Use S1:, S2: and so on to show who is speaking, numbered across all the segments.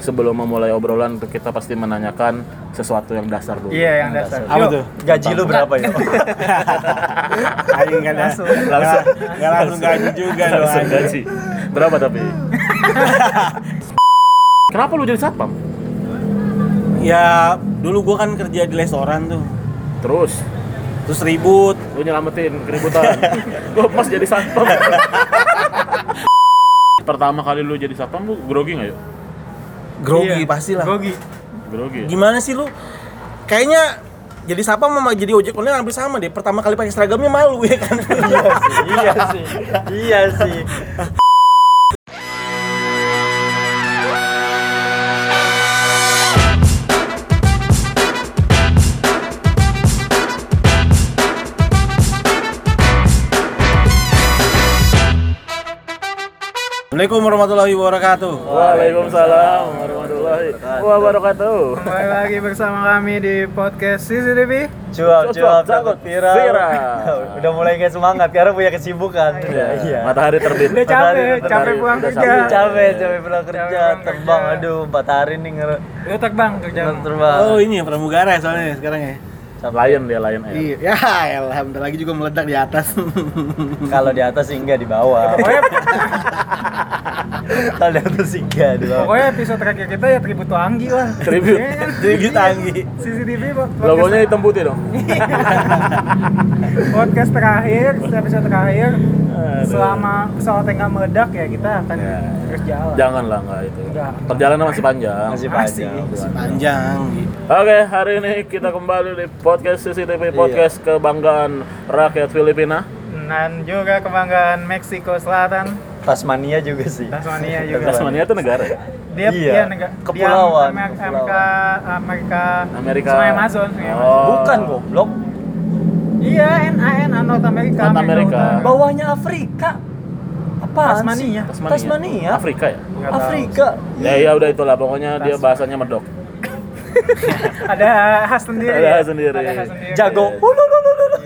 S1: sebelum memulai obrolan kita pasti menanyakan sesuatu yang dasar dulu.
S2: Iya yang dasar.
S3: Apa
S2: Yuk,
S3: tuh?
S4: Gaji lu berapa ya?
S3: Aing kan ya.
S2: Langsung.
S3: Langsung. Gak langsung gaji juga dong.
S1: Langsung
S3: anjing.
S1: gaji. Berapa tapi? Kenapa lu jadi satpam?
S3: Ya dulu gua kan kerja di restoran tuh.
S1: Terus
S3: Terus ribut.
S1: lu nyelamatin keributan. Gua pas jadi satpam. Pertama kali lu jadi satpam lu grogi nggak ya? yuk?
S3: Grogi
S2: Iya,
S3: pastilah.
S2: Grogi.
S1: Grogi. Ya?
S3: Gimana sih lu? Kayaknya jadi siapa mama jadi ojek online hampir sama deh. Pertama kali pakai seragamnya malu ya kan.
S2: iya sih. Iya sih.
S3: Assalamualaikum warahmatullahi wabarakatuh.
S1: Waalaikumsalam warahmatullahi wabarakatuh.
S2: Kembali lagi bersama kami di podcast CCTV.
S4: Cuap, cuap,
S1: Cuap,
S4: takut
S1: takut
S4: viral.
S1: viral.
S4: Udah mulai kayak semangat karena punya kesibukan. Iya,
S1: Matahari terbit.
S2: Udah
S4: Matahari,
S2: capek,
S4: matahari.
S2: capek pulang
S1: Udah
S2: kerja.
S1: capek.
S4: Capek, capek pulang
S2: Capek
S4: kerja,
S2: pulang
S4: terbang.
S2: kerja.
S4: Aduh, empat hari nih nger
S2: Lu terbang kerja.
S4: nger- terbang.
S3: Oh ini ya, pramugara soalnya sekarang ya.
S1: Lion dia Lion Air.
S3: Iya, ya elah, bentar lagi juga meledak di atas.
S4: Kalau di atas sih enggak di bawah.
S2: Pokoknya,
S4: Kalau di atas sih enggak di bawah.
S2: pokoknya episode terakhir kita ya tribut Anggi lah.
S1: Tribute.
S2: Iya kan?
S3: Jadi tanggi.
S2: CCTV podcast,
S1: Logonya hitam putih dong.
S2: podcast terakhir, episode terakhir. Selama pesawat yang nggak meledak ya kita akan
S1: Ya.
S2: terus jalan.
S1: Janganlah nggak itu.
S2: Enggak.
S1: Perjalanan masih panjang.
S4: Masih
S2: Masih.
S4: panjang.
S3: Panjang.
S1: Oke, hari ini kita kembali di podcast CCTV podcast kebanggaan rakyat Filipina.
S2: Dan juga kebanggaan Meksiko Selatan,
S4: Tasmania juga sih.
S2: Tasmania juga.
S1: Tasmania itu negara ya?
S2: Dia
S4: Iya,
S2: dia negara
S4: kepulauan,
S2: dia Amerika, Amerika,
S4: kepulauan.
S2: Amerika,
S1: Amerika.
S2: Sungai Amazon, Sungai Amazon.
S1: Oh.
S4: Bukan goblok.
S2: Iya, NAN North America.
S1: North America.
S2: Utara.
S4: Bawahnya Afrika. Apa?
S2: Tasmania.
S1: Tasmania.
S4: Tasmania. Iya.
S1: Afrika ya?
S2: Nggak tahu.
S4: Afrika.
S1: Ya ya udah itulah pokoknya dia bahasanya medok.
S2: Ada khas sendiri.
S1: Ada
S2: ya?
S1: khas sendiri.
S2: Ada khas sendiri.
S4: Jago. Oh, Ulululululu.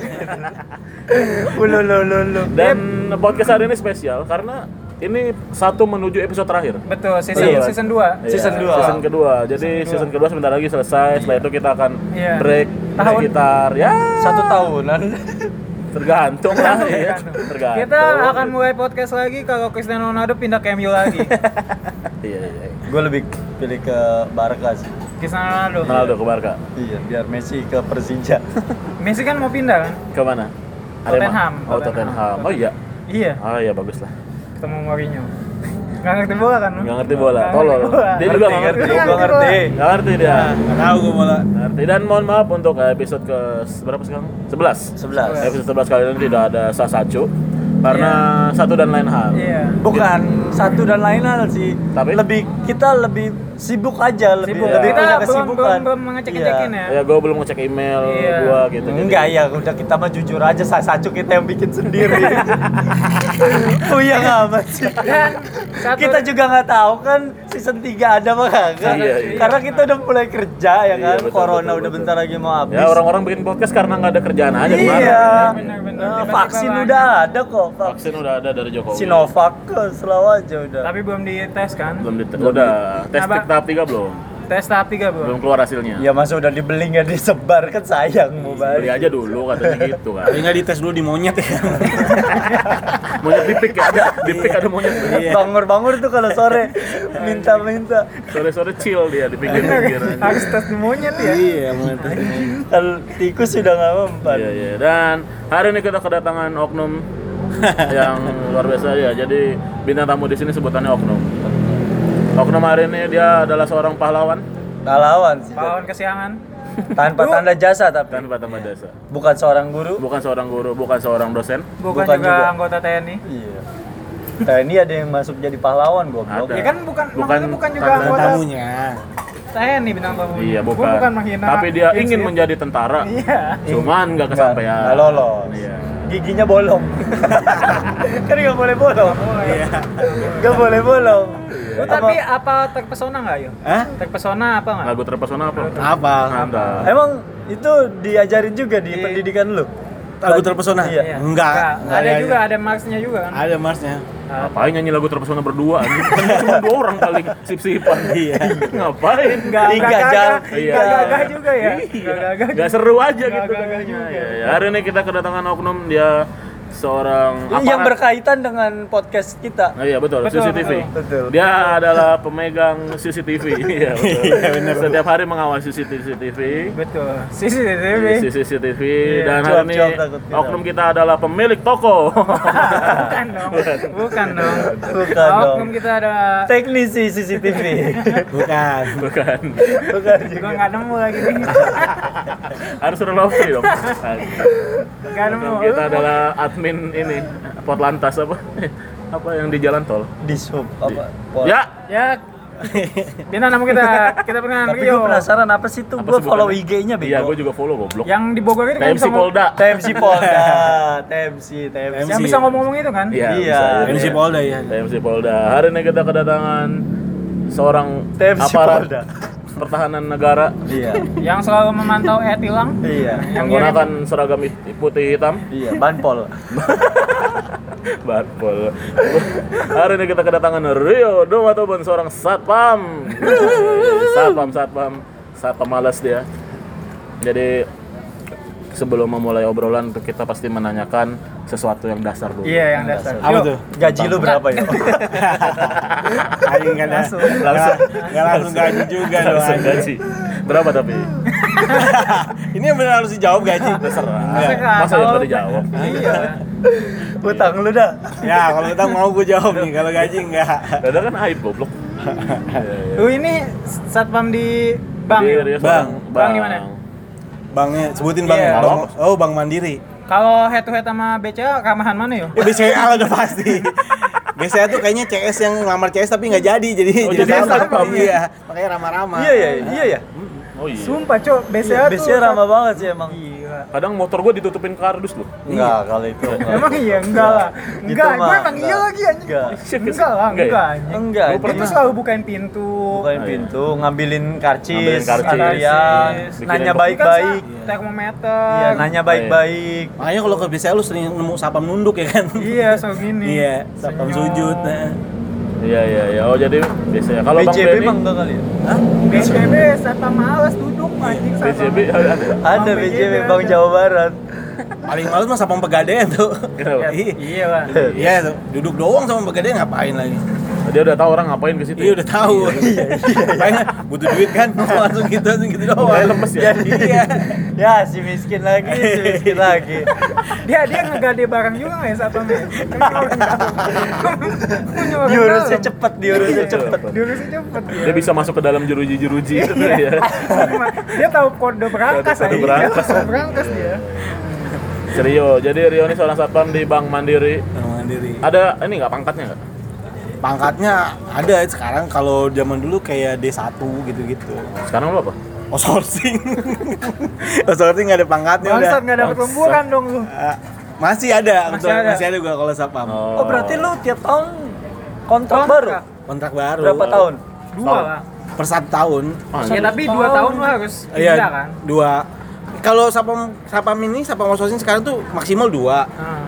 S4: Ululululu.
S1: Dan podcast hari ini spesial karena ini satu menuju episode terakhir.
S2: Betul, season
S1: Iya.
S2: season 2.
S4: Season
S1: Iya,
S4: dua.
S1: Season kedua. Jadi season kedua sebentar lagi selesai. Setelah itu kita akan
S2: Iya.
S1: break
S2: Tahun.
S1: break gitar. Ya,
S4: Satu tahunan.
S1: tergantung lah ya. Tergantung.
S2: Kita akan mulai podcast lagi kalau Cristiano Ronaldo pindah ke MU lagi.
S1: Iya, iya. iya.
S4: Gue lebih pilih ke Barca sih.
S2: Cristiano Ronaldo.
S1: Ronaldo ke Barca.
S4: Iya, biar Messi ke Persija.
S2: Messi kan mau pindah kan?
S1: Ke mana?
S2: Tottenham.
S1: Oh, Tottenham. Oh iya.
S2: Iya,
S1: Oh iya bagus lah.
S2: ketemu Mourinho. Gak ngerti bola kan? lu?
S1: Nggak ngerti bola,
S2: Nggak
S1: tolol.
S2: ngerti bola.
S1: Dia juga nggak
S4: ngerti,
S1: ngerti.
S4: gue ngerti.
S1: Nggak ngerti dia.
S3: Gak tahu gue malah.
S1: Nggak Ngerti. Dan mohon maaf untuk episode ke berapa sekarang? 11.
S4: Sebelas.
S1: Episode 11 kali ini tidak ada Sasacu karena satu dan lain hal.
S2: Iya.
S4: Bukan satu dan lain hal sih.
S1: Tapi?
S4: lebih kita lebih sibuk ya? aja, lebih
S2: Sibuk.
S4: lebih
S2: Kita
S4: punya
S2: belum-
S4: kesibukan.
S2: belum- belum mengecek-ngecekin
S4: Iya.
S2: ya.
S1: Ya gue belum ngecek email
S2: Iya.
S1: gua gitu. Jadi-
S4: Enggak ya, udah kita mah jujur aja sacu kita yang bikin sendiri. Puyeng amat sih.
S2: Dan satu
S4: Kita juga nggak tahu kan season 3 ada apa kagak.
S1: Iya, iya.
S4: Karena kita udah mulai kerja
S1: Iya,
S4: ya kan.
S1: betul, betul,
S4: Corona udah
S1: betul.
S4: bentar lagi mau habis.
S1: Ya orang-orang bikin podcast karena nggak ada kerjaan aja gimana?
S4: Iya.
S2: Benar-benar.
S4: Nah,
S2: Tiba-tiba
S4: vaksin
S2: lagi.
S4: udah ada kok. Vaksin
S1: Vaksin udah ada dari Jokowi.
S4: Sinovac ke selalu aja udah.
S2: tapi belum dites kan?
S1: Belum dites. Udah tes
S2: Apa? Iya.
S1: tahap 3 belum.
S2: Tes tahap 3
S1: Belum
S2: belum.
S1: keluar hasilnya.
S4: Ya masa udah dibeli nggak disebar kan sayang mau
S1: Beli
S4: balik.
S1: aja dulu katanya gitu kan.
S3: Tapi nggak dites dulu di monyet ya.
S1: Monyet di pick ya
S2: Iya.
S1: ada, di pick ada monyet.
S4: Kan Bangor-bangor tuh kalau sore minta-minta.
S1: Sore-sore chill dia di pinggir-pinggir. aja.
S2: Harus tes di monyet ya.
S3: Iya, monyet. tes di monyet.
S4: Kalau tikus sudah nggak mempan.
S1: Iya, iya. Dan hari ini kita kedatangan oknum yang luar biasa ya. Jadi bintang tamu di sini sebutannya oknum. Oknum hari ini dia adalah seorang pahlawan
S4: Pahlawan sih.
S2: Pahlawan kesiangan.
S4: Tanpa tanda jasa tapi
S1: tanpa tambah desa.
S4: bukan seorang guru.
S1: Bukan seorang guru, bukan seorang dosen.
S2: Bukan,
S4: Bukan
S2: juga,
S4: juga.
S2: anggota TNI.
S4: Iya. Nah, ini ada yang masuk jadi pahlawan goblok. Iya
S1: Ada.
S2: Ya kan bukan,
S1: Bukan
S2: makanya bukan juga
S1: tangan
S3: Bukan
S2: anggota
S3: tamunya.
S2: TNI bintang tamu.
S1: Iya,
S2: Gua
S1: bukan.
S2: bukan menghina.
S1: Tapi dia
S2: prinsip.
S1: ingin menjadi tentara.
S2: Iya.
S1: Cuman nggak kesampaian.
S4: Nggak lolos.
S1: ya. Iya.
S4: Giginya bolong. kan nggak boleh bolong.
S2: Oh, iya.
S4: Nggak boleh bolong.
S1: Iya.
S2: Lu tapi apa terpesona nggak yo?
S3: Hah?
S2: Terpesona apa nggak?
S1: Lagu terpesona apa?
S3: Apa?
S1: Ada.
S4: Emang itu diajarin juga di
S2: Di-
S4: pendidikan lu?
S3: lagu terpesona?
S4: Iya.
S2: Iya.
S3: Enggak.
S2: Nggak ada
S3: Enggak,
S2: juga, ada marksnya juga kan.
S3: Ada Marsnya.
S1: Ngapain nyanyi lagu terpesona berdua? anjing? Kan cuma dua orang paling sip-sipan. Iya. Ngapain?
S2: Nggak
S4: Tiga
S2: nggak
S4: jam.
S2: gagah,
S1: Iya.
S2: nggak gagah juga ya.
S1: Iya.
S2: Nggak gagah.
S1: Nggak seru aja
S2: Nggak
S1: gitu.
S2: gagah
S1: kayaknya.
S2: juga.
S1: Iya, iya. Hari ini kita kedatangan oknum dia seorang
S4: Yang
S1: aparat.
S4: berkaitan dengan podcast kita.
S1: Nah, iya betul,
S2: Betul,
S1: CCTV.
S4: betul.
S1: Dia adalah pemegang CCTV. iya betul. Setiap hari mengawasi CCTV.
S2: Betul. Sisi TV.
S1: Di CCTV
S2: Iya,
S1: dan hari
S4: jawab,
S1: ini
S4: jawab, takut, tidak.
S1: oknum kita adalah pemilik toko.
S2: Bukan dong. Bukan dong.
S4: Bukan Iya dong.
S2: Oknum kita ada
S4: Teknisi CCTV.
S3: Bukan.
S1: Bukan.
S4: Bukan
S2: gua nggak nemu lagi
S4: Iya.
S2: nih.
S1: Harus relevan dong.
S2: Nggak nemu.
S1: Oknum kita adalah admin ini Potlantas apa? apa yang di jalan tol?
S4: di sub apa? Pol-
S1: Ya,
S2: Ya. Bintang tamu kita, kita pernah
S4: Tapi gue penasaran apa sih tuh?
S1: apa
S4: Gue
S1: sebutannya?
S4: follow IG-nya
S1: Iya,
S4: Ya, bego. Ya,
S1: gue juga follow goblok.
S2: Yang di Bogor itu kan
S1: TMC
S2: bisa ngom-
S1: Polda.
S4: TMC Polda, TMC, TMC.
S2: Yang
S3: MC.
S2: bisa ngomong-ngomong itu kan?
S1: Iya,
S4: Iya,
S1: bisa,
S3: MC
S1: iya.
S3: Polda ya.
S1: TMC Polda. Hari ini kita kedatangan seorang
S4: TMC
S1: aparat
S4: Polda.
S1: pertahanan negara
S4: Iya,
S2: Yang selalu memantau Ed hilang.
S4: iya,
S2: Yang
S1: menggunakan seragam it- putih hitam
S4: iya. Banpol.
S1: Barpol. Hari ini kita kedatangan Rio Domatobon seorang satpam. satpam, satpam, satpam malas dia. Jadi sebelum memulai obrolan kita pasti menanyakan sesuatu yang dasar dulu.
S2: Iya, yang dasar.
S3: Apa
S2: Yuk.
S3: tuh?
S4: Gaji lu berapa ya?
S3: Aing enggak ada.
S2: Langsung.
S3: Langsung. Enggak langsung gaji juga dong.
S1: Langsung
S3: anjing.
S1: gaji. Berapa tapi?
S3: Ini yang benar harus dijawab gaji. Terserah.
S2: Terserah,
S1: Masa yang
S2: kalau-
S1: tadi jawab?
S2: Iya.
S4: Utang lu dah.
S3: Ya, kalau kita mau gue jawab nih, kalau gaji enggak.
S1: Ada kan aib goblok.
S2: Lu Oh, ini satpam di bank.
S1: Dia-
S2: ya?
S1: dia
S3: Bang.
S1: seorang-
S2: Bang di mana?
S3: Bangnya sebutin bang.
S2: Iya.
S3: Bang- oh, Bang Mandiri.
S2: Kalau head to head sama BCA ramahan mana yo?
S3: Ya, BCA lah udah pasti. BCA tuh kayaknya CS yang ngelamar CS tapi nggak jadi, jadi
S1: Oh, jadi satpam.
S3: Iya, makanya ramah-ramah.
S4: Iya ya, iya ya.
S1: Oh iya.
S2: Sumpah, Cok, BCA tuh. kan- Iya.
S4: Biasanya ramah banget sih emang.
S2: Gila.
S1: Kadang motor gue ditutupin kardus loh.
S4: Enggak kalau itu.
S2: Emang iya, enggak lah.
S4: Gitu
S2: Enggak, gue
S4: mah,
S2: emang iya
S4: enggak.
S2: lagi anjing.
S4: Enggak.
S2: Enggak lah,
S1: Enggak ya?
S2: enggak anjing.
S4: Enggak.
S1: Lu
S4: dia
S2: Itu selalu bukain pintu.
S4: bukain pintu, ngambilin
S1: Oh, iya. Ngambilin
S4: karcis,
S1: karcis,
S4: antrian,
S1: bikinin
S4: nanya
S1: kopi.
S4: baik-baik.
S2: Kan, Sa, termometer.
S4: Iya,
S1: Oh,
S4: nanya baik-baik.
S3: Makanya kalau ke BCA lu sering nemu sapam nunduk ya kan?
S2: Iya, so gini.
S3: Iya, sapam
S2: Senyum.
S3: sujud. Nah.
S1: Iya iya iya. Oh jadi biasanya kalau Bang
S4: BJB
S1: Benny
S4: emang enggak kali ya?
S3: Hah?
S2: BCB satpam malas duduk anjing satpam.
S1: BJB ada.
S4: Ada
S2: Bang
S4: BJB
S2: BJB
S4: Bang
S2: ada.
S4: Jawa Barat.
S3: Paling males mah sapam pegadaian tuh.
S1: Kenapa?
S3: Iya.
S2: Iya, Pak.
S3: Iya, tuh. duduk doang sama pegadaian ngapain lagi?
S1: Dia udah tahu orang ngapain ke situ.
S3: Iya udah tahu. Makanya butuh duit kan langsung gitu langsung gitu
S1: Kayak
S3: doang.
S1: lemes ya.
S3: Iya.
S4: Ya, si miskin lagi, si miskin lagi.
S2: Dia dia ngegade barang juga nggak ya satpamnya? Kan dia orang dalam. Punya orang
S4: Diurusnya
S2: dalam.
S4: cepet, diurusnya
S1: Iya.
S4: cepet.
S2: Diurusnya cepet ya.
S1: Dia bisa masuk ke dalam jeruji-jeruji itu
S3: Iya.
S1: tuh ya.
S2: Cuma Dia tahu kode berangkas
S1: Kode
S2: anjing.
S1: berangkas.
S2: Dia tahu berangkas dia.
S3: Ya
S1: Serio. Jadi Rio ini seorang satpam di Bank Mandiri.
S3: Bang Mandiri.
S1: Ada ini nggak pangkatnya nggak?
S3: Pangkatnya ada sekarang kalau zaman dulu kayak D1 gitu-gitu.
S1: Sekarang lu apa?
S3: outsourcing outsourcing nggak ada pangkatnya
S2: Bangsat
S3: udah
S2: nggak dapat lemburan dong lu.
S3: Eh, masih ada
S2: Masih
S3: masih ada,
S2: ada.
S3: masih ada gua kalau sapam
S4: Oh, berarti lu tiap tahun kontrak
S2: Kontrak.
S4: baru?
S3: kontrak baru
S4: Berapa tahun?
S2: Dua lah.
S3: per satu tahun
S1: Oh,
S2: Ya tapi dua tahun lu harus pindah
S3: iya
S2: kan.
S3: dua kalau sapam sapam ini sapam outsourcing sekarang tuh maksimal dua
S2: Ah.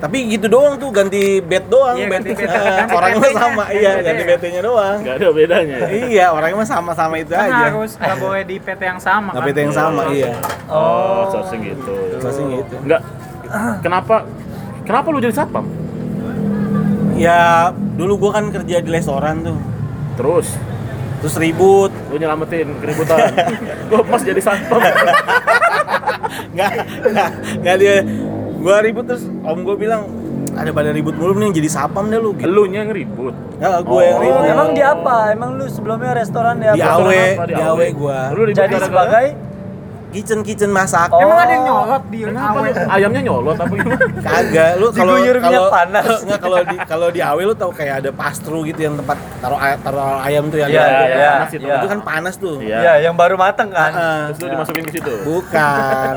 S3: tapi gitu doang tuh ganti bed doang
S2: Iya,
S3: bed
S2: ganti
S3: eh,
S2: bed. Ganti
S3: orangnya
S2: PT-nya.
S3: sama
S2: Ganti
S3: iya
S2: PT-nya.
S3: ganti BT-nya doang
S1: Nggak ada bedanya. ya?
S3: iya orangnya mah sama-sama itu
S2: Kan
S3: aja
S2: harus nggak boleh di PT yang sama
S3: nggak
S2: kan.
S3: PT yang sama iya
S1: Oh, outsourcing gitu.
S3: outsourcing gitu
S1: Enggak. Kenapa? Kenapa lu jadi satpam?
S3: ya dulu gua kan kerja di restoran tuh
S1: Terus
S3: terus ribut
S1: lu nyelamatin keributan. Gua pas jadi satpam.
S3: nggak nggak nggak dia gua ribut terus om gua bilang ada pada ribut mulu nih jadi sapam deh lu gitu
S1: Elunya yang ribut.
S3: nggak gua yang
S1: Oh.
S3: ribut
S4: Emang di apa? Emang lu sebelumnya restoran ya?
S3: Di
S1: Restoran
S3: AW,
S1: apa?
S3: di AW gua.
S1: Lu ribut
S4: Jadi
S1: gara-gara?
S4: sebagai
S3: kitchen kitchen masak
S4: Oh.
S2: Emang ada yang nyolot di
S1: Kenapa
S2: awet?
S1: lu? ayamnya nyolot apa gimana?
S3: kagak lu kalau
S4: Diguyur minyak
S3: kalau
S4: panas.
S3: nggak kalau di kalau di AW lu tau kayak ada pastru gitu yang tempat taruh ay- taruh ayam tuh yang
S4: Iya,
S3: ada-
S4: iya,
S1: panas itu.
S4: iya.
S3: itu kan panas tuh
S1: Iya.
S4: Ya, yang baru mateng kan?
S3: Heeh.
S1: Terus lu dimasukin ke situ.
S3: bukan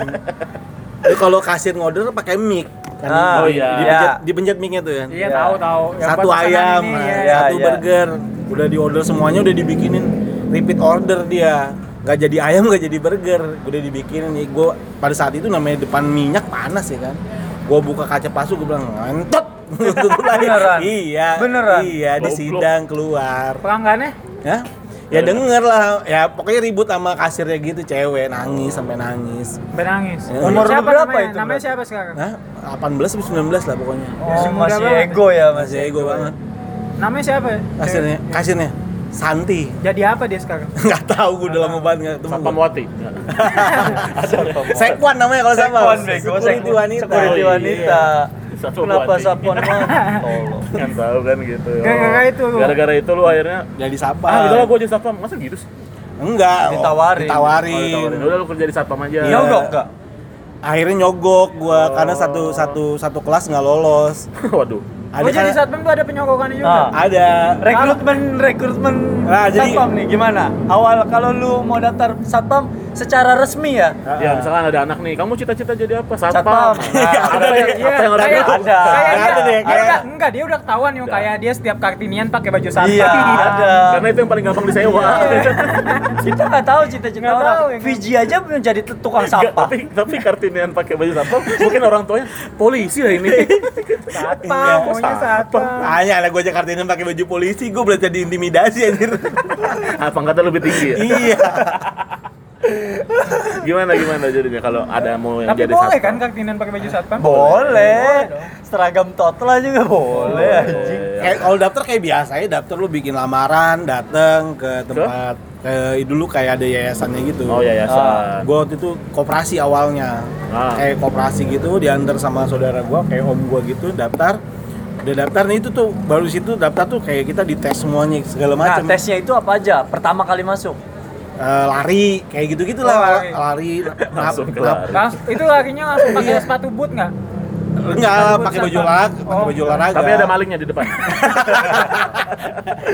S3: lu kalau kasir ngorder pakai mic kan
S4: Ah,
S1: oh iya.
S3: dipenjat dipenjat micnya tuh kan
S4: Iya.
S2: Iya tahu tahu. Yang
S3: satu
S2: buat pesanan
S3: ayam,
S2: ini,
S3: nah,
S2: iya.
S4: ya.
S3: satu burger, udah di order semuanya udah dibikinin repeat order dia. nggak jadi ayam nggak jadi burger udah dibikinin nih gue pada saat itu namanya depan minyak panas ya kan gue buka kaca pasu gue bilang ngentot Tutup lagi.
S4: Beneran?
S3: iya
S4: Beneran?
S3: iya di
S1: Goblok.
S3: sidang keluar
S2: pelanggannya
S3: ya ya denger lah ya pokoknya ribut sama kasirnya gitu cewek nangis sampai nangis
S2: benangis
S3: Ya. Umur
S4: lu
S2: siapa
S4: berapa
S2: namanya?
S4: itu,
S2: namanya
S4: Brad?
S2: siapa sekarang
S3: Hah? 18 sampai 19 lah pokoknya
S4: Oh,
S2: Masih muda
S4: masih
S2: banget.
S4: ego ya mas.
S3: masih ego banget
S2: namanya siapa ya?
S3: kasirnya
S2: Cewek.
S3: kasirnya Santi
S2: jadi apa dia sekarang
S3: nggak tahu gue udah lama banget nggak ketemu
S1: Satpam Wati.
S3: Sekwan namanya kalau sama
S4: Sekwan bego,
S3: security
S4: sekwan-
S3: wanita
S4: security
S1: Oh, iya.
S4: wanita.
S1: Satu
S4: Kenapa
S1: wanti.
S4: sapon mas? Tolong.
S1: kan tahu kan gitu. ya.
S2: Gara-gara itu lu.
S1: Gara-gara itu lu akhirnya
S3: jadi sapa
S1: ah gitu lah gue jadi satpam masa gitu sih
S3: enggak oh,
S4: Ditawarin.
S1: Oh,
S3: ditawarin
S1: ditawarin. udah lu kerja di satpam aja
S3: Iya.
S4: Nyogok nggak?
S3: akhirnya nyogok gue
S1: Oh.
S3: karena satu satu satu kelas nggak lolos
S1: waduh
S2: oh jadi
S3: karena-
S2: satpam tuh ada penyogokannya juga
S4: Nah.
S3: ada
S4: Rekrutmen rekrutmen
S3: Nah, jadi-
S4: satpam nih gimana? Awal kalau lu mau daftar satpam secara resmi ya?
S1: ya misalkan ada anak nih kamu cita-cita jadi apa satpam
S4: Satpam.
S1: Nah, apa yang
S2: Iya,
S1: apa yang harus
S2: kayak-
S1: dilakukan?
S4: Ada.
S2: kayak
S3: Ada
S2: enggak,
S3: deh,
S2: dia
S3: kayak-
S2: udah, enggak dia udah ketahuan yang kayak dia setiap kartinian pakai baju satpam
S4: Iya, ada.
S1: karena itu yang paling gampang disewa
S4: Kita nggak tahu cita-cita
S2: Nggak
S4: orang.
S2: tahu ya, kan?
S4: Fiji aja menjadi tukang
S1: Nggak,
S4: sampah.
S1: tapi tapi kartinian pakai baju satpam mungkin orang tuanya polisi lah ini
S3: Iya,
S2: satpam maunya satpam
S3: Tanya lah gue Jakarta ini pakai baju polisi, gue belajar diintimidasi anjir.
S1: ah, pangkatnya lebih tinggi ya
S3: iya.
S1: gimana gimana jadinya kalau ada mau yang
S2: tapi
S1: jadi
S2: boleh
S1: satpam?
S2: kan kartinian pakai baju satpam
S4: Boleh. Seragam total juga boleh anjing.
S1: Eh,
S3: Ya, Kayak kalau daftar kayak biasa ya, daftar lu bikin lamaran, dateng ke tempat ke dulu kayak ada yayasannya gitu.
S1: oh ya ya
S4: Ah,
S3: Gue waktu itu koperasi awalnya,
S1: Ah.
S3: kayak koperasi gitu diantar sama saudara gue, kayak om gue gitu daftar. Udah daftar nih itu tuh baru situ daftar tuh kayak kita dites semuanya segala
S4: Nah,
S3: macam.
S4: tesnya itu apa aja? Pertama kali masuk.
S3: Eh, lari kayak gitu gitulah
S2: Oh, lari.
S3: lari. lari
S1: iya. Langsung
S3: nap-
S1: ke
S3: nap-
S1: lari.
S2: Langsung, itu lakinya langsung pakai sepatu boot nggak?
S3: Enggak, pakai baju olahraga, pakai
S2: Oh.
S3: baju olahraga.
S1: tapi ada malingnya di depan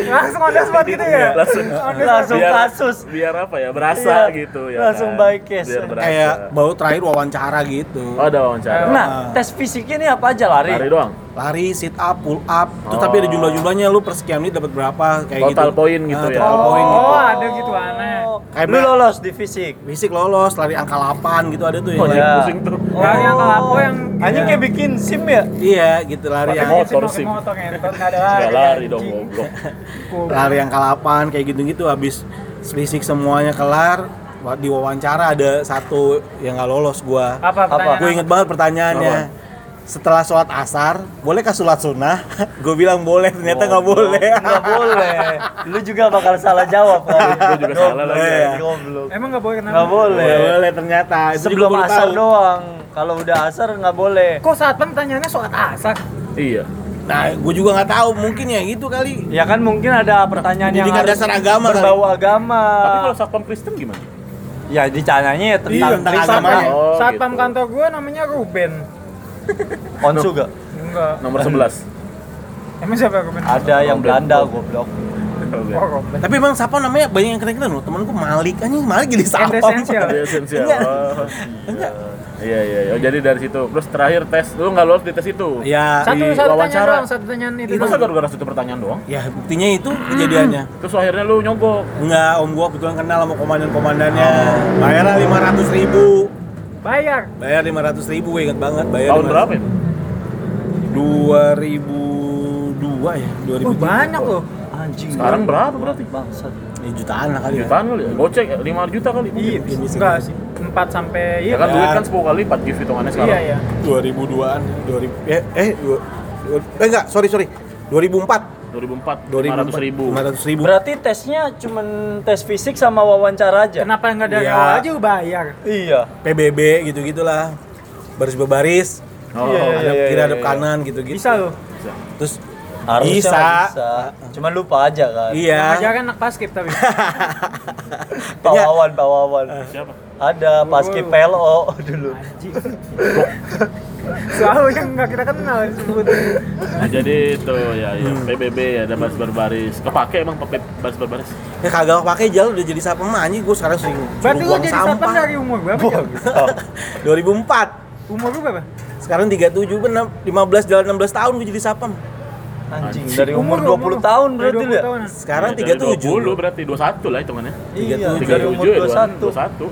S2: Langsung on the spot gitu ya?
S1: langsung
S2: On the spot.
S4: Langsung
S1: Iya. Biar-
S4: kasus.
S1: biar apa ya berasa
S4: Iya,
S1: gitu ya
S4: langsung
S1: kan?
S4: by case.
S1: biar berasa
S3: kayak baru terakhir wawancara gitu.
S1: oh ada wawancara
S4: Nah, tes fisiknya nih apa aja lari?
S1: lari doang
S3: Lari sit up, pull up, terus
S1: Oh.
S3: tapi ada jumlah-jumlahnya lu per sekian menit dapat berapa kayak gitu.
S1: Total poin gitu
S3: Nah,
S1: ya?
S3: Total poin gitu.
S2: Oh, ada gitu, aneh.
S3: Kayak
S4: Lu
S3: ba-
S4: lolos di fisik.
S3: Fisik lolos, lari angka 8 gitu ada tuh yang
S1: Oh,
S3: lari.
S1: iya.
S4: Ya.
S1: pusing tuh.
S2: Lari yang kelapo yang gini.
S4: Oh, Anjing kayak bikin SIM ya?
S3: Iya, gitu lari
S1: Pakai
S3: yang
S1: motor.
S2: Motor
S1: sih.
S2: sih. Motor ngentot nggak ada lari.
S1: nggak lari dong
S2: anjing.
S1: goblok
S3: lari angka 8 kayak gitu-gitu habis fisik semuanya kelar wa- di wawancara ada satu yang nggak lolos gua.
S2: Apa
S4: Apa?
S2: pertanyaan?
S3: Gue inget banget pertanyaannya. Setelah sholat asar, bolehkah sholat sunnah? gue bilang boleh, ternyata nggak boleh.
S4: Oh, Nggak boleh. Lu juga bakal salah jawab kali.
S1: Gua juga salah lagi.
S4: Goblok, Goblok.
S2: Emang nggak boleh kenapa?
S4: Nggak boleh.
S3: Nggak boleh ternyata. Itu juga
S4: Sebelum
S3: baru
S4: asar
S3: tahu.
S4: doang. Kalau udah asar nggak boleh.
S2: Kok satpam tanyanya soal asar?
S1: iya
S3: Nah, gue juga nggak tahu. Mungkin ya gitu kali.
S4: Ya kan mungkin ada pertanyaan yang
S3: Pendidikan
S4: harus
S3: dasar agama kali.
S4: berbau agama.
S1: tapi kalau satpam Kristen gimana
S4: Ya ditanyanya ya tentang,
S3: Iya, tentang
S4: Kristen.
S3: agamanya.
S2: Satpam,
S1: Oh,
S2: satpam
S1: gitu.
S2: kantor gue namanya Ruben.
S4: Onsu gak?
S2: Enggak.
S1: nomor 11
S2: Emang siapa Ruben?
S4: Ada yang
S1: Robert.
S4: Belanda goblok. Iya.
S2: Oh,
S1: iya.
S2: Ruben.
S3: Tapi emang siapa namanya banyak yang keren-keren loh. Temanku Malik, anjing Malik jadi siapa?
S2: Essential.
S1: Ada esensial. Oh, iya. Iya iya. iya. Oh, jadi dari situ. Terus terakhir tes, lu nggak lolos di tes itu.
S4: Iya.
S3: Ya,
S1: di
S2: Satu satu tanyaan
S1: wawancara.
S2: doang, satu tanyaan itu.
S1: Masa
S2: doang.
S1: gara-gara satu pertanyaan doang?
S3: ya buktinya itu kejadiannya.
S1: Terus akhirnya lu nyogok.
S3: Enggak, om gua kebetulan kenal sama komandan-komandannya. Bayarnya 500 ribu.
S2: Bayar.
S3: Bayar 500 ribu, gue inget banget.
S4: Iya,
S3: Bayar
S1: Tahun
S3: 500.
S1: berapa ya? itu?
S3: 2002 ya? 2003.
S2: Wah, banyak loh. Iya,
S4: Anjing.
S1: Sekarang berapa berarti?
S4: Bangsat.
S3: Ya, jutaan lah kali ya.
S1: Jutaan kali ya? Gocek ya? 5 juta kali mungkin.
S2: Iya,
S3: mungkin bisa.
S2: enggak sih. 4 sampai
S1: Ya
S2: iya.
S1: kan
S3: Iya.
S1: duit kan 10 kali lipat gift hitungannya sekarang.
S2: Iya, iya.
S3: 2002-an, 2000 eh eh dua- dua- eh enggak, sorry sorry. 2004.
S1: 2004,
S3: 2004
S1: 500 ribu.
S3: 500 ribu.
S4: Berarti tesnya cuman tes fisik sama wawancara aja.
S2: Kenapa enggak dari
S3: Iya.
S2: awal aja lu bayar?
S4: Iya.
S3: PBB gitu-gitulah. Baris berbaris.
S1: Oh,
S4: Iya, iya.
S3: Ada kiri ada kanan gitu-gitu.
S2: Bisa lu.
S3: Terus
S4: Harusnya
S3: Bisa.
S4: mah bisa. Cuman lupa aja kan.
S3: iya.
S2: Ngajarin anak paskib tapi.
S4: Pawawan, pawawan.
S3: Iya.
S1: Siapa?
S4: Ada paski PLO dulu.
S2: Selalu yang enggak kita kenal disebut.
S1: Nah, jadi itu ya, ya PBB ya ada baris berbaris. Kepake emang pe- baris berbaris.
S3: Ya kagak pakai jalan udah jadi sampah mah anjing gua sekarang sering
S2: Berarti
S3: suruh
S2: lu
S3: buang
S2: jadi satpam
S3: sampah.
S2: dari umur berapa? Jal?
S3: 2004.
S2: Umur lu berapa?
S3: Sekarang 37 bener 15 jalan 16 tahun gua jadi sapam.
S4: Anjing dari umur 20 tahun berarti lu ya?
S3: Sekarang
S1: Ya, dari
S3: 37.
S1: 20 berarti 21 lah hitungannya. ya,
S4: Iya,
S3: 37.
S4: dari umur 21.
S1: 21.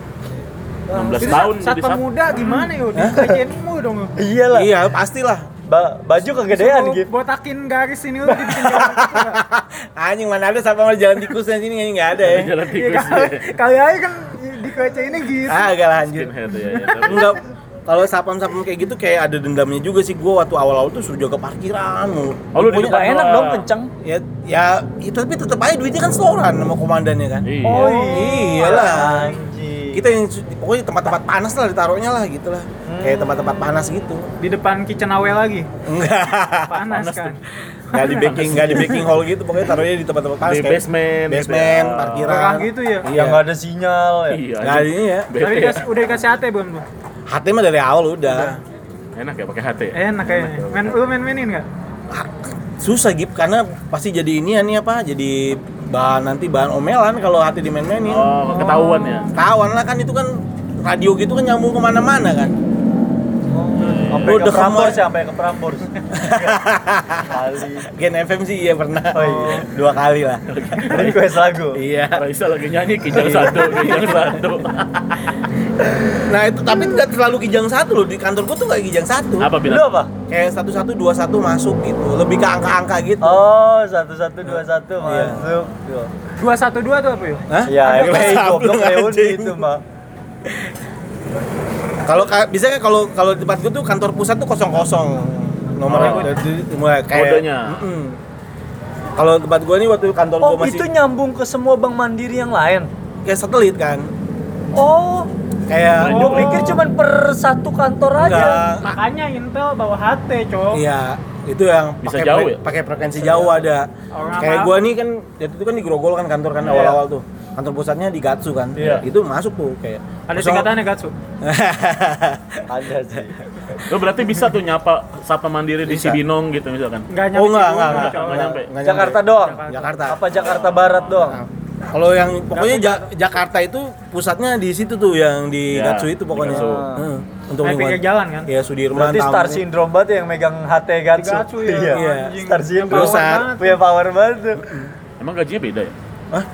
S1: 16 tahun jadi
S2: saat pemuda gimana yo di kajianmu dong yo.
S4: Iyalah.
S3: Iya, pastilah.
S4: Ba- baju kegedean
S2: Suruh
S4: gitu.
S2: botakin garis ini lu dibikin jalan tikus lah.
S3: Anjing mana ada sama jalan tikusnya sini anjing enggak ada ya.
S1: Di jalan
S2: Ya,
S1: tikus. iya.
S2: kali- kali aja kan di kaca ini gitu
S3: Ah, agak lah anjir.
S1: Skinhead ya. ya.
S3: Enggak. Kalau sapam-sapam kayak gitu kayak ada dendamnya juga sih gua waktu awal-awal tuh suruh jaga parkiran mulu.
S1: Oh, lu di
S4: Pokoknya
S1: depan
S4: nggak enak
S1: doang.
S4: dong kencang.
S3: Ya ya itu tapi tetap aja duitnya kan setoran sama komandannya kan.
S1: Iya.
S4: Oh
S3: iyalah.
S4: Iya. Anjing.
S3: Kita yang su- pokoknya tempat-tempat panas lah ditaruhnya lah gitu lah. Kayak tempat-tempat panas gitu.
S2: di depan kitchen awe lagi
S3: Enggak.
S2: panas kan
S3: Enggak di baking, enggak di baking hall gitu pokoknya taruhnya di tempat-tempat panas
S1: Di
S3: kayak
S1: basement. gitu
S3: basement,
S1: ya.
S3: parkiran.
S2: Terang gitu ya
S3: Iya.
S4: yang nggak ada sinyal ya.
S1: Iya.
S3: Nah, ini ya.
S1: Bete
S2: tapi
S1: ya.
S2: dikasih- udah dikasih ate belum tuh
S3: Hati mah dari awal udah.
S1: Enak ya pakai hati ya.
S2: enak kayaknya main lu main mainin nggak
S3: Susah gitu karena pasti jadi ini ya nih apa? Jadi bahan nanti bahan omelan kalau hati dimain-mainin.
S1: Oh, ketahuan ya.
S3: Kawan lah kan itu kan radio gitu kan nyambung kemana-mana kan.
S4: Sampai
S3: Lu
S4: ke
S3: udah
S4: Prambors
S3: kemar-
S4: ya, sampai ke Prambors. Kali.
S3: Gen FM sih iya pernah.
S4: Oh, iya.
S3: Dua kali lah.
S4: Dari gue lagu.
S3: iya.
S1: Raisa lagi nyanyi kijang satu, kijang satu.
S3: Nah itu tapi tidak terlalu kijang satu loh di kantor gua tuh nggak kijang satu.
S1: Apa
S4: Lu
S1: bilang?
S4: apa?
S3: Kayak satu satu dua satu masuk gitu. Lebih ke angka-angka gitu.
S4: Oh, satu satu dua satu
S3: Iya.
S4: masuk.
S2: dua satu dua tuh apa ya? yuk
S3: Hah?
S4: Iya,
S3: Ada
S4: gue
S3: WhatsApp lu,
S4: goblok kayak Uni
S3: anjing.
S4: itu mah.
S3: Kalau ka- bisa kan kalau kalau di tempat gue tuh kantor pusat tuh kosong kosong nomornya
S1: Oh.
S3: dari- mulai kayak
S1: Kodenya.
S3: Mm-mm. Kalau tempat gue nih waktu kantor
S4: Oh,
S3: gue masih
S4: itu nyambung ke semua bank mandiri yang lain.
S3: kayak satelit kan,
S4: Oh,
S1: Lanjut.
S3: kayak
S4: gue pikir cuman per satu kantor aja.
S3: Oh. enggak
S2: makanya intel bawa ht cok
S3: Iya, itu yang
S1: Bisa
S3: pakai
S1: jauh
S3: fre-
S1: ya?
S3: pakai frekuensi jauh ada.
S2: Orang
S3: kayak
S2: apa?
S3: gua nih kan waktu itu kan di Grogol kan kantor kan
S1: Iya.
S3: awal-awal tuh. Kantor pusatnya di Gatsu kan.
S1: Iya.
S3: Itu masuk tuh kayak.
S2: ada
S3: kosong-
S2: singkatannya Gatsu
S4: Ada sih.
S1: Lu berarti bisa tuh nyapa satpam mandiri di
S3: Bisa.
S1: Cibinong gitu misalkan.
S2: nggak nyampe
S3: Oh enggak,
S2: situ,
S3: enggak, enggak,
S2: cok.
S1: Nggak nyampe.
S3: Nggak nyampe.
S4: Jakarta doang.
S3: Jakarta. Nah,
S4: Apa Jakarta Barat doang?
S3: Kalau yang pokoknya Ja- Jakarta itu pusatnya di situ tuh yang di
S1: Ya,
S3: Gatsu
S1: di
S3: itu pokoknya.
S1: Gatsu.
S3: Heeh. Untuk
S2: Kayak pinggir jalan kan?
S3: Ya Sudirman.
S4: Berarti Star
S3: Tamrin.
S4: Syndrome banget ya yang megang HT Gatsu.
S2: Gatsu ya,
S4: Iya.
S2: anjing.
S4: Star Syndrome.
S3: Terus, Sar.
S4: Punya power banget tuh.
S1: Emang gajinya beda ya?
S3: Hah?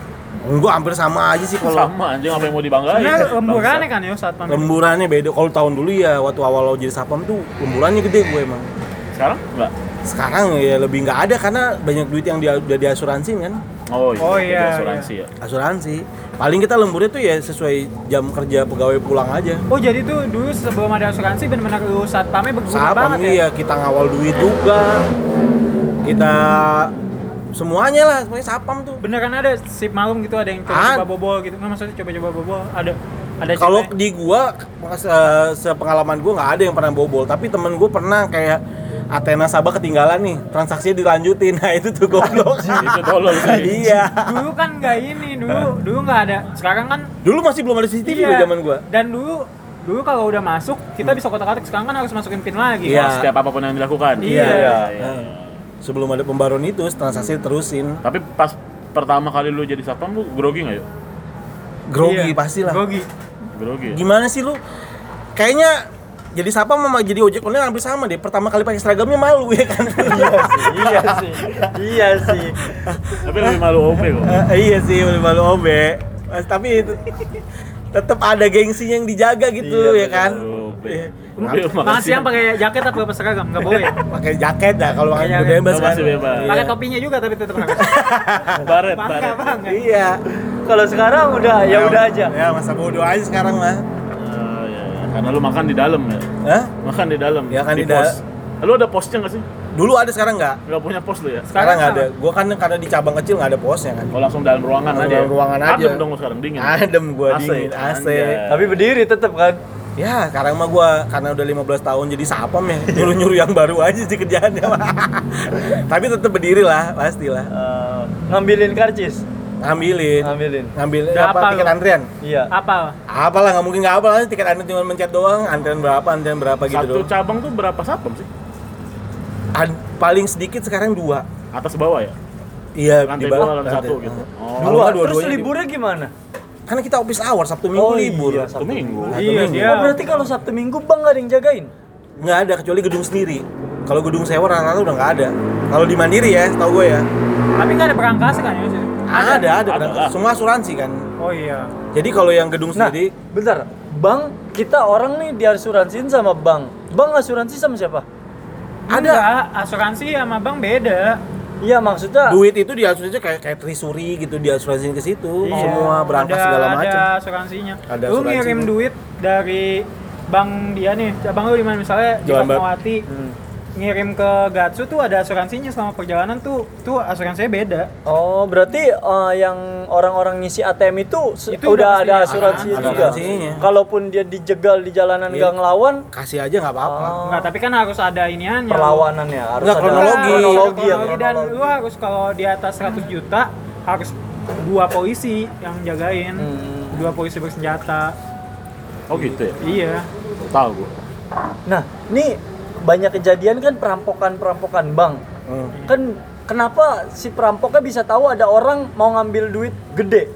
S3: Enggak hampir sama aja sih kalau
S1: Sama anjing apa yang mau dibanggain?
S2: Sebenarnya
S1: Bangsa.
S2: lemburannya kan ya saat pamit.
S3: lemburannya beda. Kalau tahun dulu ya waktu awal-awal jadi sapam tuh lemburannya gede gue emang.
S1: Sekarang enggak?
S3: sekarang ya lebih nggak ada karena banyak duit yang dia udah diasuransiin kan
S1: Oh iya,
S2: Oh,
S1: beda
S2: iya,
S1: asuransi ya.
S3: asuransi paling kita lemburnya tuh ya sesuai jam kerja pegawai pulang aja
S2: Oh jadi tuh dulu sebelum ada asuransi benar-benar lu saat pamit berguna
S3: Sapam
S2: banget ya.
S3: iya kita ngawal duit juga kita semuanya lah pokoknya sapam tuh
S2: Beneran kan ada sip malam gitu ada yang coba-coba
S3: Ah.
S2: bobol gitu. Nggak maksudnya coba-coba bobol ada ada ya.
S3: kalau
S2: cewek.
S3: di gua se- sepengalaman gua nggak ada yang pernah bobol tapi temen gua pernah kayak Athena Sabah ketinggalan nih transaksinya dilanjutin nah itu tuh goblok
S1: ya. Itu tolol sih.
S3: iya
S2: dulu kan nggak ini dulu dulu nggak ada sekarang kan
S3: dulu masih belum ada CCTV
S2: iya.
S3: loh zaman gua
S2: dan dulu dulu kalau udah masuk kita bisa kotak-katik sekarang kan harus masukin pin lagi
S1: Iya.
S3: Iya.
S1: Setiap apapun yang dilakukan.
S2: Iya.
S1: iya.
S3: Nah, sebelum ada pembaruan itu transaksi terusin
S1: Tapi pas pertama kali lu jadi satpam lu grogi nggak ya? yuk?
S3: grogi
S2: Iya,
S3: pastilah
S2: grogi
S1: Grogi
S4: Iya.
S1: ya?
S3: gimana sih lu kayaknya jadi siapa sama jadi ojek online hampir sama deh pertama kali pakai seragamnya malu ya kan
S4: Iya sih. Iya sih.
S1: Tapi lebih malu OP kok.
S3: Eh, iya sih udah malu obe Mas, tapi itu tetap ada gengsinya yang dijaga gitu
S4: Iya,
S3: ya kan
S1: Malu OP.
S3: Iya.
S1: Malu,
S2: makan siang pakai jaket apa pakai seragam nggak boleh ya?
S3: pakai jaket dah kalau
S2: Pakai
S4: Iya,
S3: pakai
S2: jaket.
S3: bebas
S1: Kalau
S3: kan
S1: masih bebas.
S3: Iya.
S2: pakai topinya juga tapi tetap harus
S1: Baret,
S2: bangga
S1: baret.
S2: bangga
S3: iya
S4: Kalau sekarang udah ya udah aja.
S3: ya masa bodoh aja sekarang mah
S1: Ah, iya, iya. Karena lu makan di dalam ya.
S3: Hah?
S1: Makan di dalam.
S3: Iya, kan
S1: di
S3: di da-
S1: pos. Lu ada posnya nggak sih?
S3: dulu ada sekarang nggak
S1: Nggak punya pos lu ya?
S3: sekarang
S2: Sekarang
S3: nggak ada gua kan karena di cabang kecil nggak ada posnya kan
S1: Oh langsung dalam ruangan
S3: Dalam
S1: aja. ya?
S3: ruangan aja.
S1: Adem dong lu sekarang dingin.
S3: adem gua
S1: AC,
S3: dingin AC
S1: anjay.
S4: Tapi berdiri tetap kan.
S3: Ya, sekarang mah gua karena udah 15 tahun jadi sapam ya. Nyuruh-nyuruh yang baru aja sih kerjaannya. Tapi tetap berdiri lah, pastilah.
S4: Eh, ngambilin karcis.
S3: Ngambilin.
S4: Ngambilin.
S3: Ngambil
S2: Udah
S3: apa,
S2: apa
S3: tiket
S2: lu?
S3: antrian?
S4: Iya.
S2: apa
S3: Apalah nggak mungkin nggak apa lah tiket antrian cuma mencet doang, antrian berapa, antrian berapa gitu
S1: Satu
S3: doang.
S1: cabang tuh berapa satpam sih?
S3: An- paling sedikit sekarang dua.
S1: Atas bawah ya?
S3: Iya,
S1: Lantai
S3: di
S1: dua,
S3: bawah
S1: lantai satu gitu. Oh.
S3: Dulu
S4: Dua,
S3: kan dua-duanya.
S4: Terus liburnya gimana?
S3: Karena kita office hour Sabtu Minggu
S4: Oh,
S3: libur.
S4: iya,
S1: Satu
S4: Sabtu
S1: minggu.
S3: Satu
S2: Iya,
S3: minggu.
S2: dia-
S4: Oh, berarti kalau Sabtu Minggu Bang gak ada yang jagain?
S3: Nggak ada kecuali gedung sendiri. Kalau gedung sewa rata-rata udah nggak ada. Kalau di Mandiri ya, tahu gue ya.
S2: Tapi nggak ada perangkas kan ya? Sis?
S3: Ada, ada,
S1: Ada ah.
S3: ada.
S1: lah.
S3: Semua asuransi kan.
S2: Oh iya.
S3: Jadi kalau yang gedung
S4: Nah,
S3: sendiri
S4: bentar. Bang, kita orang nih diasuransiin sama bank. Bank asuransi sama siapa?
S2: kan Ada asuransi sama bank beda.
S4: Iya, maksudnya
S3: duit itu diasuransinya kayak kayak trisuri gitu diasuransiin ke situ
S2: Iya.
S3: semua berangkas
S2: Ada-
S3: segala macam.
S2: Ada asuransinya.
S3: Ada
S2: lu
S3: asuransinya.
S2: ngirim duit dari bank dia nih, abang lu di mana misalnya di
S3: Jalan Bab-
S2: Fatmawati. Ngirim ke Gatsu tuh ada asuransinya selama perjalanan tuh. Tuh asuransinya beda.
S4: Oh, berarti eh, yang orang-orang ngisi ATM itu, se-
S2: Itu
S4: udah
S2: udah
S4: ada
S2: pasti ya?
S4: asuransi
S3: ada
S4: juga.
S3: asuransinya.
S4: Kalaupun dia dijegal di jalanan
S3: Iya.
S4: nggak ngelawan,
S3: Kasih aja nggak apa-apa.
S4: Oh.
S2: Enggak, tapi kan harus ada iniannya.
S4: perlawanan ya harus
S3: Nggak,
S4: ada
S3: kronologi.
S4: kronologi ya,
S2: Kronologi, dan
S4: kronologi.
S2: lu harus kalau di atas 100 juta harus dua polisi yang jagain.
S4: Hmm.
S2: Dua polisi bersenjata.
S1: Oh gitu ya?
S2: Iya.
S1: Tahu gue.
S4: Nah, ini banyak kejadian kan perampokan-perampokan bang.
S3: Hmm.
S4: Kan kenapa si perampoknya bisa tahu ada orang mau ngambil duit gede?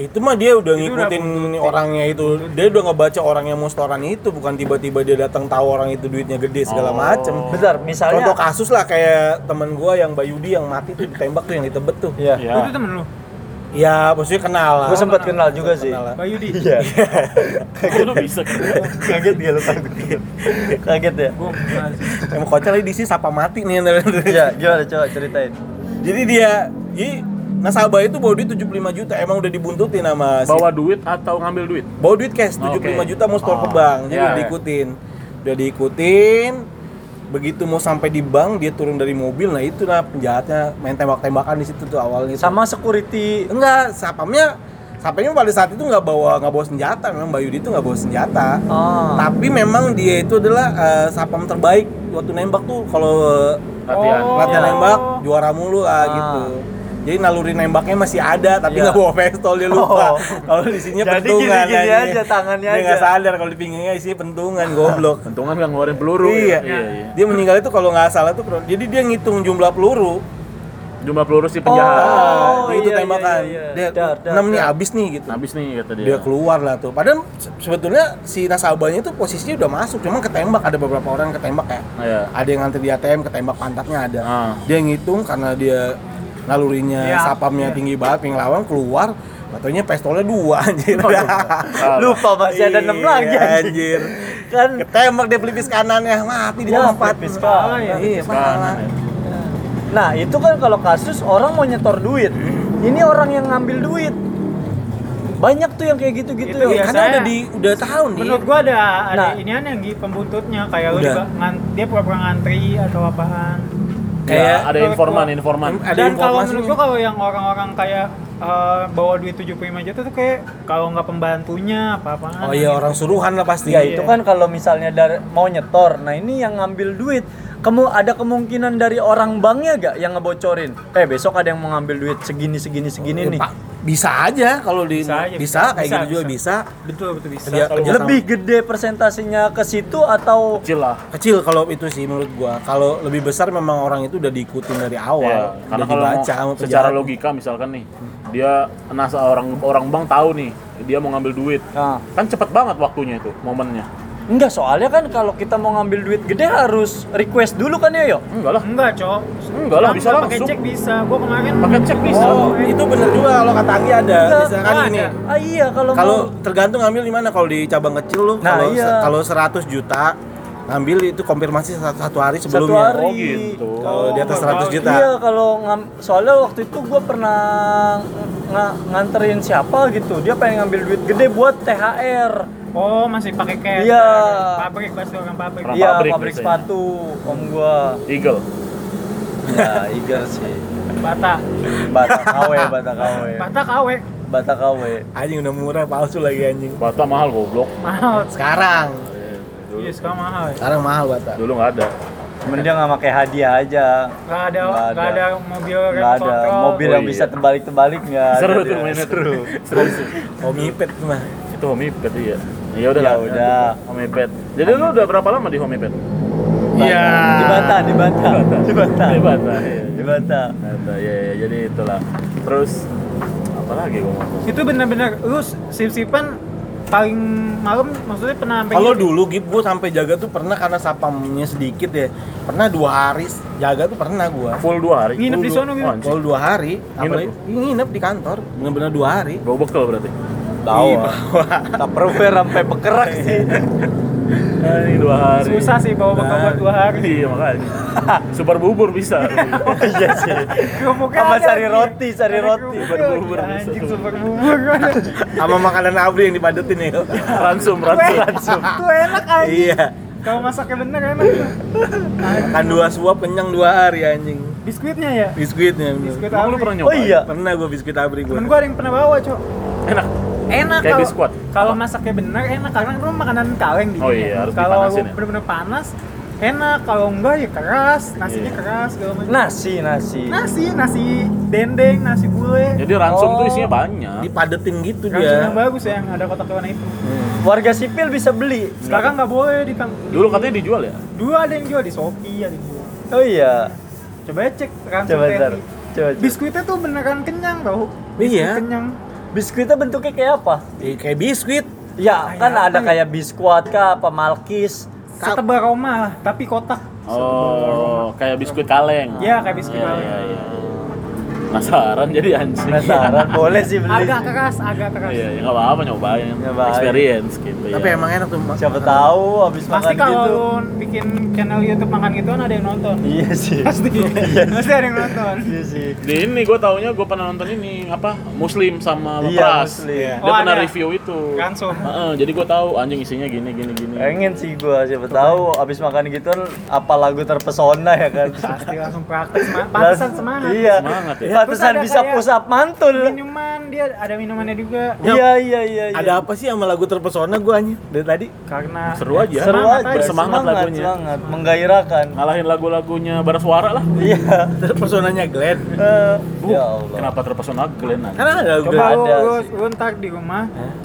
S3: Itu mah dia udah ngikutin
S2: udah-
S3: orangnya itu. Dia udah ngebaca orang yang mau setoran itu, bukan tiba-tiba dia datang tahu orang itu duitnya gede
S1: Oh.
S3: segala macem
S4: Bentar, misalnya
S3: Contoh kasus lah kayak temen gua yang Bayudi yang mati tuh ditembak tuh yang ditebet tuh.
S4: Iya.
S1: Iya.
S2: Itu temen lu,
S3: Ya, maksudnya kenal lah.
S4: Gue sempat kenal juga sih.
S3: Kenal lah.
S2: Bayu Di.
S4: Iya.
S1: Kok lu bisa?
S4: Kaget dia lupa Kaget ya?
S2: Gua enggak sih.
S3: Emang kocak lagi di sini sapa mati nih.
S4: Iya, gimana coba ceritain.
S3: Jadi dia, jadi nasabah itu bawa duit 75 juta, emang udah dibuntutin sama si
S1: Bawa duit atau ngambil duit?
S3: bawa duit cash
S1: Oh,
S3: 75
S1: oke.
S3: juta mau store ke
S1: Oh,
S3: bank jadi
S1: iya,
S3: udah
S1: iya.
S3: diikutin udah diikutin begitu mau sampai di bank dia turun dari mobil nah itu lah penjahatnya main tembak-tembakan di situ tuh awalnya tuh.
S4: Sama security
S3: enggak sapamnya sapamnya pada saat itu nggak bawa nggak bawa senjata memang Bayu itu nggak bawa senjata
S4: Oh.
S3: tapi memang dia itu adalah eh, sapam terbaik waktu nembak tuh kalau
S1: Latihan.
S2: Oh.
S3: latihan nembak juara mulu lah
S4: Ya. Ah.
S3: gitu jadi naluri nembaknya masih ada tapi
S4: Iya.
S3: nggak bawa pistol dia
S4: Oh.
S3: lupa kalau isinya
S4: Jadi
S3: pentungan
S4: gini-gini
S3: anjing.
S4: aja tangannya
S3: dia nggak
S4: aja.
S3: sadar kalau di pinggangnya isinya pentungan goblok
S1: Untungan nggak ngeluarin peluru.
S3: Oh.
S1: iya,
S3: iya.
S1: iya.
S3: dia meninggal itu kalau nggak salah tuh kro- jadi dia ngitung jumlah peluru
S1: Jumlah peluru si
S4: Oh.
S1: penjahat.
S3: Nah, itu
S4: iya,
S3: tembakan
S4: iya, iya.
S3: dia
S4: Dar, dar,
S3: enam nih
S4: dar.
S3: abis nih gitu
S1: Habis nih kata dia.
S3: dia keluar lah tuh padahal se- sebetulnya si nasabahnya itu posisinya udah masuk cuma ketembak ada beberapa orang yang ketembak ya
S1: Iya.
S3: ada yang ngantri di ATM ketembak pantatnya ada
S1: Ah.
S3: dia ngitung karena dia nalurinya
S2: Iya.
S3: sapamnya tinggi banget penglawan keluar batunya pistolnya dua anjir
S4: Ah. Lupa masih ada enam lagi
S3: Iya,
S4: anjing.
S3: anjir
S4: Kan
S3: ketembak dia pelipis kanannya mati dia
S4: Ya,
S3: lompat
S4: pelipis
S3: Parah,
S2: kanan.
S3: iya parah.
S1: Kanan, ya.
S4: Nah, itu kan kalau kasus orang mau nyetor duit. Ini orang yang ngambil duit. Banyak tuh yang kayak gitu-gitu.
S2: Itu
S4: ya.
S2: ya.
S3: Iya, karena
S2: Biasanya-
S3: udah di udah tahu nih Iya,
S2: Menurut gua ada ada
S4: Nah.
S2: inian yang di pembuntutnya kayak lu
S3: Udah.
S2: juga ngan- dia pura-pura ngantri atau apaan.
S1: Kayak
S3: Kayak-
S1: ada informan, informan.
S3: Ada
S2: Dan kalau
S3: informasinya.
S2: menurut gua kan kalau yang orang-orang kayak eh, bawa duit 75 juta tuh kayak kalau nggak pembantunya apa-apaan.
S3: oh iya orang suruhan lah pasti
S4: Ya, itu kan kalau misalnya dari mau nyetor. Nah, ini yang ngambil duit. Kamu ada kemungkinan dari orang banknya gak yang ngebocorin? Eh, besok ada yang mau ngambil duit segini segini segini nih.
S3: Ya, Oh, Pak, bisa aja kalau di bisa,
S2: Bisa aja, bisa,
S3: kayak
S2: bisa,
S3: gitu juga bisa, Ya,
S2: bisa. Betul betul bisa.
S3: Kerja- kerja sama.
S4: Lebih gede persentasenya ke situ atau
S1: Kecil lah.
S3: kecil kalau itu sih menurut gua kalau lebih besar memang orang itu udah diikutin dari
S1: Ya,
S3: awal
S1: karena
S3: Oh, udah
S1: kalau mau-
S3: dibaca sama
S1: secara
S3: penjahat.
S1: logika misalkan nih, dia nasa orang orang bank tahu nih, dia mau ngambil duit.
S4: Nah,
S1: Kan cepet banget waktunya itu, momennya.
S4: enggak soalnya kan kalau kita mau ngambil duit gede harus request dulu kan ya, yo.
S1: Enggak lah.
S2: Enggak, Cok.
S1: Enggak lah, bisa
S2: Enggak, Pakai
S1: langsung.
S2: cek bisa. Gua kemarin
S1: Pakai cek bisa.
S3: Oh, itu bener juga kalau kata Anggi ada.
S4: Iya,
S3: Misalkan
S2: ada.
S3: ini.
S4: Ah iya kalau
S3: Kalau
S4: mau-
S3: tergantung ngambil di mana kalau di cabang kecil lu
S4: Nah,
S3: kalau
S4: iya.
S3: se- kalau 100 juta ngambil itu konfirmasi satu, satu hari
S4: satu
S3: sebelumnya.
S4: hari.
S1: Oh, gitu.
S3: Kalau di atas
S2: Oh,
S3: 100 juta.
S4: Iya kalau ngam, soalnya waktu itu gue pernah ng- nganterin siapa gitu, dia pengen ngambil duit gede buat THR.
S2: Oh, masih pakai cash.
S4: Iya.
S2: Pabrik pasti orang pabrik.
S1: Orang
S4: Iya
S1: pabrik
S4: pabrik,
S1: biasanya.
S4: sepatu om gue.
S1: Eagle.
S4: Ya Iger sih,
S2: Bata.
S4: Batak KW, Batak KW,
S2: Bata KW.
S4: Batak KW.
S3: Anjing udah murah palsu lagi anjing.
S1: Bata mahal goblok.
S2: Mahal.
S3: Sekarang,
S1: Dulu,
S2: Iya, sekarang mahal. ya.
S3: sekarang mahal bata.
S1: dulu nggak ada.
S4: Cuman dia nggak pakai hadiah aja.
S2: Nggak ada,
S4: Nggak
S2: nggak
S4: ada.
S2: ada mobil
S4: Nggak ada mobil
S1: Oh,
S4: yang
S1: iya.
S4: bisa terbalik-terbalik nggak. ada
S1: Seru
S4: dia.
S1: tuh mainnya tuh. Seru. seru.
S3: Homipet mah.
S1: Itu homipet iya. Ya udah
S4: Ya
S1: lah.
S4: udah.
S1: Homipet. Jadi lu udah berapa lama di homipet?
S3: Iya.
S4: Di Bata, di Bata, di Bata,
S1: Di Bata. iya.
S4: di Bata.
S1: Ternyata, ya, ya, jadi itulah. Terus apa lagi gua mau ngomong?
S2: Itu benar-benar lu sip-sipan paling malam maksudnya pernah sampai
S3: Kalau
S2: gitu?
S3: dulu gip gue sampai jaga tuh pernah karena sapamnya sedikit ya. Pernah dua hari jaga tuh pernah gue.
S1: Full dua hari.
S2: Nginep di
S1: Full
S2: sono
S1: dua-
S2: gitu?
S1: Oh, anjing.
S3: Kalau dua hari,
S1: Nginep
S3: apalagi- nginep di kantor, bener-bener dua hari.
S1: Bawa bekal berarti.
S4: Tahu. Tupperware sampai bekerak sih.
S1: Ini dua hari. Nah.
S2: susah sih bawa bekal buat dua hari
S1: Iya makanya. Super bubur bisa.
S4: Iya sih.
S2: Kerupuknya
S4: Sama
S2: ada,
S4: sari
S2: anjing.
S4: roti, sari
S2: Ada
S4: roti.
S2: kerupuk,
S1: Bubur-bubur.
S2: anjing super bubur
S3: Sama makanan abri yang dipadetin ya.
S1: ransum,
S2: Weh,
S1: ransum.
S2: tuh enak anjing
S3: iya.
S2: kalau masaknya bener enak tuh
S3: Makan dua suap kenyang dua hari anjing.
S2: biskuitnya ya
S3: Biskuitnya. bener.
S2: Biskuit
S1: Emang lu
S2: abri.
S1: pernah nyoba?
S4: Oh iya.
S3: Pernah gue biskuit abri gue.
S2: temen gue ada yang pernah bawa cok
S1: Enak.
S2: enak
S1: Kayak
S2: kalau-
S1: biskuit.
S2: kalau masaknya bener enak karena itu makanan kaleng gitu
S1: Oh iya, harus
S2: kalau
S1: dipanasin ya.
S2: bener-bener panas enak kalau enggak ya keras nasinya
S1: Iya.
S2: keras segala macam
S4: Nasi, nasi.
S2: nasi nasi dendeng nasi gulai
S1: Jadi ransum tuh
S4: Oh.
S1: isinya banyak.
S3: Dipadetin gitu
S2: Rangsung yang
S3: dia.
S2: bagus ya yang ada kotak warna itu
S4: Warga sipil bisa beli.
S2: sekarang nggak boleh di
S1: Dulu katanya dijual ya?
S2: dua ada yang jual di shopee ada yang jual
S4: Oh iya.
S2: coba ya cek rangsum
S4: Coba ntar.
S2: TNI.
S4: Coba. cek.
S2: biskuitnya tuh beneran kenyang tau Biskuit
S3: Iya.
S2: kenyang
S4: Biskuitnya bentuknya kayak apa?
S3: Eh, kayak biskuit.
S4: Ya, kan
S2: apa
S4: ada
S2: ya?
S4: kayak biskuit kah, apa malkis.
S2: setebal roma lah tapi kotak
S1: Oh, kayak biskuit kaleng.
S2: ya kayak biskuit
S1: Iya,
S2: kaleng.
S1: iya, iya. Penasaran jadi anjing.
S4: Penasaran, boleh sih beli.
S2: Iya. agak keras agak keras
S1: Iya, ya nggak apa-apa nyobain.
S4: Nyobain.
S1: Experience gitu ya.
S3: Tapi emang enak tuh. Mak.
S4: Siapa tahu habis
S2: pasti
S4: makan
S2: kalau
S4: gitu.
S2: lu bikin channel YouTube makan gituan ada yang nonton
S4: Iya sih.
S2: pasti pasti ada yang nonton
S4: Iya sih.
S1: Di ini gue taunya gue pernah nonton ini apa Muslim sama
S4: Iya,
S1: Pras.
S4: Muslim.
S1: Dia
S2: Oh,
S1: pernah
S2: ada.
S1: review itu.
S2: Langsung.
S1: Heeh, jadi gue tahu anjing isinya gini gini gini.
S4: Pengen sih gua siapa tahu habis makan gitu apa lagu terpesona ya kan.
S2: pasti langsung praktek semang- pantesan
S4: Lang-
S2: semangat
S4: Iya.
S1: Semangat ya.
S4: Pantesan
S2: Terus ada
S4: bisa
S2: kayak-
S4: pusap mantul.
S2: minuman dia ada minumannya juga
S4: Iya iya iya. iya.
S3: Ada apa sih sama lagu terpesona gue anjing? Dari tadi
S2: karena
S1: Seru aja.
S4: seru
S2: Semangat
S4: aja,
S2: aja.
S1: Semangat lagunya.
S4: Semangat, menggairahkan.
S1: Ngalahin lagu-lagunya Barasuara lah.
S4: Iya.
S3: terpesonanya Glenn.
S4: Eh,
S1: Bu,
S4: ya Allah.
S1: Kenapa terpesona Glenn? anjing?
S3: Karena ada lagu
S2: coba
S3: Glenn.
S2: lu,
S4: ada
S2: lu,
S4: sih.
S2: lu ntar di rumah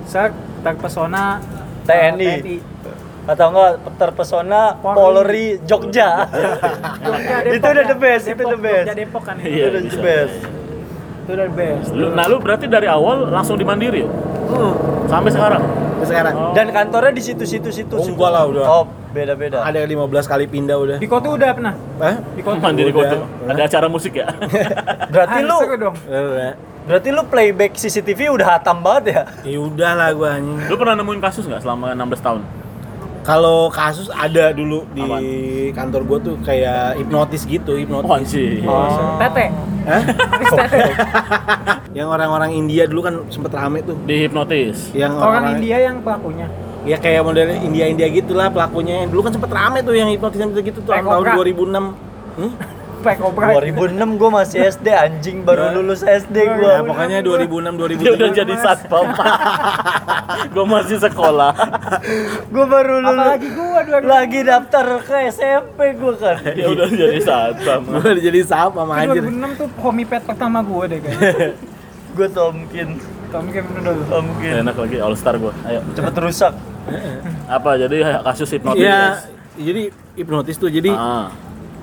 S2: sak terpesona
S4: TNI. Atau enggak terpesona Polri
S2: Polri.
S4: Jogja.
S2: Jogja,
S4: Itu
S2: Depok,
S4: udah the
S2: ya.
S4: best, itu
S2: Depok,
S4: the best.
S2: Jogja, Depok kan itu.
S1: Iya,
S4: Itu the
S1: bisa.
S4: best.
S2: Itu udah the best.
S1: Lu- nah lu berarti dari awal langsung di Mandiri ya?
S3: Hmm.
S1: Sampai sekarang?
S3: Terus Sekarang
S4: Dan kantornya di situ-situ situ.
S3: Oh,
S4: situ.
S3: enggak lah, udah.
S4: Oh, beda-beda.
S3: ada yang 15 kali pindah udah.
S2: Di Koto udah pernah?
S3: Hah?
S2: Di Koto.
S1: Mandiri
S3: Udah.
S1: Koto. Ada acara musik ya?
S4: Berarti
S2: Ah,
S4: lu
S2: seru dong.
S3: Udah.
S4: berarti lu playback CCTV udah hatam banget ya?
S3: Ya udah lah gue anjing.
S1: lu pernah nemuin kasus nggak selama 16 tahun?
S3: Kalau kasus ada dulu di
S1: Apaan?
S3: kantor gue tuh kayak hipnotis gitu, hipnotis.
S1: Oh anjir.
S2: Oh, Tete.
S3: Hah?
S2: Tete.
S3: yang orang-orang India dulu kan sempet rame tuh.
S1: Di hipnotis.
S3: Yang
S4: Oh.
S2: Orang India yang pelakunya.
S3: Ya kayak model India-India gitulah pelakunya. Dulu kan sempet rame tuh yang hipnotis yang gitu tuh
S2: Kayak
S3: tahun
S2: Cobra.
S3: 2006. Hmm?
S2: Black Cobra.
S4: 2006 gua masih SD anjing baru
S2: Iya.
S4: lulus SD
S3: Ya
S4: gua.
S3: pokoknya 2006
S1: Dia udah
S3: 2007
S1: jadi satpam. gue masih sekolah.
S4: Gua baru lulus.
S2: Apalagi gua dua
S4: Lagi daftar ke SMP gua kan.
S1: Dia udah jadi satpam.
S3: gue udah jadi sapa
S2: Kan
S3: sama anjir.
S2: 2006 tuh homie pet pertama gua deh
S4: Iya.
S2: kayaknya.
S4: Gua tomkin,
S2: Tom Kim dulu.
S4: tomkin.
S1: Enak lagi All Star gue. Ayo.
S4: Cepet rusak.
S1: Apa jadi kasus hipnotis?
S3: Iya, jadi hipnotis tuh. Jadi
S1: Ah,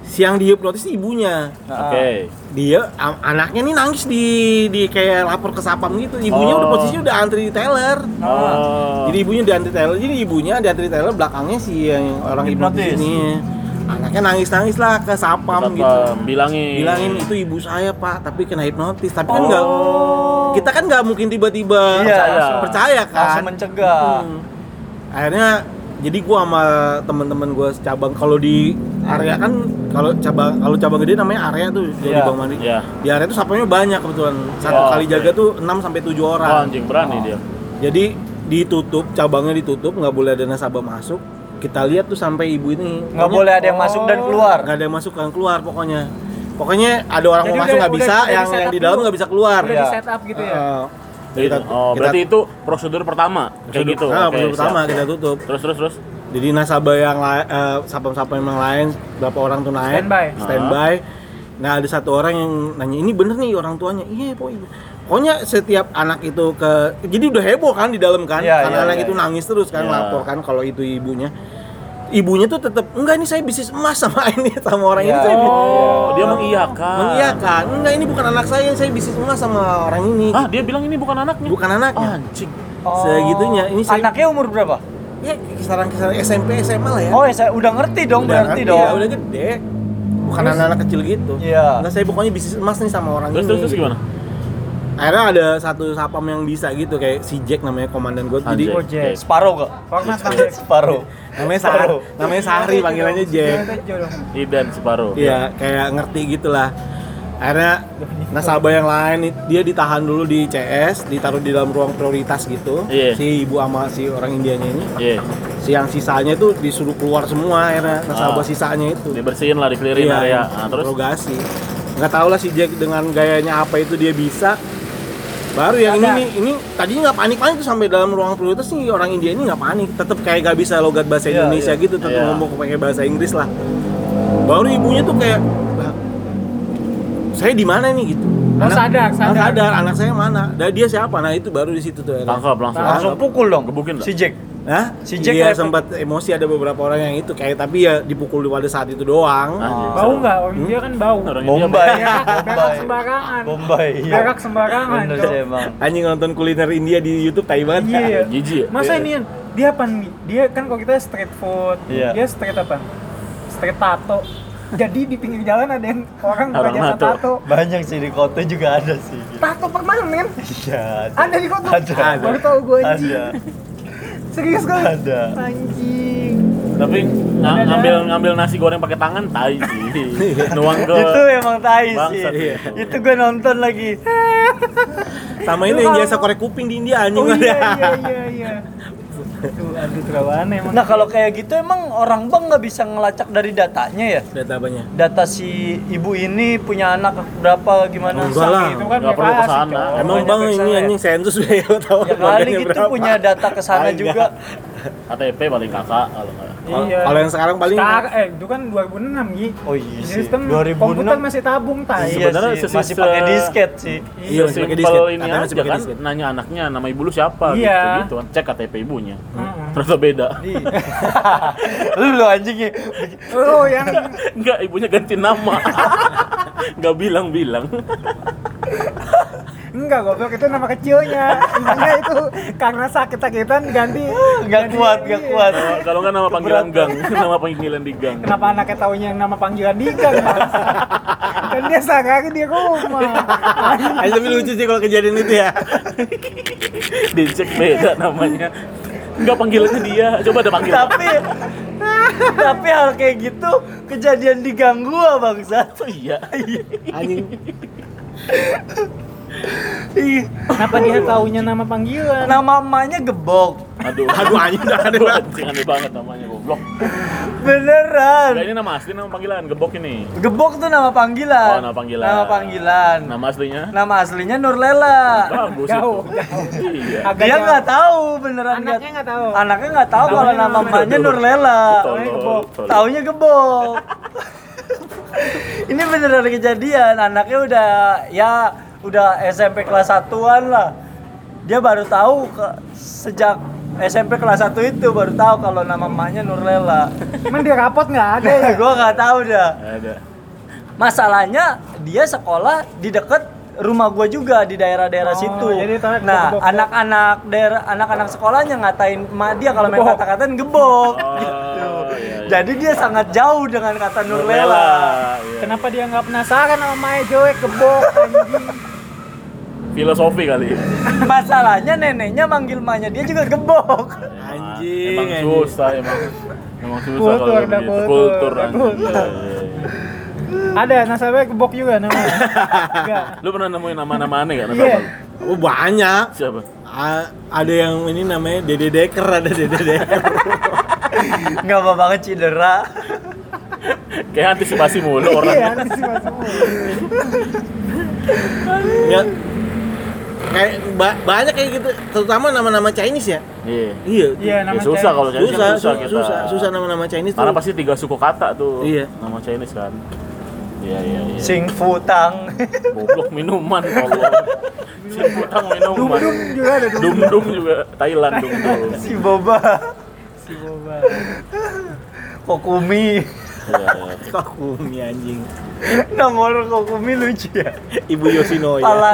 S3: siang dihipnotis tuh ibunya.
S1: oke.
S3: Dia a- anaknya nih nangis di di kayak lapor ke sapam gitu. Ibunya
S1: Oh.
S3: udah posisinya udah antri di teller.
S1: Oh.
S3: Ah. Jadi ibunya di antri teller. Jadi ibunya di antri teller belakangnya si yang orang hipnotis,
S4: Hipnotis.
S3: ini. Anaknya nangis-nangis lah ke sapam
S1: Satpam,
S3: gitu.
S1: eh, bilangin.
S3: Bilangin itu ibu saya, Pak, tapi kena hipnotis. Tapi kan nggak kita kan nggak mungkin
S4: Oh.
S3: tiba-tiba
S4: Iya,
S3: langsung percaya kan.
S4: Langsung mencegah.
S3: Hmm. Akhirnya jadi gua sama teman-teman gua secabang kalau di area kan kalau cabang kalau cabang gede namanya area tuh jadi
S4: Iya,
S3: Bang Mandi.
S1: iya.
S3: Di area tuh sapanya banyak kebetulan. Satu
S1: Oh,
S3: kali
S1: oke.
S3: jaga tuh 6 sampai 7 orang.
S1: Oh, anjing berani
S3: Ah.
S1: dia.
S3: Jadi ditutup, cabangnya ditutup, nggak boleh ada nasabah masuk. Kita lihat tuh sampai ibu ini
S4: Nggak
S3: pokoknya
S4: boleh ada yang masuk dan keluar.
S3: nggak ada yang masuk nggak keluar pokoknya. Pokoknya ada orang mau
S2: Jadi udah-
S3: masuk nggak
S2: udah-
S3: bisa,
S2: udah
S3: yang
S2: di-set
S3: yang di
S2: up
S3: dalam
S2: dulu.
S3: nggak bisa keluar.
S2: Udah
S4: Iya.
S2: di set up gitu ya.
S3: Heeh.
S1: Gitu. oh,
S3: kita-
S1: berarti itu prosedur pertama kayak gitu.
S3: Ah,
S1: Oke,
S3: prosedur
S1: siap.
S3: pertama kita tutup.
S1: Terus terus terus.
S3: Jadi nasabah yang lain, sapam-sapam yang lain, berapa orang tuh naik,
S2: Standby.
S3: standby. Nah ada satu orang yang nanya, ini bener nih orang tuanya? Iya, pokoknya. Pokoknya setiap anak itu ke, jadi udah heboh kan di dalam kan,
S4: Iya,
S3: karena
S4: iya,
S3: anak
S4: iya.
S3: itu nangis terus
S1: Iya.
S3: kan, lapor kan kalau itu ibunya. Ibunya tuh tetap enggak ini saya bisnis emas sama ini sama orang ini
S4: Iya.
S3: saya Iya kan? bisnis-
S1: Oh, dia mengiyakan.
S3: mengiyakan. Enggak ini bukan anak saya, saya bisnis emas sama orang ini.
S1: Ah, dia bilang ini bukan anaknya.
S3: Bukan anaknya.
S1: Anjing.
S3: Oh. segitunya ini saya
S4: Anaknya umur berapa?
S3: ya kisaran-kisaran SMP SMA lah ya
S4: Oh, ya, saya udah ngerti dong
S3: Udah
S4: berarti
S3: ngerti,
S4: dong.
S3: ya, udah gede bukan anak-anak kecil gitu
S4: Iya.
S3: Nggak, saya pokoknya bisnis emas nih sama orang
S1: Terus
S3: ini
S1: terus, terus gimana?
S3: akhirnya ada satu sapam yang bisa gitu kayak si Jack namanya komandan gue jadi
S1: Anjay.
S2: Jack.
S4: Separuh kok.
S2: Format
S4: Separuh.
S3: namanya Sahri namanya Sahri panggilannya Jack
S4: Ah.
S1: Idan separuh.
S3: Iya, kayak ngerti gitu lah. Akhirnya nasabah yang lain dia ditahan dulu di CS, ditaruh di dalam ruang prioritas gitu.
S1: Iya.
S3: Si ibu sama si orang Indianya ini.
S1: Iya.
S3: Si yang sisanya itu disuruh keluar semua akhirnya nasabah
S1: Ah.
S3: sisanya itu.
S1: Dibersihin lah, dikelirin
S3: Iya,
S1: area. Nah, terus
S3: interogasi. Nggak tahu lah si Jack dengan gayanya apa itu dia bisa. Baru yang ini nih, ini tadinya nggak panik-panik tuh sampai dalam ruang prioritas nih orang India ini nggak panik, tetap kayak nggak bisa logat bahasa
S4: Iya,
S3: Indonesia
S4: iya.
S3: gitu, tetap
S1: Iya.
S3: ngomong pakai bahasa Inggris lah. Baru ibunya tuh kayak, "Bah, saya di mana nih gitu.
S2: Oh,
S3: anak
S2: sadar, sadar.
S3: sadar, anak saya mana? Dan dia siapa? Nah itu baru di situ tuh. akhirnya.
S1: tangkap langsung.
S4: Langsung pukul dong.
S1: Nah. Gebukin lah.
S4: Si Jack.
S3: Hah?
S4: Si Jack
S3: Iya,
S4: repot.
S3: sempat emosi ada beberapa orang yang itu kayak tapi ya dipukul pada saat itu doang.
S1: Anjing,
S2: Bau
S1: seru.
S2: nggak? Orang
S4: Hmm?
S2: India kan bau.
S1: Orang India
S4: Bombay.
S2: Berak, berak
S4: Bombay.
S2: Iya, sembarangan.
S4: Bombay. Iya.
S2: Berak sembarangan.
S4: Bener
S2: Cok.
S4: sih emang.
S3: Anjing nonton kuliner India di YouTube tai banget.
S2: Iya.
S1: Jijik ya?
S2: Masa ini Yan? dia apa nih? Dia kan kalau kita street food,
S4: Iya.
S2: dia street apa? Street tato. Jadi di pinggir jalan ada yang orang
S1: Orang
S2: berjasa
S1: tato.
S2: tato.
S4: Banyak sih di kota juga ada sih.
S2: Tato permanen.
S4: Iya.
S2: Ada di kota.
S4: Ada.
S2: Baru tahu gue anjing.
S4: Ada.
S2: Serius gue.
S4: Ada.
S2: Anjing.
S1: Tapi
S3: Iya,
S1: ng-
S2: Ada.
S1: ngambil ngambil nasi goreng pakai tangan tai sih.
S3: Iya.
S1: Nuang ke
S3: Gitu.
S4: Itu emang tai sih.
S1: Bangsat, iya.
S4: Itu gue nonton lagi.
S3: Sama ini yang jasa korek kuping di India anjing
S2: Oh
S3: ada.
S2: iya iya iya iya. Tuh, aduh terawan emang.
S4: Nah kalau kayak gitu emang orang bang nggak bisa ngelacak dari datanya ya?
S3: Data apanya?
S4: Data si ibu ini punya anak berapa gimana?
S3: Enggak lah.
S2: itu kan
S1: Nggak perlu
S2: privasi,
S1: kesana.
S2: Cok.
S3: Emang
S4: banyak
S3: bang
S4: yang
S3: ini
S4: salah ya?
S3: anjing sensus ya tahu
S4: Ya kali
S3: orangnya
S4: gitu
S3: berapa.
S4: punya data ke sana
S3: Kagak.
S4: juga.
S1: KTP paling kakak kalau nggak.
S3: Kalau-
S2: Iya.
S3: Kalau yang sekarang paling
S2: Sekarang, eh itu kan 2006 Gi.
S4: Oh iya sih.
S2: Sistem
S4: 2006.
S2: komputer masih tabung tai.
S4: Iya
S1: Sebenarnya
S4: sih,
S1: sesi-
S4: masih pakai disket sih.
S3: Iya,
S1: Iya,
S3: masih pakai
S1: simpel
S3: disket.
S1: ini
S3: Katanya masih
S1: aja
S3: pakai
S1: kan,
S3: disket.
S1: nanya anaknya, nama ibu lu siapa,
S2: Iya.
S1: gitu, gitu kan. Cek KTP ibunya,
S2: Mm-mm.
S1: ternyata beda.
S3: Iya.
S4: Lu ya. lo anjingnya.
S2: Oh yang
S4: Iya.
S1: Enggak, ibunya ganti nama. Enggak bilang-bilang.
S2: enggak goblok itu nama kecilnya. Ibunya itu karena sakit-sakitan ganti
S4: Nggak
S2: ganti-
S4: kuat, nggak
S2: iya.
S4: kuat.
S1: Kalau nggak nama panggilan gang, nama panggilan di gang.
S2: Kenapa anaknya taunya yang nama panggilan Dika? Mas? kan dia sehari-hari dia ke rumah.
S3: Anjing tapi lucu sih kalau kejadian itu ya.
S1: Dicek beda namanya. Enggak panggilannya dia. Coba ada panggilan.
S4: tapi tapi hal kayak gitu kejadian diganggu bangsa.
S1: Oh iya.
S3: Anjing
S4: Ih,
S2: Kenapa dia taunya nama panggilan?
S4: Nama mamanya gebok.
S1: Aduh,
S3: Aduh, anjing, udah aneh
S1: Aduh,
S3: banget.
S1: anjing, aneh banget namanya goblok. Nah,
S4: Beneran.
S1: ini nama asli nama panggilan gebok ini.
S4: Gebok tuh nama panggilan.
S1: Oh, nama panggilan.
S4: Iya. Nama panggilan.
S1: Nama aslinya?
S4: Nama aslinya Nurlela.
S1: Bagus itu.
S2: Jauh, jauh.
S1: Iya.
S2: Agak
S4: Dia
S2: jauh.
S4: nggak tahu beneran
S2: Anaknya nggak tahu.
S4: Anaknya nggak tahu
S2: Namanya
S4: kalau
S2: namanya
S4: namanya Nurlela.
S1: Tolol,
S2: gebok.
S1: tolol.
S4: Taunya gebok. Ini beneran kejadian. Anaknya udah ya udah SMP kelas 1-an lah. Dia baru tahu ke- sejak SMP kelas 1 itu baru tahu kalau nama mamanya Nurlela.
S2: Emang dia rapot nggak ada ya?
S4: Gue nggak tahu dah.
S1: Ada.
S4: Masalahnya dia sekolah di dekat rumah gue juga di daerah-daerah
S2: Oh,
S4: situ.
S2: jadi tahu gebok-gebok.
S4: nah, anak-anak daerah anak-anak sekolahnya ngatain emak dia kalau main
S2: Gebok.
S4: kata-kataan gebok.
S1: Oh, iya, iya.
S4: Jadi dia sangat jauh dengan kata
S1: Nurlela.
S4: Nurlela.
S1: Iya.
S2: Kenapa dia nggak penasaran sama Maya Joek gebok anjing?
S1: Filosofi kali.
S4: Masalahnya neneknya manggil emaknya dia juga gebok.
S3: Anjing,
S1: Emang
S3: anjing.
S1: susah emang. Emang susah
S2: Kultur,
S1: kalau
S2: ada
S1: begitu.
S2: kultur,
S1: Kultur.
S2: ada
S1: anjing.
S2: kultur.
S1: Iya, iya, iya.
S2: Ada nasabah gebok juga namanya. Enggak.
S1: Lu pernah nemuin nama-nama aneh gak?
S2: Iya.
S3: Oh banyak.
S1: Siapa?
S3: A- ada yang ini namanya Dede Deker, ada Dede Deker.
S4: Nggak apa banget cedera.
S1: Kayak antisipasi mulu
S2: Iya,
S1: orang.
S2: antisipasi mulu.
S3: ya. Kayak ba- banyak kayak gitu, terutama nama-nama Chinese ya.
S1: Iya.
S3: Iya.
S2: Iya,
S1: Ya,
S2: nama
S1: susah kalau
S3: susah,
S1: Chinese kan
S3: susah,
S1: susah
S3: susah,
S1: kita.
S3: susah, nama-nama Chinese
S1: Karena
S3: tuh.
S1: pasti tiga suku kata tuh.
S3: Iya.
S1: Nama Chinese kan. Iya iya iya.
S4: Sing futang.
S1: Goblok minuman Allah. Sing putang minuman.
S2: Dum-dum juga ada
S1: Dum dum juga Thailand Iya, dum dum.
S4: si boba.
S2: Si boba.
S4: Kokumi.
S1: Iya iya.
S3: Kakumi anjing.
S4: Nomor kokumi lucu ya.
S1: Oh, iya.
S3: Ibu Yoshinoya.
S4: Pala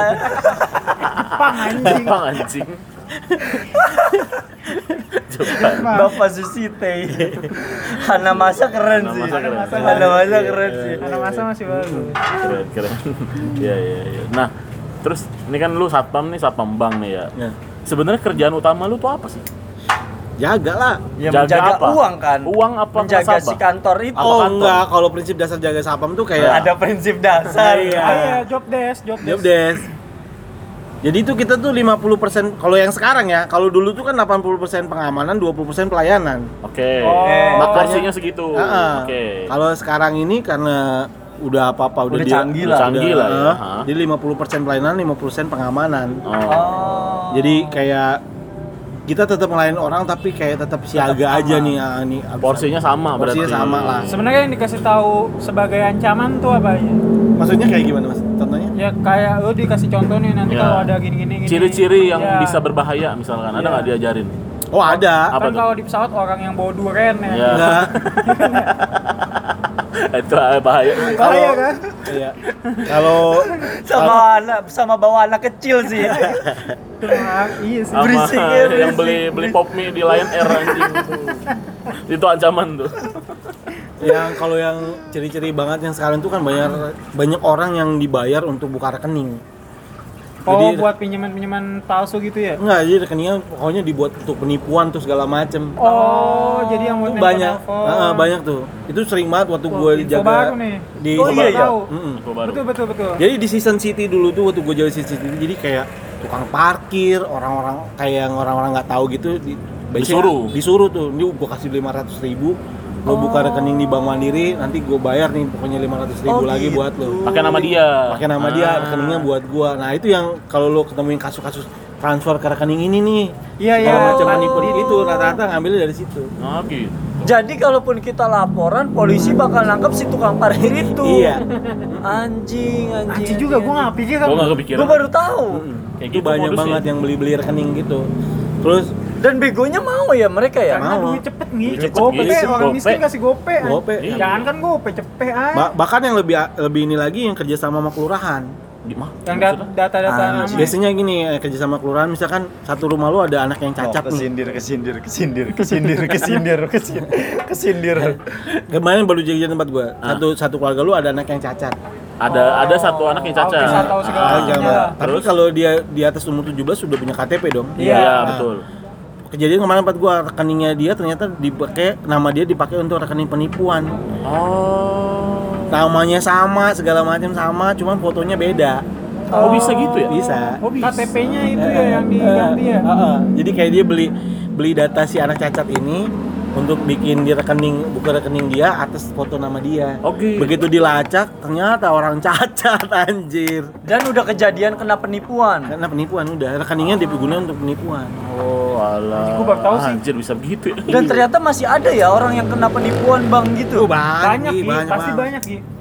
S2: Pang anjing.
S1: Bang anjing. Coba.
S4: Bapak Susite. Hana Masa keren
S1: Hana
S4: sih.
S1: Masa keren. Iya,
S4: Hana Masa keren sih.
S2: anak masa masih bagus
S4: Nah.
S1: keren keren iya iya iya nah terus ini kan lu satpam nih satpam bank nih ya
S3: Ya.
S1: sebenarnya kerjaan utama lu tuh apa sih
S3: Jaga lah.
S4: Ya
S1: Jaga
S4: menjaga
S1: apa?
S4: uang kan.
S1: Uang apa nasabah?
S4: Menjaga si kantor itu. Iya.
S1: Apa
S3: Oh
S1: kantor?
S3: enggak, kalau prinsip dasar jaga sapam tuh kayak
S4: Ada prinsip dasar.
S3: Iya.
S2: Ah, iya job desk job
S3: Job desk.
S2: desk
S3: Jadi itu kita tuh 50% kalau yang sekarang ya, kalau dulu tuh kan 80% pengamanan, 20% pelayanan.
S1: oke
S2: Oh.
S1: Nah,
S4: Makanya-
S1: porsinya segitu
S3: Heeh.
S1: Oh, oke
S3: Kalau sekarang ini karena udah apa-apa udah,
S4: Udah
S3: dia-
S4: canggih
S1: lah.
S3: udah-
S1: Canggih lah ya,
S3: Heeh.
S1: ha.
S3: Jadi 50% pelayanan, 50% pengamanan.
S1: oh.
S4: Oh.
S3: Jadi kayak kita tetap melayani orang tapi kayak tetap siaga aja nih ah, nih abis-
S1: porsinya sama berarti
S3: Porsinya sama lah.
S2: sebenarnya yang dikasih tahu sebagai ancaman tuh apa ya
S3: Maksudnya kayak gimana Mas? Contohnya?
S2: ya kayak lu dikasih contoh nih nanti
S1: Ya.
S2: kalau ada gini-gini gini.
S1: ciri-ciri yang
S2: Ya.
S1: bisa berbahaya misalkan ada
S2: Iya.
S1: nggak diajarin
S3: Oh, ada.
S1: Apa
S2: kan
S1: tuh?
S2: kalau di pesawat orang yang bawa duren ya
S1: Iya.
S3: Enggak.
S1: itu eh, bahaya
S2: bahaya kan
S3: Iya. Kalau
S4: sama anak sama bawa anak kecil sih.
S1: Iya.
S2: Wah, iya sih
S1: Sama
S4: Berisik ya,
S1: yang
S4: berisik.
S1: beli beli pop mie di Lion Air anjing itu ancaman tuh
S3: yang kalau yang ciri-ciri banget yang sekarang tuh kan banyak banyak orang yang dibayar untuk buka rekening.
S2: oh
S3: Jadi-
S2: buat pinjaman-pinjaman palsu gitu ya
S3: Enggak, jadi rekeningnya pokoknya dibuat untuk penipuan tuh segala macem.
S2: oh jadi yang buat
S3: Itu banyak,
S2: nelpon-nelpon.
S3: Heeh, banyak tuh. Itu sering banget waktu
S2: Wah,
S3: gue
S2: info
S3: jaga
S2: baru nih.
S3: di
S4: Oh, iya, iya.
S2: Tahu.
S3: Mm-mm.
S1: Aku baru
S2: betul betul betul
S1: Ya.
S3: Jadi di season city dulu tuh waktu gue jalan season city jadi kayak tukang parkir, orang-orang kayak yang orang-orang nggak tahu gitu di,
S1: Disuruh.
S3: disuruh tuh. Ini gue kasih 500 ribu, lo
S4: Oh.
S3: buka rekening di Bank Mandiri, nanti gue bayar nih pokoknya 500 ribu
S4: Oh,
S3: lagi
S4: gitu.
S3: buat lo.
S1: pakai nama dia
S3: Pakai nama
S1: Ah.
S3: dia, rekeningnya buat gue. Nah itu yang kalau lo ketemuin kasus-kasus transfer ke rekening ini nih,
S2: iya iya
S3: segala macam
S2: Oh.
S3: manipulir itu rata-rata ngambilnya dari situ.
S1: oh gitu
S4: Jadi kalaupun kita laporan, polisi bakal nangkep si tukang parkir itu.
S3: Iya.
S4: Anjing, anjing.
S2: Anjing juga gue nggak pikir kan
S1: gua nggak kepikiran
S4: Gue baru tahu.
S1: kayak
S3: itu
S1: gitu
S3: banyak
S1: modusnya.
S3: banget yang beli-beli rekening gitu. Terus
S4: Dan begonya mau ya mereka ya.
S2: karena
S3: Mau.
S2: duit cepet nih
S1: Duit cepet, iya.
S2: gope orang
S1: Gope. Iya.
S2: miskin kasih gope an.
S3: Gope.
S2: jangan kan gope cepet aja
S3: ba- bahkan yang lebih lebih ini lagi yang kerja sama sama kelurahan. Nah,
S1: Gimana?
S2: yang dat- data-data
S4: Ah,
S2: nama
S3: Biasanya gini eh, kerja sama kelurahan misalkan satu rumah lu ada anak yang cacat nih.
S4: Oh, kesindir, kesindir, kesindir, kesindir, kesindir, kesindir, kesindir. Ah.
S3: Kemarin baru jadi tempat gua. Satu satu keluarga lu ada anak yang cacat.
S1: ada ada satu anak yang cacat.
S2: Autis atau Oh, segala
S1: Ah,
S3: Ah,
S2: macam.
S3: jangan- Tapi
S1: Terus?
S3: kalau dia di atas umur 17 sudah punya KTP dong. Nah,
S1: Iya,
S2: Iya.
S1: betul.
S3: Kejadian kemarin tempat gua rekeningnya dia ternyata dipakai nama dia dipakai untuk rekening penipuan.
S1: Oh.
S3: Namanya sama, segala macam sama, cuman fotonya beda.
S1: Oh, bisa gitu ya?
S3: Bisa.
S2: KTP-nya itu ya yang
S1: Eh,
S2: diganti ya
S3: Iya. Heeh. Jadi kayak dia beli beli data si anak cacat ini untuk bikin di rekening buka rekening dia atas foto nama dia.
S1: Oke.
S3: Begitu dilacak ternyata orang cacat anjir.
S4: Dan udah kejadian kena penipuan.
S3: Karena penipuan udah rekeningnya digunakan untuk penipuan.
S1: Oh, alah.
S2: Gua baru tahu sih.
S1: Anjir bisa begitu ya.
S4: Dan ternyata masih ada ya orang yang kena penipuan bang gitu.
S2: banyak
S3: Gi,
S2: Gi. pasti
S3: banget.
S2: banyak Gi.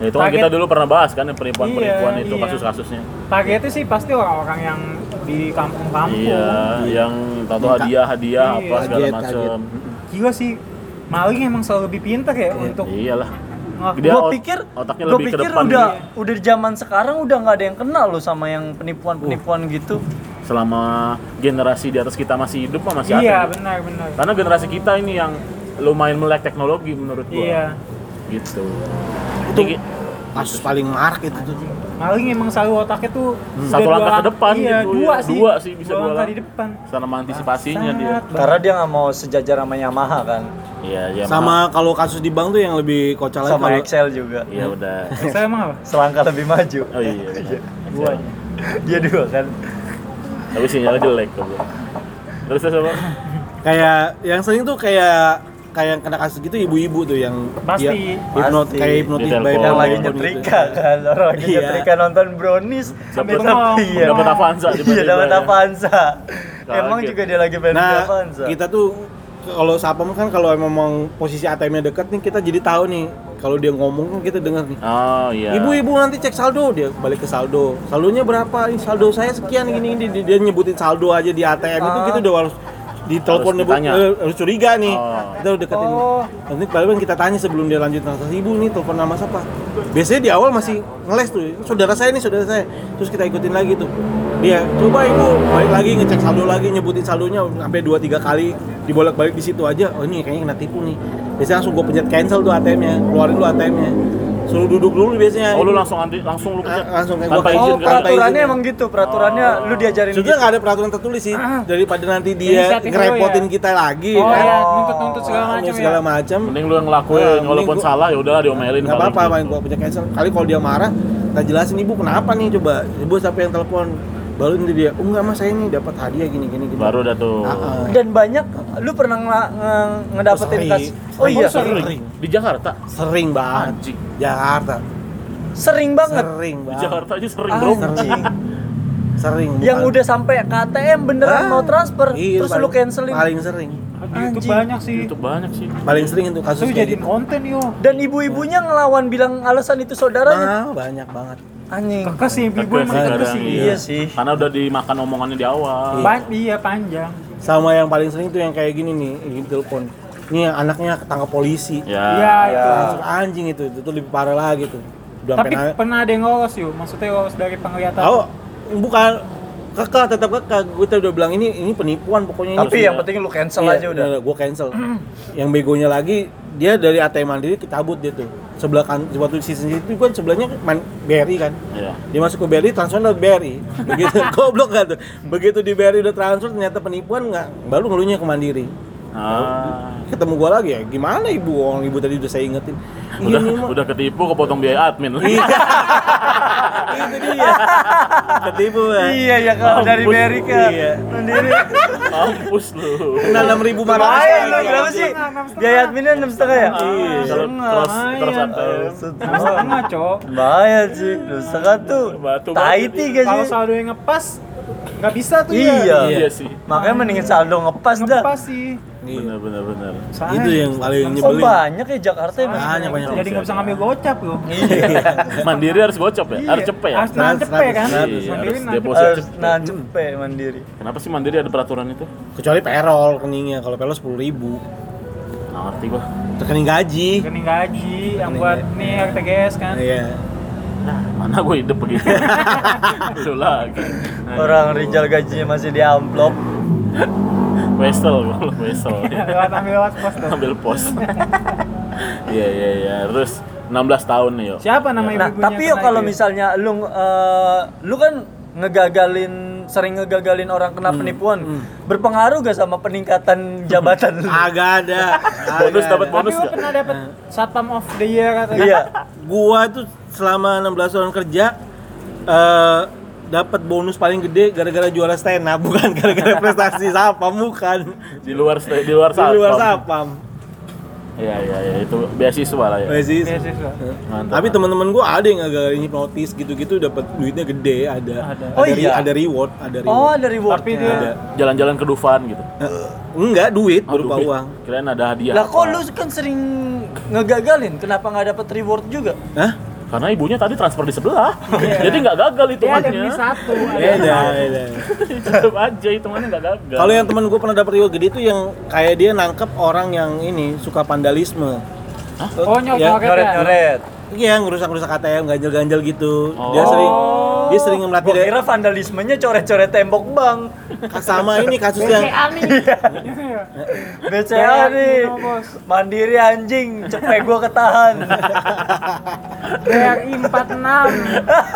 S1: Ya, itu kan kita
S2: Target-
S1: dulu pernah bahas kan yang penipuan-penipuan
S2: Iya,
S1: itu
S2: iya.
S1: kasus-kasusnya.
S2: targetnya sih pasti orang-orang yang di kampung-kampung
S1: Iya, yang tahu
S3: Minta-
S1: hadiah-hadiah
S2: Iya.
S1: apa segala
S3: Target,
S1: macam.
S3: target.
S2: gila sih maling emang selalu lebih pintar ya untuk
S1: Iyalah.
S2: ngaku
S1: Iya, Dia
S4: Gua
S1: ot-
S4: pikir,
S1: otaknya
S4: gua
S1: lebih ke
S4: pikir
S1: depan
S4: udah, udah zaman sekarang udah nggak ada yang kenal loh sama
S1: Uh.
S4: yang penipuan-penipuan gitu.
S1: Selama generasi di atas kita masih hidup mah masih
S2: iya
S1: ada.
S2: benar benar
S1: Karena generasi kita ini yang lumayan melek teknologi menurut gua.
S2: iya
S1: Gitu.
S3: Itu
S1: Jadi,
S3: kasus paling marak itu tuh.
S2: maling emang selalu otaknya tuh udah
S1: Hmm, Satu
S2: dua
S1: langkah ke
S2: lang-
S1: depan
S2: iya,
S1: gitu,
S2: dua
S1: ya.
S2: sih
S1: Dua sih, bisa dua
S2: langkah
S1: lang-
S2: di depan
S1: selama antisipasinya dia.
S2: Sangat
S4: Karena dia nggak mau sejajar sama Yamaha kan,
S1: Iya, iya.
S3: Sama kalau kasus di bank tuh yang lebih kocak lagi
S4: sama
S3: kalau-
S4: Excel juga.
S1: Iya udah.
S2: bagus. saya emang apa
S4: Selangkah lebih maju.
S1: Oh iya. iya.
S4: Dua. Dia dua kan.
S1: Tapi sinyalnya jelek tuh. Terus terus apa?
S3: kayak yang sering tuh kayak kayak yang kena kasus gitu ibu-ibu tuh yang
S2: Pasti.
S3: dia hipnot
S4: Pasti.
S3: kayak hipnotis
S1: Ditelepon.
S3: by
S1: Oh,
S4: yang lagi
S1: oh,
S3: telepon gitu.
S4: nyetrika kan, orang lagi
S3: Iya.
S4: nyetrika nonton brownies.
S1: Dapet-
S4: tetep- iya.
S1: Dapat Avanza ya.
S4: Iya dapat Avanza. Emang
S1: Kaget.
S4: juga dia lagi pengen beli
S3: Nah,
S4: Avanza.
S3: kita tuh kalau sapam kan kalau memang posisi ATM-nya dekat nih kita jadi tahu nih kalau dia ngomong kan kita dengar nih.
S1: Oh iya.
S3: Ibu-ibu nanti cek saldo dia balik ke saldo. Saldonya berapa? Ih, saldo saya sekian gini gini dia, dia nyebutin saldo aja di ATM itu
S4: Ah.
S3: kita udah harus
S1: Harus
S3: ditelepon nyebut,
S1: ditanya.
S3: eh, harus curiga nih
S1: Oh.
S3: kita udah deketin
S2: Oh.
S3: nanti paling kita tanya sebelum dia lanjut transaksi ibu nih telepon nama siapa biasanya di awal masih ngeles tuh saudara saya nih saudara saya terus kita ikutin lagi tuh dia coba ibu balik lagi ngecek saldo lagi nyebutin saldonya sampai dua tiga kali dibolak balik di situ aja oh ini kayaknya kena tipu nih biasanya langsung gue pencet cancel tuh ATM-nya keluarin dulu ATM-nya suruh duduk dulu biasanya
S1: Oh lu langsung anti- langsung lu pencet
S3: Ah, langsung kayak
S1: tanpa
S3: gua-
S1: izin kan?
S4: Oh,
S3: peraturan.
S4: peraturannya emang gitu, peraturannya
S1: Oh.
S4: lu diajarin
S3: Sebenarnya
S4: gitu.
S3: nggak ada peraturan tertulis sih daripada nanti dia
S2: Ah. Inisiatif lu ya?
S3: ngerepotin kita lagi
S4: gitu.
S2: Oh
S3: kan.
S2: ya, nuntut-nuntut segala macam ya.
S3: segala macam.
S1: Mending lu yang ngelakuin
S3: Nah,
S1: walaupun
S3: mending gua-
S1: salah ya udahlah diomelin
S3: Nggak
S1: paling.
S3: apa-apa, main gua punya cancel. Kali kalau dia marah, kita jelasin ibu kenapa nih coba. Ibu siapa yang telepon? Baru nanti dia, oh enggak mas saya ini dapat hadiah gini gini gini.
S1: Baru dah tuh.
S3: Ah, ah.
S4: Dan banyak lu pernah nge- nge- ngedapetin
S3: Oh, sering.
S4: kas. Oh iya,
S1: Oh, sering.
S3: Sering.
S1: Di Jakarta.
S3: sering banget.
S1: Anjing.
S3: Jakarta,
S4: sering banget.
S3: sering
S1: Di
S3: banget.
S1: Jakarta aja Ah. sering bro.
S4: Anjing.
S3: Sering.
S4: Yang
S3: bukan-
S4: udah sampai ke ATM beneran
S3: Ah,
S4: mau transfer,
S3: iya,
S4: terus lu
S3: paling-
S4: cancelin.
S3: Paling sering.
S2: Itu
S4: Anjing.
S2: banyak sih.
S1: Itu banyak sih.
S3: Paling sering untuk kasus
S2: Itu
S3: kayak
S2: jadiin
S3: gitu.
S2: konten yo.
S4: Dan ibu-ibunya ngelawan bilang alasan itu saudaranya.
S3: Nah, banyak banget.
S4: Anjing.
S2: Kekes sih, ibu
S1: Kekes
S2: emang
S1: sih
S2: kekes
S1: kadang,
S2: sih.
S1: iya.
S4: Iya sih.
S1: Karena udah dimakan omongannya di awal. Ya.
S2: Pan- Iya panjang.
S3: Sama yang paling sering tuh yang kayak gini nih, ini telepon. Ini anaknya ketangkap polisi.
S2: Iya
S1: Ya.
S2: itu.
S3: Langsung anjing itu, itu tuh lebih parah lagi tuh. Udah
S2: Tapi
S3: sampai na-
S2: pernah ada yang lolos yo. Maksudnya lolos dari penglihatan.
S3: tahu bukan kekeh tetap kekeh. Gue tuh udah bilang ini ini penipuan pokoknya
S4: Tapi
S3: ini.
S1: Iya.
S4: yang penting lu cancel aja udah.
S3: Gue cancel. yang begonya lagi dia dari ATM Mandiri cabut dia tuh. Sebelah kan waktu di sisi itu kan sebelahnya man, BRI kan.
S1: Iya.
S3: Dia masuk ke BRI transfer dari BRI. Begitu goblok kan tuh. Begitu di BRI udah transfer ternyata penipuan nggak baru ngeluhnya ke Mandiri.
S1: Ah.
S3: Ketemu gua lagi ya, gimana ibu orang ibu tadi udah saya ingetin. Iya,
S1: Udah,
S3: nih, Mak.
S1: udah ketipu kepotong biaya admin.
S3: Iya. itu dia. Ketipu ya.
S4: Iya ya kalau dari
S1: Ampun.
S4: Mary ke
S3: Iya.
S4: sendiri.
S1: Mampus lu.
S3: Kena 6.000 marah.
S4: Lumayan lu
S3: sekali.
S4: berapa sih?
S2: Enam setengah.
S4: Biaya adminnya enam setengah ya?
S1: Iya. Terus terus ATM.
S2: Mas setengah cok.
S4: Lumayan sih, enam setengah tuh.
S1: Batu banget
S4: Tai
S1: ini.
S4: tiga
S2: Kalau
S4: sih.
S2: saldo yang ngepas nggak bisa tuh
S4: Iya.
S2: ya.
S1: Iya sih.
S4: Makanya mendingin saldo ngepas dah.
S2: Ngepas sih.
S3: Iya.
S1: Bener bener bener.
S2: Sayang.
S3: Itu yang paling
S4: Oh
S3: nyebelin.
S4: banyak ya Jakarta ya
S2: Sayang.
S4: mas.
S3: Banyak, banyak.
S2: Jadi nggak bisa ngambil gocap loh.
S1: Mandiri harus gocap ya, harus cepet ya.
S2: Iya. Harus nahan
S3: Harus-
S2: cepet kan.
S1: Iya,
S3: Harus
S1: harus
S2: Mandiri nahan
S3: Oh,
S2: cepet.
S1: deposit
S4: Harus
S1: cepet.
S4: nahan Eh, nah, cepet mandiri.
S1: Kenapa sih Mandiri ada peraturan itu?
S3: Kecuali perol keningnya. Kalau perol 10.000 ribu.
S1: Nggak ngerti gua.
S3: Terkening gaji.
S2: rekening gaji yang buat nih RTGS kan
S3: Iya.
S1: Nah, mana gua hidup begitu? Lu lagi.
S3: Nah, iya.
S4: Orang Rijal gajinya masih di amplop.
S1: Wesel, gua lu wesel.
S2: lewat ambil lewat pos tuh
S1: Ambil pos. Iya iya iya. Terus 16 tahun nih yo. Iya.
S2: siapa nama
S4: Nah,
S2: ibu-ibunya
S4: tapi yo
S2: kena
S4: kalau
S2: itu?
S4: misalnya lu eh, lu kan ngegagalin sering ngegagalin orang
S3: Hmm,
S4: kena penipuan, berpengaruh gak sama peningkatan jabatan lu?
S3: Agak ada. Agak
S1: Bonus dapat
S3: ada.
S2: tapi
S1: bonus
S2: lu
S1: nggak?
S2: pernah dapet satpam of the year atau
S4: Iya.
S3: Gua tuh selama 16 tahun kerja eh dapat bonus paling gede gara-gara juara stand up bukan gara-gara prestasi sapam bukan
S1: Di luar di luar
S3: di luar
S1: satpam.
S3: sapam
S1: Iya iya iya itu beasiswa lah ya.
S3: Oasis.
S2: Beasiswa.
S3: Heeh.
S1: Mantap.
S3: Tapi teman-teman gua ada yang agak hipnotis gitu-gitu dapat duitnya gede, ada. Ada.
S4: Oh
S3: re-
S4: iya?
S3: ada reward, ada
S4: Oh,
S3: reward.
S4: ada reward.
S2: tapi dia
S3: Ada.
S1: Jalan-jalan ke Dufan gitu.
S3: Eh, enggak duit
S1: Oh,
S3: berupa
S1: duit.
S3: uang.
S1: Kirain ada
S3: Ya,
S1: hadiah.
S4: Lah kok
S1: apa.
S4: lu kan sering ngegagalin, kenapa nggak dapat reward juga?
S3: Hah?
S1: Karena ibunya tadi transfer di sebelah. Jadi nggak gagal
S2: dia Iya, ada
S1: hitungannya.
S2: beli satu
S1: Iya,
S3: Beda,
S2: ada
S3: beda.
S1: Tetep aja hitungannya nggak gagal.
S3: Kalau yang teman gua pernah dapat reward gede itu yang kayak dia nangkep orang yang ini suka vandalisme.
S2: oh nyok
S3: Ya,
S2: nyok ya
S4: Nyoret-nyoret.
S3: Iya, ngerusak-rusak ATM, ganjel-ganjel gitu.
S1: Oh.
S3: Dia sering dia sering
S4: Gua
S3: melatih dari
S4: kira vandalismenya coret-coret tembok bank.
S3: sama ini kasus yang
S4: BCA nih.
S2: Gitu, Bos.
S4: Mandiri anjing, cepet gua ketahan.
S2: BRI 46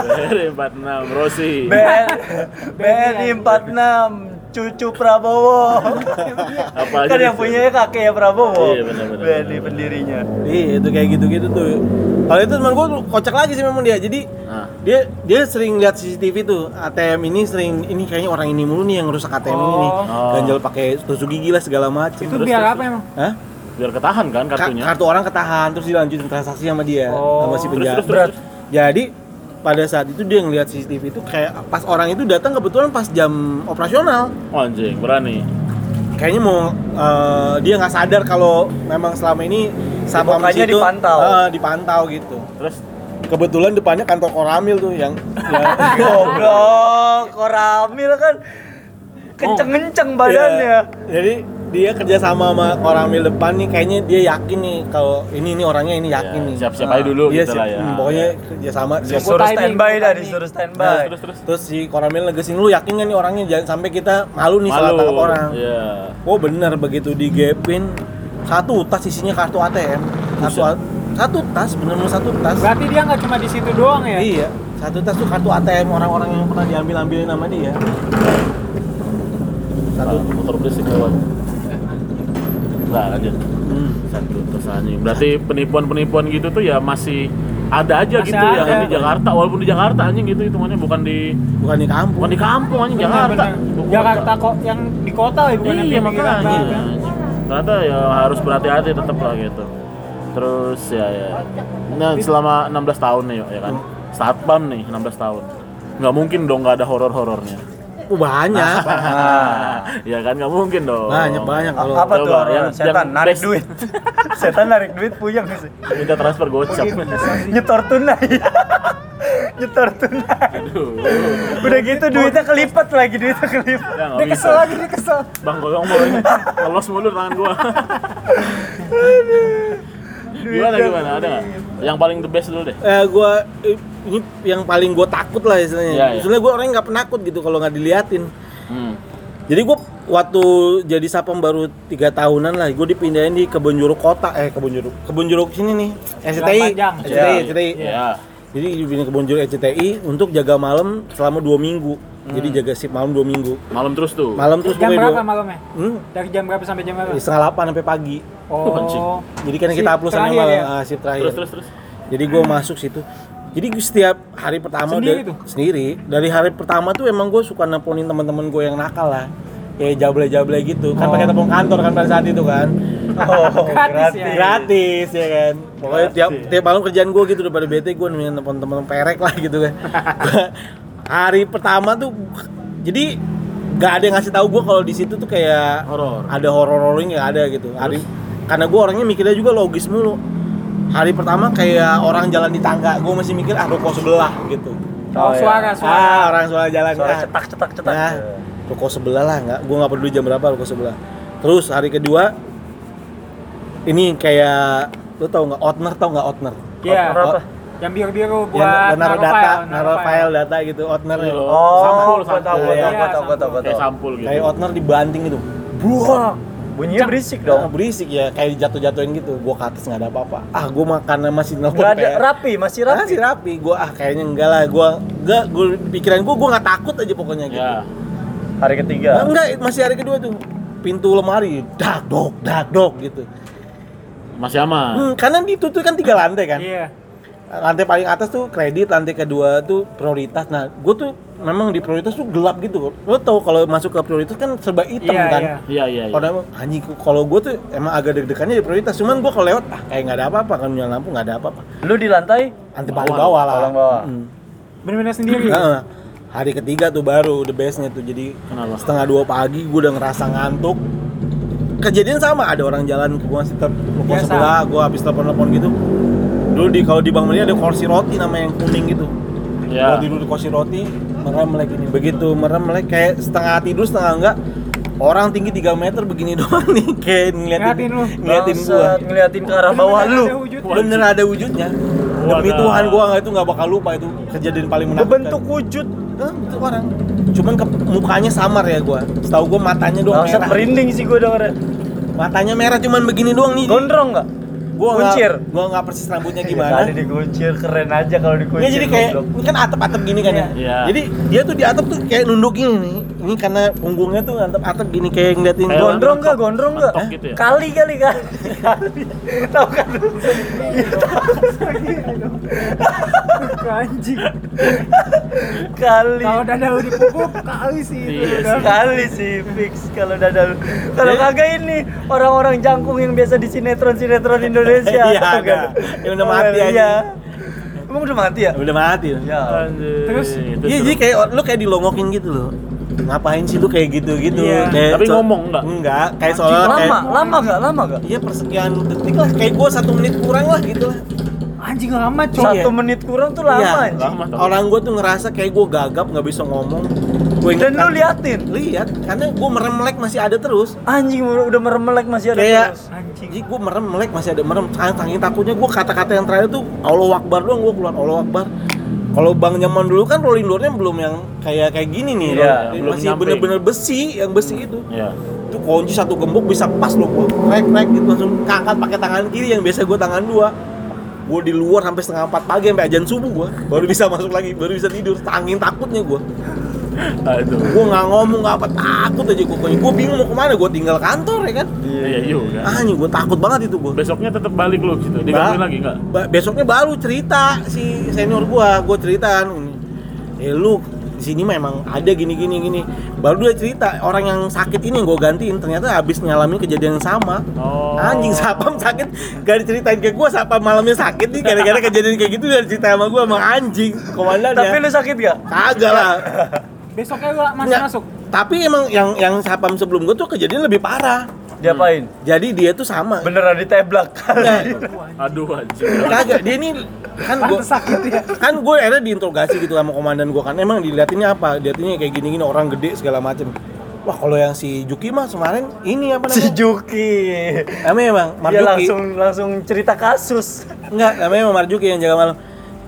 S1: Dari 46 Rosi.
S4: BN, BNI 46 cucu Prabowo.
S1: Apa aja
S4: kan
S1: disuruh.
S4: yang punya kakek ya Prabowo.
S1: Iya, benar-benar,
S4: BNI
S1: benar-benar.
S4: pendirinya.
S3: Iya, itu kayak gitu-gitu tuh. Kalau itu teman gua kocak lagi sih memang dia. Jadi
S1: Nah,
S3: dia dia sering lihat CCTV tuh ATM ini sering ini kayaknya orang ini mulu nih yang rusak ATM ini nih
S1: Oh.
S3: ganjal pakai tusuk gigi lah segala macem
S2: itu
S1: Terus,
S2: biar
S1: terus.
S2: apa emang
S3: Hah?
S1: biar ketahan kan
S3: Ka-
S1: kartunya.
S3: kartu orang ketahan terus dilanjutin transaksi sama dia
S2: Oh.
S3: sama si penjaga
S1: Terus, terus, terus,
S3: jadi pada saat itu dia ngelihat CCTV itu kayak pas orang itu datang kebetulan pas jam operasional
S1: Oh, anjing, berani.
S3: kayaknya mau eh, dia nggak sadar kalau memang selama ini satpam di
S4: Makanya
S3: situ
S4: dipantau.
S3: eh, dipantau gitu
S1: Terus
S3: kebetulan depannya kantor
S1: Iya.
S3: koramil tuh yang yang-
S4: Goblok, Koramil kan
S1: Oh.
S4: kenceng-kenceng
S1: Iya.
S4: badannya.
S3: Ya, jadi dia kerja sama sama orang mil depan nih kayaknya dia yakin nih kalau ini ini orangnya ini yakin
S1: Ya,
S3: nih.
S1: siap-siap aja dulu
S3: Iya,
S1: gitu
S3: siap-
S1: lah ya. Iya,
S3: hmm, Pokoknya kerja sama siap.
S4: Ya, Suruh
S5: timing, gua
S4: standby dah,
S5: timing.
S4: disuruh
S1: Terus,
S4: standby.
S1: Nah, terus, terus.
S3: Terus si Koramil ngegesin lu yakin gak nih orangnya jangan sampai kita malu nih salah
S1: Malu.
S3: tangkap orang.
S1: Iya.
S3: Oh bener begitu digepin satu tas isinya kartu ATM. Satu
S1: Buset.
S3: satu tas bener-bener satu tas.
S2: Berarti dia nggak cuma di situ doang ya?
S3: Iya, satu tas tuh kartu ATM orang-orang yang pernah diambil-ambilin sama dia. Satu.
S1: Satu motor berisik lewat. Nah, lanjut.
S3: hmm,
S1: Satu terus anjing. Berarti penipuan-penipuan gitu tuh ya masih ada aja
S2: Masih
S1: gitu ya
S2: ada.
S1: di Jakarta walaupun di Jakarta anjing gitu hitungannya bukan di
S3: Bukan di kampung.
S1: bukan di kampung anjing
S2: Benar,
S1: Jakarta.
S2: benar.
S1: Bukan-
S2: Jakarta kok yang di kota ya bukan yang di
S1: iya
S2: pinggiran
S1: makanya
S2: banget.
S1: ternyata ya harus berhati-hati tetap lah gitu terus ya ya nah selama 16 tahun nih ya kan satpam nih 16 tahun nggak mungkin dong nggak ada horor-horornya
S3: Oh, banyak. Ah.
S1: ya kan nggak mungkin dong
S3: banyak banyak
S4: A-
S3: kalau
S4: apa tuh
S1: Coba,
S4: orang
S1: yang-
S4: setan
S1: yang
S4: narik
S1: best.
S4: duit setan narik duit punya nggak sih
S1: minta transfer gocap
S4: nyetor tunai nyetor tunai
S1: aduh
S4: udah gitu duitnya kelipat lagi duitnya kelipat
S1: Ya, nggak
S4: dia
S1: bisa.
S4: kesel lagi dia kesel
S1: bang golong bolanya lolos mulu tangan gua gimana gimana ada nggak? yang paling the best dulu deh
S3: eh gua eh, ini yang paling gua takut lah istilahnya.
S1: Iya, iya.
S3: Sebenarnya gua orangnya nggak penakut gitu kalau nggak diliatin.
S1: hmm.
S3: Jadi gua waktu jadi sapam baru tiga tahunan lah, gua dipindahin di kebun jeruk kota, eh kebun jeruk, kebun jeruk sini nih, SCTI,
S2: Panjang.
S3: SCTI,
S1: Iya.
S3: SCTI.
S1: Iya.
S3: Jadi dipindahin ke kebun jeruk SCTI untuk jaga malam selama dua minggu. Jadi jaga sip malam dua minggu.
S1: malam terus tuh
S3: Malam terus
S2: Hmm. Jam
S3: pokoknya
S2: berapa
S3: dua-
S2: malamnya?
S3: Hmm,
S2: Dari jam berapa sampai jam berapa?
S3: setengah delapan sampai pagi.
S1: anjing.
S2: Oh,
S3: Jadi kan
S2: Shift
S3: kita upload sama
S2: terakhir
S3: malam,
S2: ya?
S3: ah, shift terakhir.
S1: terus terus terus
S3: Jadi gue masuk situ. Jadi gua setiap hari pertama
S2: Sendiri gitu?
S3: udah-
S2: tuh?
S3: sendiri. Dari hari pertama tuh emang gue suka nelponin teman-teman gue yang nakal lah. Kayak jable-jable gitu. Kan pakai telepon kantor kan pada saat itu kan.
S4: oh
S2: Gratis ya?
S3: Gratis ya kan. Pokoknya tiap tiap malam kerjaan gue gitu daripada bete gue nemenin teman-teman perek lah gitu kan. Gua- hari pertama tuh jadi gak ada yang ngasih tahu gue kalau di situ tuh kayak
S1: horor
S3: ada horor-horornya nggak ada gitu hari karena gue orangnya mikirnya juga logis mulu hari pertama kayak orang jalan di tangga gue masih mikir ah ruko sebelah gitu
S2: Oh,
S4: iya.
S2: suara,
S3: ah
S2: suara.
S3: orang sebelah jalan
S4: suara
S3: ah.
S4: cetak cetak cetak
S3: nah ruko sebelah lah nggak gue nggak peduli jam berapa ruko sebelah terus hari kedua ini kayak lu tau nggak outner tau nggak outner
S2: Iya.
S4: Horor apa?
S2: Yang biru-biru buat
S3: yang naruh data naruh file data gitu outner
S4: oh gua tahu
S1: sampul.
S4: gua tahu
S2: Iya,
S4: gua tahu gua tahu gua
S1: kayak
S4: tahu
S1: sampul gitu
S3: kayak outner dibanting gitu
S4: Iya. buah bunyinya
S2: Cak.
S4: berisik
S3: Nah,
S4: dong
S3: berisik ya kayak dijatuh-jatuhin gitu gua ke atas nggak ada apa-apa ah gua makan masih nelfon
S4: nggak ada
S3: PR.
S4: rapi masih
S3: rapi.
S4: rapi
S3: sih rapi. Gua ah kayaknya enggak lah. Gua enggak gua pikiran gua gua enggak takut aja pokoknya gitu.
S1: ya
S4: hari
S3: Nah,
S4: ketiga
S3: enggak masih hari kedua tuh pintu lemari dak dok dak dok gitu.
S1: masih aman
S3: Hmm, karena ditutup kan tiga lantai kan.
S2: Ah. Iya.
S3: Lantai paling atas tuh kredit, lantai kedua tuh prioritas. Nah, gua tuh memang di prioritas tuh gelap gitu. Lo tau kalau masuk ke prioritas kan serba hitam
S2: Iya,
S3: kan.
S2: iya.
S1: Iya iya. iya.
S3: Kalau emang, anjing kalau gua tuh emang agak deg-degannya di prioritas. Cuman gua kalau lewat ah kayak nggak ada apa-apa kan nyala lampu nggak ada apa-apa.
S4: lu di lantai
S3: Anti paling bawah lah.
S4: Paling bawah.
S3: Mm.
S2: Bener-bener sendiri.
S3: Nah, hari ketiga tuh baru the bestnya tuh jadi
S1: Kenapa?
S3: setengah dua pagi gue udah ngerasa ngantuk kejadian sama ada orang jalan ke gue masih telepon
S2: Biasa.
S3: sebelah gue habis telepon telepon gitu dulu di kalau di Bank Mandiri ada kursi roti nama yang kuning gitu
S1: Iya.
S3: gue tidur di kursi roti merem melek ini begitu merem melek kayak setengah tidur setengah enggak orang tinggi 3 meter begini doang nih kayak ngeliatin
S2: Ngeliatin lu.
S3: ngeliatin gue
S4: Bangsat, ngeliatin ke arah bawah
S2: Bener-bener ada
S4: lu
S2: wujud.
S3: bener ada wujudnya demi
S1: Wadah.
S3: Tuhan gue nggak itu nggak bakal lupa itu kejadian paling menakutkan
S4: bentuk wujud
S3: Hah, itu orang. Cuman ke, mukanya samar ya gua. Setahu gua matanya doang
S4: Bangsat
S3: merah.
S4: merinding sih gua dengernya
S3: Matanya merah cuman begini doang nih.
S4: gondrong nggak
S3: Gua nggak-
S4: kuncir. Iya,
S3: Gua nggak persis rambutnya
S4: Tadi
S3: gimana.
S4: dikuncir keren aja kalau dikuncir.
S3: Ya jadi kayak
S4: goblok.
S3: ini kan atap-atap gini kan ya.
S1: Iya.
S3: Jadi dia tuh di atap tuh kayak nunduk gini nih. Ini karena punggungnya tuh atap-atap gini kayak ngeliatin
S1: Kayak
S3: gua.
S4: gondrong nggak gondrong nggak?
S1: Mentok gitu ya?
S4: Kali kali kali. kali. Tahu kan? lu?
S2: Anjing.
S4: Kali.
S2: Kalau dada lu dipukul kali sih itu.
S1: Iya
S2: udah.
S4: Kali sih fix kalau dada lu.
S3: Iya.
S4: Kalau kagak ini orang-orang jangkung yang biasa di sinetron-sinetron Indonesia.
S3: Iya,
S4: Tahu
S3: ada.
S4: nggak?
S3: Yang udah mati aja.
S4: Iya. Emang udah mati ya?
S3: Udah mati. loh.
S4: Ya.
S1: Anjir.
S2: Terus,
S1: Itu
S3: Iya
S1: seru.
S3: jadi kayak lu kayak dilongokin gitu loh. Ngapain sih lu kayak gitu-gitu?
S2: Iya.
S3: Kayak
S1: Tapi
S3: so-
S1: ngomong nggak?
S3: Enggak, kayak soalnya kayak
S4: Lama, lama nggak? Lama nggak?
S3: Iya persekian detik lah, kayak gua satu menit kurang lah gitu lah.
S2: Anjing lama, coy.
S4: Satu menit kurang tuh
S3: Iya.
S4: lama anjing.
S1: lama tau.
S3: Orang gue tuh ngerasa kayak gue gagap nggak bisa ngomong. Gue
S4: Dan lu liatin.
S3: lihat karena gue merem melek masih ada terus
S4: Anjing udah merem melek masih ada
S3: kayak
S4: terus.
S2: Anjing.
S3: jadi gue merem melek masih ada merem Sang- saking takutnya gue kata-kata yang terakhir tuh Allah Akbar doang gue keluar Allah Akbar kalau bang zaman dulu kan rolling doornya belum yang kayak kayak gini nih
S4: Iya,
S3: loh.
S1: belum
S3: masih
S1: nyamping.
S3: bener-bener besi yang besi itu
S1: Iya.
S3: itu kunci satu gembok bisa pas loh gue krek krek gitu langsung angkat pakai tangan kiri yang biasa gue tangan dua gue di luar sampai setengah empat pagi sampai ajan subuh gue baru bisa masuk lagi baru bisa tidur tanging takutnya gue
S1: Aduh.
S3: gue nggak ngomong nggak apa takut aja gue gue bingung mau kemana gue tinggal kantor ya kan
S1: Iya juga.
S3: anjing gue takut banget itu gue
S1: Besoknya tetap balik lu gitu. Digangguin lagi enggak?
S3: Ba- besoknya baru cerita si senior gua, gua cerita eh lu di sini memang ada gini gini gini. Baru dia cerita orang yang sakit ini yang gua gantiin ternyata habis ngalamin kejadian yang sama.
S1: Oh.
S3: Anjing sapam sakit gak diceritain ke gua sapam malamnya sakit nih gara-gara kejadian kayak gitu dari cerita sama gua emang anjing komandan
S4: Tapi
S3: ya.
S4: lu sakit gak?
S3: Kagak lah.
S2: Besoknya gua masih
S3: Nggak.
S2: masuk.
S3: Tapi emang yang yang sapam sebelum gua tuh kejadian lebih parah.
S4: Diapain?
S3: Jadi dia tuh sama.
S4: Beneran diteblak.
S3: Nggak,
S1: Aduh anjing.
S3: kagak dia ini kan gua
S2: Pantes sakit ya.
S3: kan gue akhirnya diinterogasi gitu sama komandan gue kan emang diliatinnya apa diliatinnya kayak gini gini orang gede segala macem wah kalau yang si Juki mah kemarin ini apa
S4: si
S3: namanya
S4: Juki.
S3: namanya emang
S4: Dia
S3: Marjuki
S4: langsung langsung cerita kasus.
S3: enggak namanya emang Marjuki yang jaga malam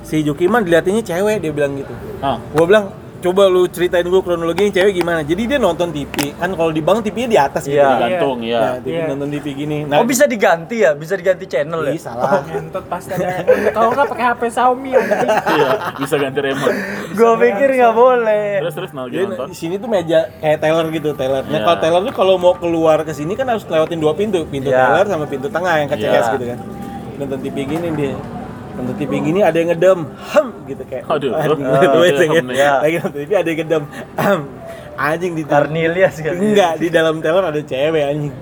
S3: si Juki mah diliatinnya cewek dia bilang gitu
S1: Ah.
S3: gue bilang coba lu ceritain gue kronologinya cewek gimana jadi dia nonton TV kan kalau di bank TV-nya di atas gitu
S4: Iya.
S3: kan.
S1: Gantung
S3: Nah,
S1: ya.
S3: TV
S2: Iya.
S3: nonton TV gini nah,
S4: Oh bisa diganti ya? Bisa diganti channel ya?
S3: ih, salah
S2: Ngentot pasti ada. Kalau nggak pakai HP Xiaomi anjing.
S1: Iya, bisa ganti remote.
S4: Gue pikir nggak boleh.
S1: Terus terus nah lagi
S3: Jadi
S1: nonton.
S3: di sini tuh meja kayak teller gitu teller. Nah
S1: Iya.
S3: kalau teller tuh kalau mau keluar ke sini kan harus lewatin dua pintu, pintu
S4: Iya.
S3: teller sama pintu tengah yang kecil
S4: Iya.
S3: gitu kan. Nonton TV gini dia, nonton TV gini ada yang ngedem, hem gitu kayak.
S1: Aduh.
S3: anjing,
S1: Ah,
S3: gitu,
S1: iya,
S3: anjing,
S1: hem,
S4: iya.
S3: ya. Lagi nonton TV ada yang ngedem, hem. Anjing di
S4: Karnilia
S1: ya.
S4: sekali.
S3: Enggak di dalam teller ada cewek anjing.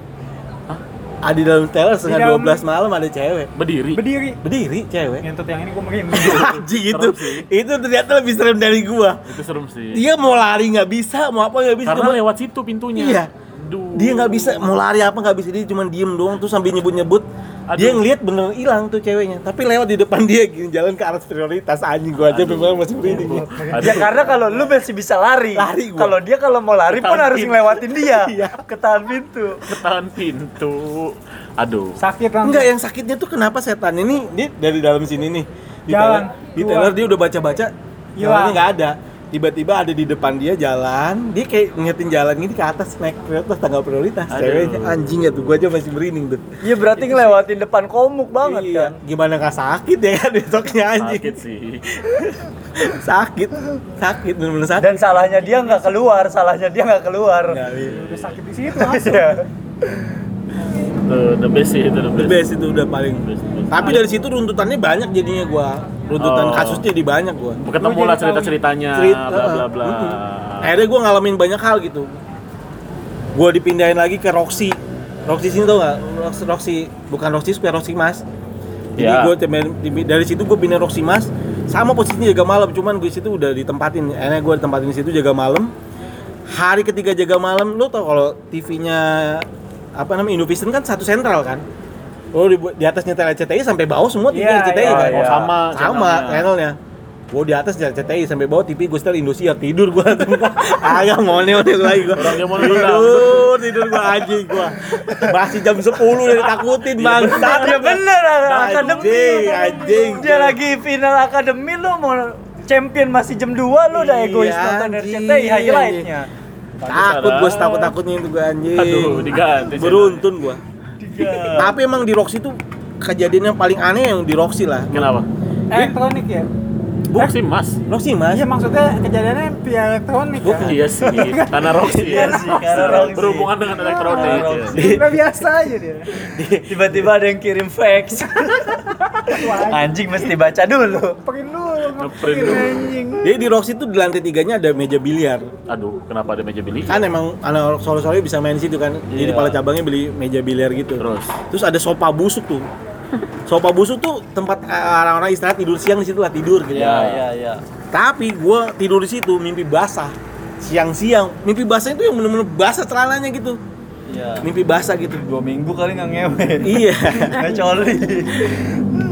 S3: Ah, di dalam teller setengah
S2: dalam-
S3: 12 malam ada cewek.
S1: Berdiri.
S2: Berdiri.
S3: Berdiri cewek.
S2: Ngentot yang ini gua makin.
S3: Anjing itu, itu ternyata lebih serem dari gua.
S1: Itu serem sih.
S3: Dia mau lari nggak bisa, mau apa nggak Iya, bisa.
S1: Iya. Karena
S3: cuma-
S1: lewat situ pintunya.
S3: Iya.
S1: Aduh.
S3: dia nggak bisa mau lari apa nggak bisa dia cuma diem doang tuh sambil nyebut-nyebut
S1: Aduh.
S3: dia ngelihat bener hilang tuh ceweknya tapi lewat di depan dia gini jalan ke arah prioritas anjing gua aja memang masih merinding
S1: Aduh.
S4: Ya karena kalau lu masih bisa lari.
S3: Lari gua.
S4: Kalau dia kalau mau lari pun
S1: Ketahan
S4: harus
S1: pintu.
S4: ngelewatin dia.
S3: Iya.
S4: Ketahan pintu.
S1: ketahan pintu. Aduh.
S2: Sakit langsung.
S4: ya.
S3: enggak yang sakitnya tuh kenapa setan ini dia dari dalam sini nih di
S2: Jalan,
S3: teller- di
S2: keluar.
S3: teller dia udah baca-baca
S2: Hilang.
S3: jalannya nggak ada tiba-tiba ada di depan dia jalan dia kayak ngeliatin jalan gini ke atas naik prioritas tangga prioritas
S1: Aduh.
S3: ceweknya anjing ya tuh gua aja masih merinding tuh
S4: Ya berarti ngelewatin depan komuk banget
S3: Iya,
S4: kan.
S3: gimana nggak sakit ya kan besoknya anjing
S1: Sakit sih.
S3: sakit sakit bener-bener sakit
S4: Dan salahnya dia nggak keluar, salahnya dia nggak keluar.
S3: Nggak, iya.
S2: Udah sakit di situ langsung.
S4: Iya.
S1: Itu the best sih, itu the
S3: the
S1: best.
S3: best itu udah paling
S1: Best, best.
S3: tapi dari situ runtutannya banyak jadinya gua runtutan
S1: Oh.
S3: kasusnya jadi banyak gua
S1: Ketemu
S2: Gua
S1: lah
S2: jadi
S1: cerita-ceritanya,
S3: Cerita,
S1: bla bla bla.
S3: mm-mm. akhirnya gua ngalamin banyak hal gitu gua dipindahin lagi ke Roxy Roxy sini tau gak Roxy, Roxy bukan Roxy Square Roxy Mas jadi
S1: Ya.
S3: gua temen- tim- dari situ gua pindah Roxy Mas sama posisinya jaga malam cuman gua situ udah ditempatin akhirnya gua ditempatin di situ jaga malam hari ketiga jaga malam lu tau kalau TV-nya apa namanya Indovision kan satu sentral kan lu di, di atasnya RCTI sampai bawah semua TV
S2: Iya,
S3: RCTI
S2: iya,
S3: kan
S1: iya. Sama
S3: sama
S1: channelnya.
S3: channelnya gua di atas jalan CTI sampai bawah TV gue setel Indosiar tidur gua agak ngone ngone lagi gua
S1: Orang dia mau nendang.
S3: tidur tidur gua anjing gua masih jam 10 udah ditakutin bangsat
S2: Iya,
S4: Ya bener,
S2: Nah,
S4: akademi.
S3: anjing anjing
S4: Dia lagi final akademi lu mau champion masih jam 2 lu udah
S3: Iya,
S4: egois nonton
S3: anjing,
S4: RCTI highlightnya.
S3: takut gua takut takutnya itu gua anjing
S1: Aduh, diganti
S3: beruntun gua
S4: Tiga.
S3: tapi emang di Roxy tuh kejadian yang paling aneh yang di Roxy lah
S1: Kenapa?
S2: Elektronik ya.
S1: Bukan sih Mas.
S3: Roxy mas
S2: Iya maksudnya kejadiannya via elektronik ya.
S3: Bukan.
S1: Iya sih, karena Roxy.
S4: Iya sih, karena Roxy.
S1: Berhubungan dengan elektronik.
S4: Karena
S1: ya.
S4: Roxy.
S2: Udah biasa aja dia.
S4: Tiba-tiba ada yang kirim fax. Anjing mesti baca dulu.
S2: Pengen dulu
S1: Ngeprint
S2: ngeprint
S1: dulu.
S2: anjing.
S3: jadi di Roxy tuh di lantai tiganya ada meja biliar
S1: Aduh, kenapa ada meja bilik?
S3: kan emang anak sore-sore bisa main situ kan jadi
S1: Iya.
S3: kepala cabangnya beli meja biliar gitu
S1: Terus?
S3: terus ada sopa busuk tuh sopa busuk tuh tempat eh, orang-orang istirahat tidur siang di situ lah tidur gitu
S4: Iya, iya, iya.
S3: tapi gua tidur di situ mimpi basah siang-siang mimpi basah itu yang bener-bener basah celananya gitu
S4: Iya.
S3: mimpi basah gitu
S4: Dua minggu kali nggak ngewe.
S3: iya
S4: Nggak coli.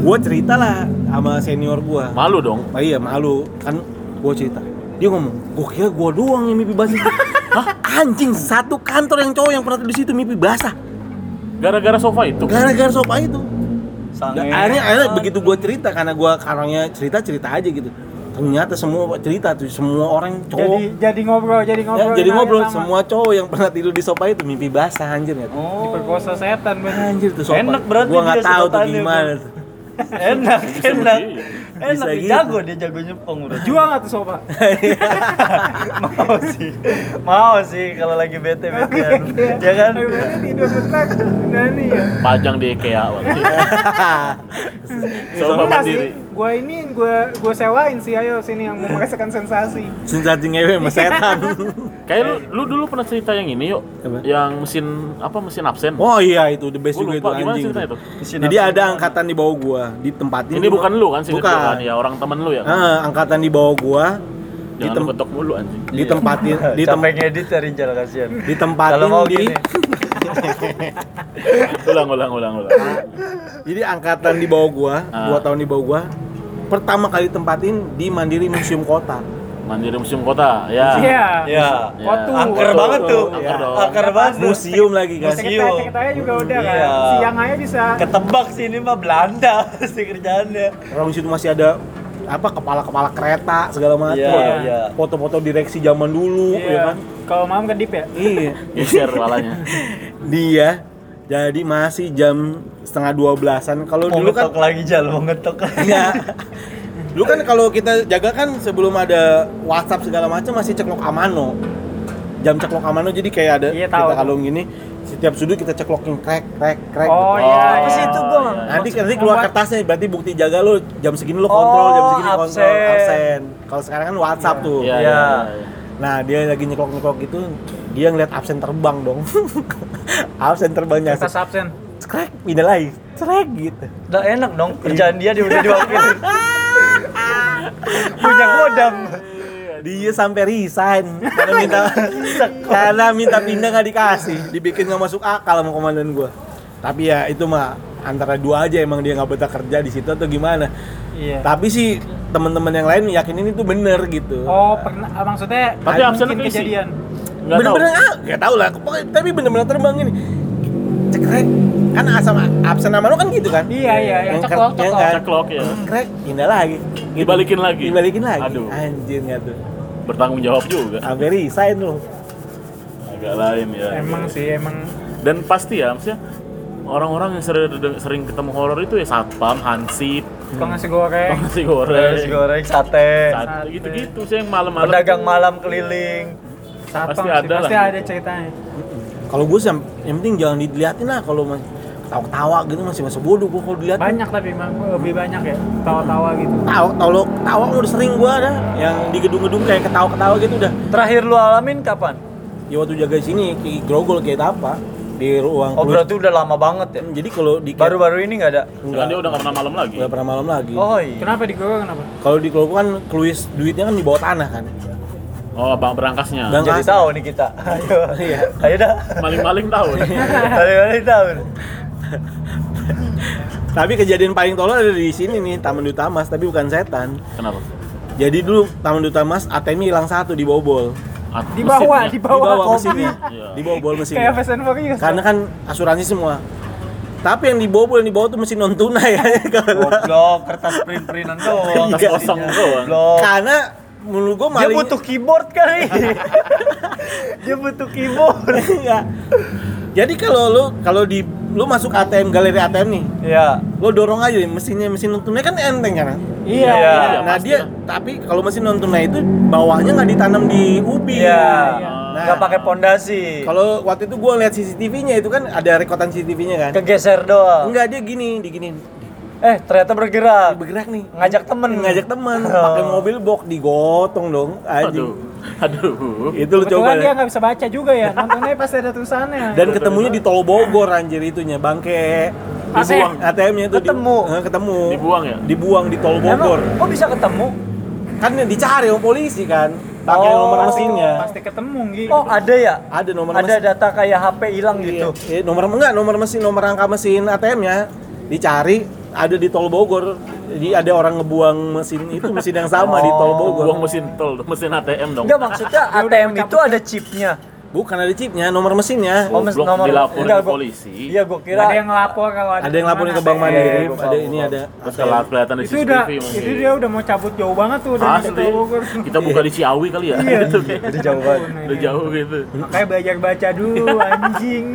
S3: gua cerita lah sama senior gua
S1: Malu dong.
S3: oh iya malu kan gua cerita dia ngomong gua kira gua doang yang mimpi basah Hah? anjing satu kantor yang cowok yang pernah di situ mimpi basah
S1: Gara-gara sofa itu.
S3: gara-gara sofa itu
S4: Sange.
S3: Nah, akhirnya,
S1: ya.
S3: akhirnya begitu gua cerita karena gua karangnya cerita cerita aja gitu ternyata semua cerita tuh semua orang
S2: jadi
S3: cowok
S2: jadi ngobrol jadi
S3: Ya,
S2: ngobrol
S3: jadi ngobrol semua cowok yang pernah tidur di sofa itu mimpi basah anjir ya
S2: diperkosa setan bener
S3: anjir tuh sofa
S4: Enak berarti
S3: gua nggak
S4: dia
S3: tahu tuh
S4: sebutannya,
S3: gimana
S4: Bang.
S3: tuh.
S4: enak enak
S1: gitu.
S4: enak
S3: Bisa
S4: dia
S3: gitu.
S4: jago dia jago nyepong udah
S2: jual nggak tuh sofa
S4: mau sih mau sih kalau lagi bete betean ya kan
S2: Ayo, berarti tidur bentar nah ini ya
S1: Pajang di IKEA waktu itu. Sofa
S2: Enggak
S1: mandiri.
S2: sih, Gua ini gua gua sewain sih ayo sini yang mau merasakan sensasi.
S3: sensasi ngewe sama setan
S1: Kayak lu, lu dulu pernah cerita yang ini yuk,
S3: Apa?
S1: yang mesin apa mesin absen.
S3: oh iya itu the best
S1: Gua
S3: juga itu
S1: lupa, gimana
S3: anjing
S1: ceritanya
S3: tuh.
S1: tuh?
S3: jadi ada angkatan di bawah gua ditempatin
S1: Ini
S3: di
S1: bukan lu kan sih,
S3: bukan
S1: ya orang temen lu ya.
S3: Eh, angkatan di bawah gua
S1: Jangan
S3: ditem-
S1: lu ketok mulu anjing.
S3: ditempatin ditem-
S4: capek ngedit cari jalan kasihan
S3: ditempatin
S4: Kalau mau
S3: di
S4: gini.
S1: ulang ulang ulang ulang.
S3: jadi angkatan di bawah gua
S1: Ah.
S3: dua tahun di bawah gua pertama kali tempatin di Mandiri Museum Kota
S1: Mandiri Museum Kota, ya.
S2: Iya.
S4: ya
S1: Ya.
S2: Kotu.
S4: angker
S1: Kotu.
S4: banget tuh Iya.
S1: Angker dong.
S4: angker banget tuh.
S3: Oh, iya. museum lagi kan
S4: Museum.
S2: Kita aja juga udah kan.
S4: Iya.
S2: Siang aja bisa.
S4: ketebak sih ini mah Belanda sih kerjaannya
S3: orang situ masih ada apa kepala-kepala kereta segala macam
S4: Iya, iya.
S3: foto-foto direksi zaman dulu
S2: Iya.
S3: ya kan
S2: Kalau malam kedip ya.
S3: iya
S1: Geser palanya.
S3: dia jadi masih jam setengah dua belasan kalau
S4: mau
S3: dulu kan
S4: ngetok lagi jal mau ngetok
S3: Iya. Dulu kan kalau kita jaga kan sebelum ada WhatsApp segala macam masih ceklok amano. Jam ceklok amano jadi kayak ada
S2: Iya, tahu.
S3: kita kalung gini setiap sudut kita ceklokin krek krek krek.
S2: Oh iya.
S1: Apa sih
S4: itu, Bang?
S1: iya, iya.
S3: Nanti nanti keluar
S2: Membuat-
S3: kertasnya berarti bukti jaga lo jam segini lo kontrol,
S4: Oh,
S3: jam segini kontrol
S4: absen.
S3: absen. Kalau sekarang kan WhatsApp tuh.
S1: Iya,
S4: Iya.
S1: iya.
S3: Nah, dia lagi nyeklok-nyeklok gitu, dia ngeliat absen terbang dong. absen terbangnya.
S2: Kertas absen.
S3: Krek pindah lagi. Krek gitu.
S4: udah enak dong kerjaan dia dia udah diwakilin
S2: Ah.
S4: punya kodam
S3: Dia sampai resign karena minta karena minta pindah nggak dikasih, dibikin nggak masuk akal sama komandan gua. Tapi ya itu mah antara dua aja emang dia nggak betah kerja di situ atau gimana.
S2: Iya.
S3: Tapi sih teman-teman yang lain yakinin itu bener gitu.
S2: Oh, pernah ah, maksudnya
S1: Tapi absen
S2: mungkin
S1: lu keisi.
S2: kejadian.
S1: Nggak tahu.
S3: bener-bener ah nggak tahu lah. Pokoknya- Tapi bener-bener terbang ini. Cekrek kan asam absen nama lo kan gitu kan?
S2: Iya, iya, iya.
S3: Yang ker-
S2: Ceklok,
S3: yang
S2: ceklok.
S3: kan?
S1: Ceklok ya.
S3: Krek pindah lagi. Gitu.
S1: Dibalikin lagi.
S3: Dibalikin lagi.
S1: Aduh.
S3: Anjir nggak tuh.
S1: Bertanggung jawab juga.
S3: Sampai resign lo.
S1: Agak lain ya.
S2: Emang sih, emang
S1: Dan pasti ya, maksudnya orang-orang yang sering, sering ketemu horor itu ya satpam, hansip,
S2: kok ngasih goreng.
S1: nasi
S4: Terus
S1: goreng,
S4: goreng sate
S1: sate, gitu-gitu sih yang malam-malam.
S4: pedagang malam keliling
S2: Satpam
S1: Pasti
S2: sih,
S1: ada
S2: pasti
S1: lah.
S2: ada ceritanya.
S3: Kalau gue sih yang, yang penting jangan diliatin lah kalau mas ketawa-ketawa gitu masih masih bodoh gue kalau diliatin.
S2: Banyak tapi Bang, lebih banyak ya tawa-tawa gitu.
S3: Tawa, tawa, tawa udah sering gue ada yang di gedung-gedung kayak ketawa-ketawa gitu udah.
S4: terakhir lu alamin kapan
S3: Ya waktu jaga sini kayak grogol kayak apa di ruang
S4: oh
S3: keluar-
S4: berarti udah lama banget ya
S3: Hmm, Jadi kalau di
S4: baru-baru ini nggak ada
S1: Jangan
S3: enggak,
S1: dia udah nggak pernah malam lagi.
S3: nggak pernah malam lagi.
S4: oh iya
S2: Kenapa digoreng kenapa?
S3: Kalau di kelompok kan kluis duitnya kan di bawah tanah kan.
S1: Oh, abang berangkasnya.
S3: Bang-
S4: jadi
S3: Langsung.
S4: tahu nih kita ayo
S3: Iya.
S4: ayo dah
S1: Maling-maling tahu.
S4: Iya. Balik-balik tahu
S3: Tapi kejadian paling tolol ada di sini nih Taman Duta Mas, tapi bukan setan.
S1: Kenapa?
S3: Jadi dulu Taman Duta Mas ATM hilang satu di Bobol.
S1: At-
S2: Di
S1: mesin ya?
S2: bawah, di
S3: Di bawah
S2: bawah.
S3: sini.
S1: Iya.
S3: Di Bobol mesin.
S2: Kayak Fast and Furious.
S3: karena kan asuransi semua tapi yang dibobol yang dibawa tuh mesin non tunai ya
S4: Oh.
S3: kalau
S4: goblok kertas print-printan doang
S1: Atas kosong doang.
S4: Iya. goblok
S3: karena menurut gua
S4: dia
S3: maling
S4: butuh keyboard kali dia butuh keyboard
S3: Iya. jadi kalau lu kalau di lu masuk ATM galeri ATM nih
S4: ya
S3: lo dorong aja nih mesinnya mesin non tunai kan enteng kan
S2: Iya.
S4: Iya.
S2: iya.
S3: nah
S1: pasti
S3: dia tapi kalau mesin non tunai itu bawahnya nggak ditanam di ubi
S4: Iya.
S3: Nah.
S4: nggak pakai pondasi
S3: kalau waktu itu gua lihat CCTV-nya itu kan ada rekotan CCTV-nya kan
S4: kegeser doang
S3: enggak dia gini diginin
S4: eh ternyata bergerak
S3: bergerak nih
S4: ngajak temen
S3: ngajak teman
S4: Oh.
S1: Hmm.
S3: pakai mobil box digotong dong
S1: Aduh.
S3: anjing
S1: Aduh.
S3: itu lu coba
S2: Kebetulan dia
S3: deh.
S2: nggak bisa baca juga ya. Nontonnya pasti ada tulisannya.
S3: dan ketemunya di Tol Bogor anjir itunya bangke
S1: Dibuang.
S3: ATM-nya itu di-
S4: Ketemu.
S3: Eh, ketemu
S1: Dibuang ya?
S3: dibuang di Tol
S4: Emang,
S3: Bogor
S4: kok bisa ketemu
S3: kan yang dicari sama polisi kan pakai
S4: Oh.
S3: nomor mesinnya
S2: pasti ketemu gitu.
S4: oh
S3: ah,
S4: ada ya
S3: ada nomor
S4: ada
S3: mesin
S4: data kayak HP hilang gitu
S3: Iya, nomor enggak nomor mesin nomor angka mesin ATM-nya dicari ada di Tol Bogor Jadi ada orang ngebuang mesin itu mesin yang sama di tol Bogor.
S1: Buang Oh, mesin tol, mesin ATM dong.
S4: Enggak maksudnya ATM itu ada chipnya.
S3: Bukan ada chipnya, nomor mesinnya.
S4: Oh, mes-
S1: Goblok,
S4: nomor-
S1: dilaporin
S4: enggak,
S1: ke
S4: gua-
S1: polisi.
S4: Iya, gua kira
S2: ada yang ngelapor kalau ada
S3: Ada yang laporin ke
S2: kemana,
S3: Bank
S2: Teh.
S3: Mandiri,
S4: Iya,
S3: ada ini ada
S1: Terus kelihatan kelihatan di
S2: itu
S1: CCTV
S2: udah
S1: mungkin.
S2: itu dia udah mau cabut jauh banget tuh dari
S1: Asli.
S2: Tol Bogor
S1: Kita buka di Ciawi kali ya.
S2: Iya.
S1: Itu kayak-
S4: Udah jauh banget.
S1: Udah jauh gitu.
S2: makanya belajar baca dulu anjing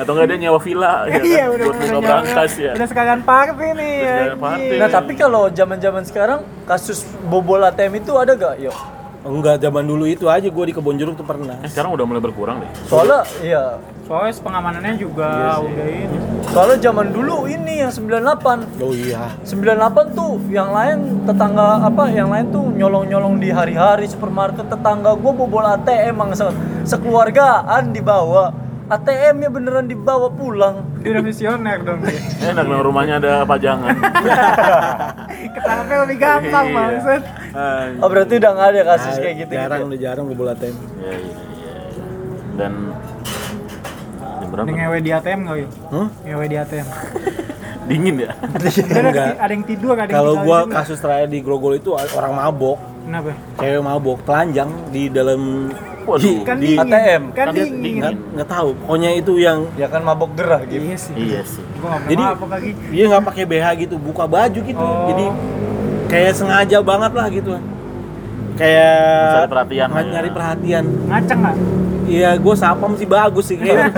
S1: Atau enggak dia nyewa villa ya kan,
S2: iya udah
S1: buat buka
S2: udah
S1: berangkas ya.
S2: udah sekalian party nih
S1: Udah sekalian
S2: anjing.
S1: party.
S4: Nah, tapi kalau zaman-zaman sekarang kasus bobol ATM itu ada Iya. gak? Yo.
S3: Enggak zaman dulu itu aja gua di kebon jeruk tuh pernah.
S1: Eh, sekarang udah mulai berkurang deh.
S4: Soalnya iya,
S2: soalnya pengamanannya juga
S3: Iya
S2: udah ini
S4: soalnya zaman dulu ini yang 98
S3: Oh iya.
S4: 98 tuh yang lain tetangga apa yang lain tuh nyolong-nyolong di hari-hari supermarket tetangga gue bobol ATM mang se- sekeluargaan dibawa ATM-nya beneran dibawa pulang
S2: dia udah misioner dong dia.
S1: Enak dong rumahnya ada pajangan.
S2: ketangkepnya lebih gampang
S1: Iya.
S2: maksud
S1: Ah,
S4: oh, berarti udah nggak ada kasus kayak gitu,
S3: Nah, Jarang
S4: gitu.
S3: udah jarang gua bola
S1: iya,
S3: ATM.
S1: iya, iya. Dan jam berapa?
S2: ada ngewe di ATM nggak ya
S3: Hmm?
S2: ngewe di ATM
S1: Dingin ya?
S2: ada,
S3: Enggak.
S2: ada yang tidur ada yang
S3: Kalau
S2: tinggal
S3: gua
S2: di sini.
S3: kasus terakhir di Grogol itu orang mabok,
S2: kenapa
S3: cewek mabok, telanjang di dalam
S1: Waduh.
S2: kan
S3: di,
S2: dingin
S4: ATM.
S2: kan
S1: Kan dia
S2: dingin
S1: dingin.
S3: nggak nggak tahu. Pokoknya itu yang
S4: ya kan mabok gerah gitu
S2: iya sih
S1: Iya sih.
S2: gua nggak
S3: Jadi-
S2: pernah apa lagi
S3: dia nggak pakai BH gitu buka baju gitu
S2: Oh.
S3: jadi kayak sengaja banget lah gitu
S1: Mencari
S3: kayak
S1: perhatian lah ya.
S3: nyari perhatian
S2: ngaceng nggak
S3: iya gue sapam sih bagus sih kayak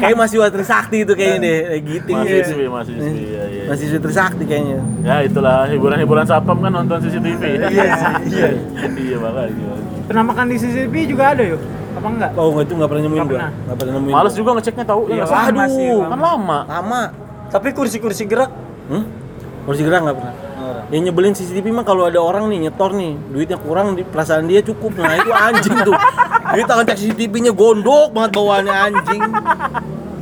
S3: kayak masih Watri Sakti itu kayaknya deh kayak gitu
S1: Masih
S3: gitu.
S1: sih, masih sih. Iya, iya.
S3: masih Watri Sakti kayaknya
S1: Ya itulah hiburan-hiburan sapam kan nonton CCTV. Iya sih. Iya. Iya makanya.
S2: penampakan di CCTV juga ada yuk apa enggak
S3: oh nggak itu nggak pernah nemuin
S2: Nggak
S3: gue
S2: pernah.
S3: nggak pernah nemuin
S1: Males juga ngeceknya tahu.
S2: Iya,
S1: Ya, nggak sih?
S2: lama sih,
S1: Aduh,
S2: lama.
S1: kan lama.
S3: lama
S4: tapi kursi-kursi gerak
S3: hmm? kursi gerak nggak pernah yang nyebelin CCTV mah kalau ada orang nih nyetor nih duitnya kurang di perasaan dia cukup nah itu anjing tuh dia tangan cek CCTV-nya gondok banget bawaannya anjing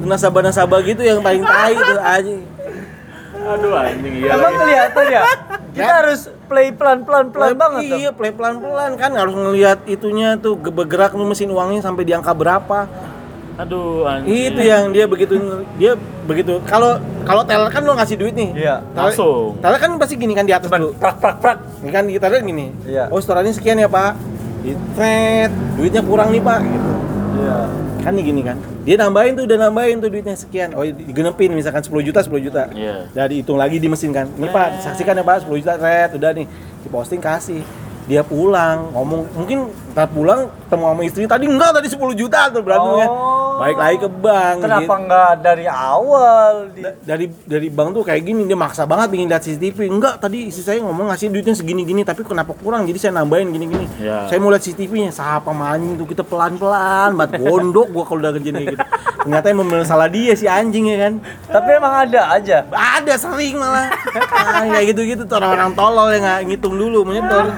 S3: nasabah-nasabah gitu yang paling tai itu anjing
S1: Aduh anjing iya
S4: emang
S1: lagi.
S4: kelihatan ya kita harus play pelan-pelan pelan banget dong.
S3: iya play pelan-pelan kan harus ngelihat itunya tuh ge- bergerak tuh mesin uangnya sampai di angka berapa
S1: Aduh
S4: Iya.
S1: anjing.
S3: itu ya. yang dia begitu dia begitu kalau kalau teller kan lo ngasih duit nih
S4: iya
S3: Teller-
S1: Langsung.
S3: teller kan pasti gini kan di atas dulu
S4: prak prak prak
S3: Ini kan kita lihat gini.
S4: Iya.
S3: Oh setorannya sekian ya pak. Di thread, duitnya kurang nih pak. Gitu.
S4: iya
S3: Kan nih gini kan. Dia nambahin tuh, udah nambahin tuh duitnya sekian. Oh digenepin misalkan 10 juta, 10 juta.
S1: Iya.
S3: Nah dihitung lagi di mesin kan. Ini
S4: Iya.
S3: pak, saksikan ya pak 10 juta thread, udah nih. Di posting kasih. Dia pulang, ngomong mungkin tak pulang ketemu sama istri tadi enggak tadi 10 juta tuh berantem ya.
S4: Oh.
S3: Baik lagi ke bank.
S4: kenapa
S3: gitu.
S4: nggak dari awal di-
S3: Da- dari dari bank tuh kayak gini dia maksa banget bikin lihat CCTV enggak tadi istri saya ngomong ngasih duitnya segini gini tapi kenapa kurang jadi saya nambahin gini gini
S1: Ya.
S3: saya mau lihat CCTV nya siapa maning tuh kita pelan pelan banget gondok gua kalau udah kerjain kayak gitu ternyata emang bener salah dia si anjing ya kan
S4: tapi emang ada aja
S3: ada sering malah Ah, kayak gitu gitu tuh orang-orang tolol yang nggak ngitung dulu menyetor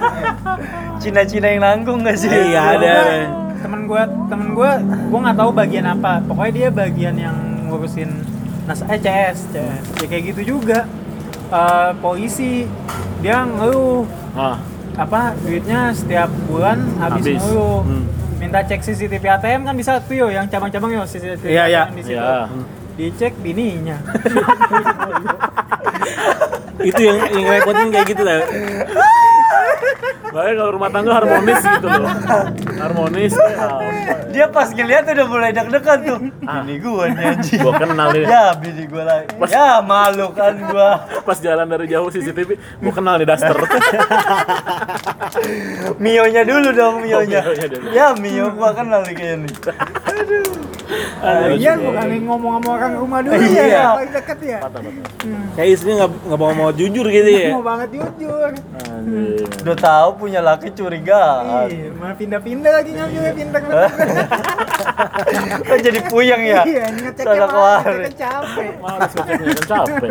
S4: Cina-Cina yang nanggung nggak sih
S3: iya ada ada.
S2: temen gue temen gue gue nggak tahu bagian apa pokoknya dia bagian yang ngurusin nas eh CS CS ya kayak gitu juga Eh, polisi dia ngeluh
S1: Ah,
S2: apa duitnya setiap bulan habis,
S1: Habis.
S2: mulu
S3: Hmm.
S2: minta cek CCTV ATM kan bisa tuh yo yang cabang-cabang yo CCTV
S3: Iya, iya.
S2: ATM di situ
S1: ya.
S2: dicek bininya
S3: itu yang yang repotin kayak gitu lah
S1: Makanya kalau rumah tangga harmonis gitu loh. Harmonis. ya kayak apa.
S4: dia pas ngeliat udah mulai deg-degan tuh
S1: Ah.
S4: ini gua nih anjing
S1: Gua kenal nih.
S4: ya bini gua lagi ya malu kan gua
S1: Pas jalan dari jauh CCTV, gua kenal nih Duster.
S4: mionya dulu dong mionya
S1: Oh, mionya dulu.
S4: ya mio gua kenal nih kayaknya nih
S2: iya bukan yang ngomong sama orang rumah dulu
S4: Iya.
S2: ya paling deket ya
S3: kayak istrinya nggak nggak mau mau jujur gitu ya
S2: mau banget jujur
S1: Anjing.
S4: udah tahu punya laki curiga
S2: Iya, mana pindah-pindah lagi nyampe pindah-pindah
S4: kan jadi puyeng ya
S2: Iya, ngeceknya
S4: Soalnya
S2: malah
S4: kemarin.
S2: ngeceknya capek.
S1: Males ngeceknya kan capek.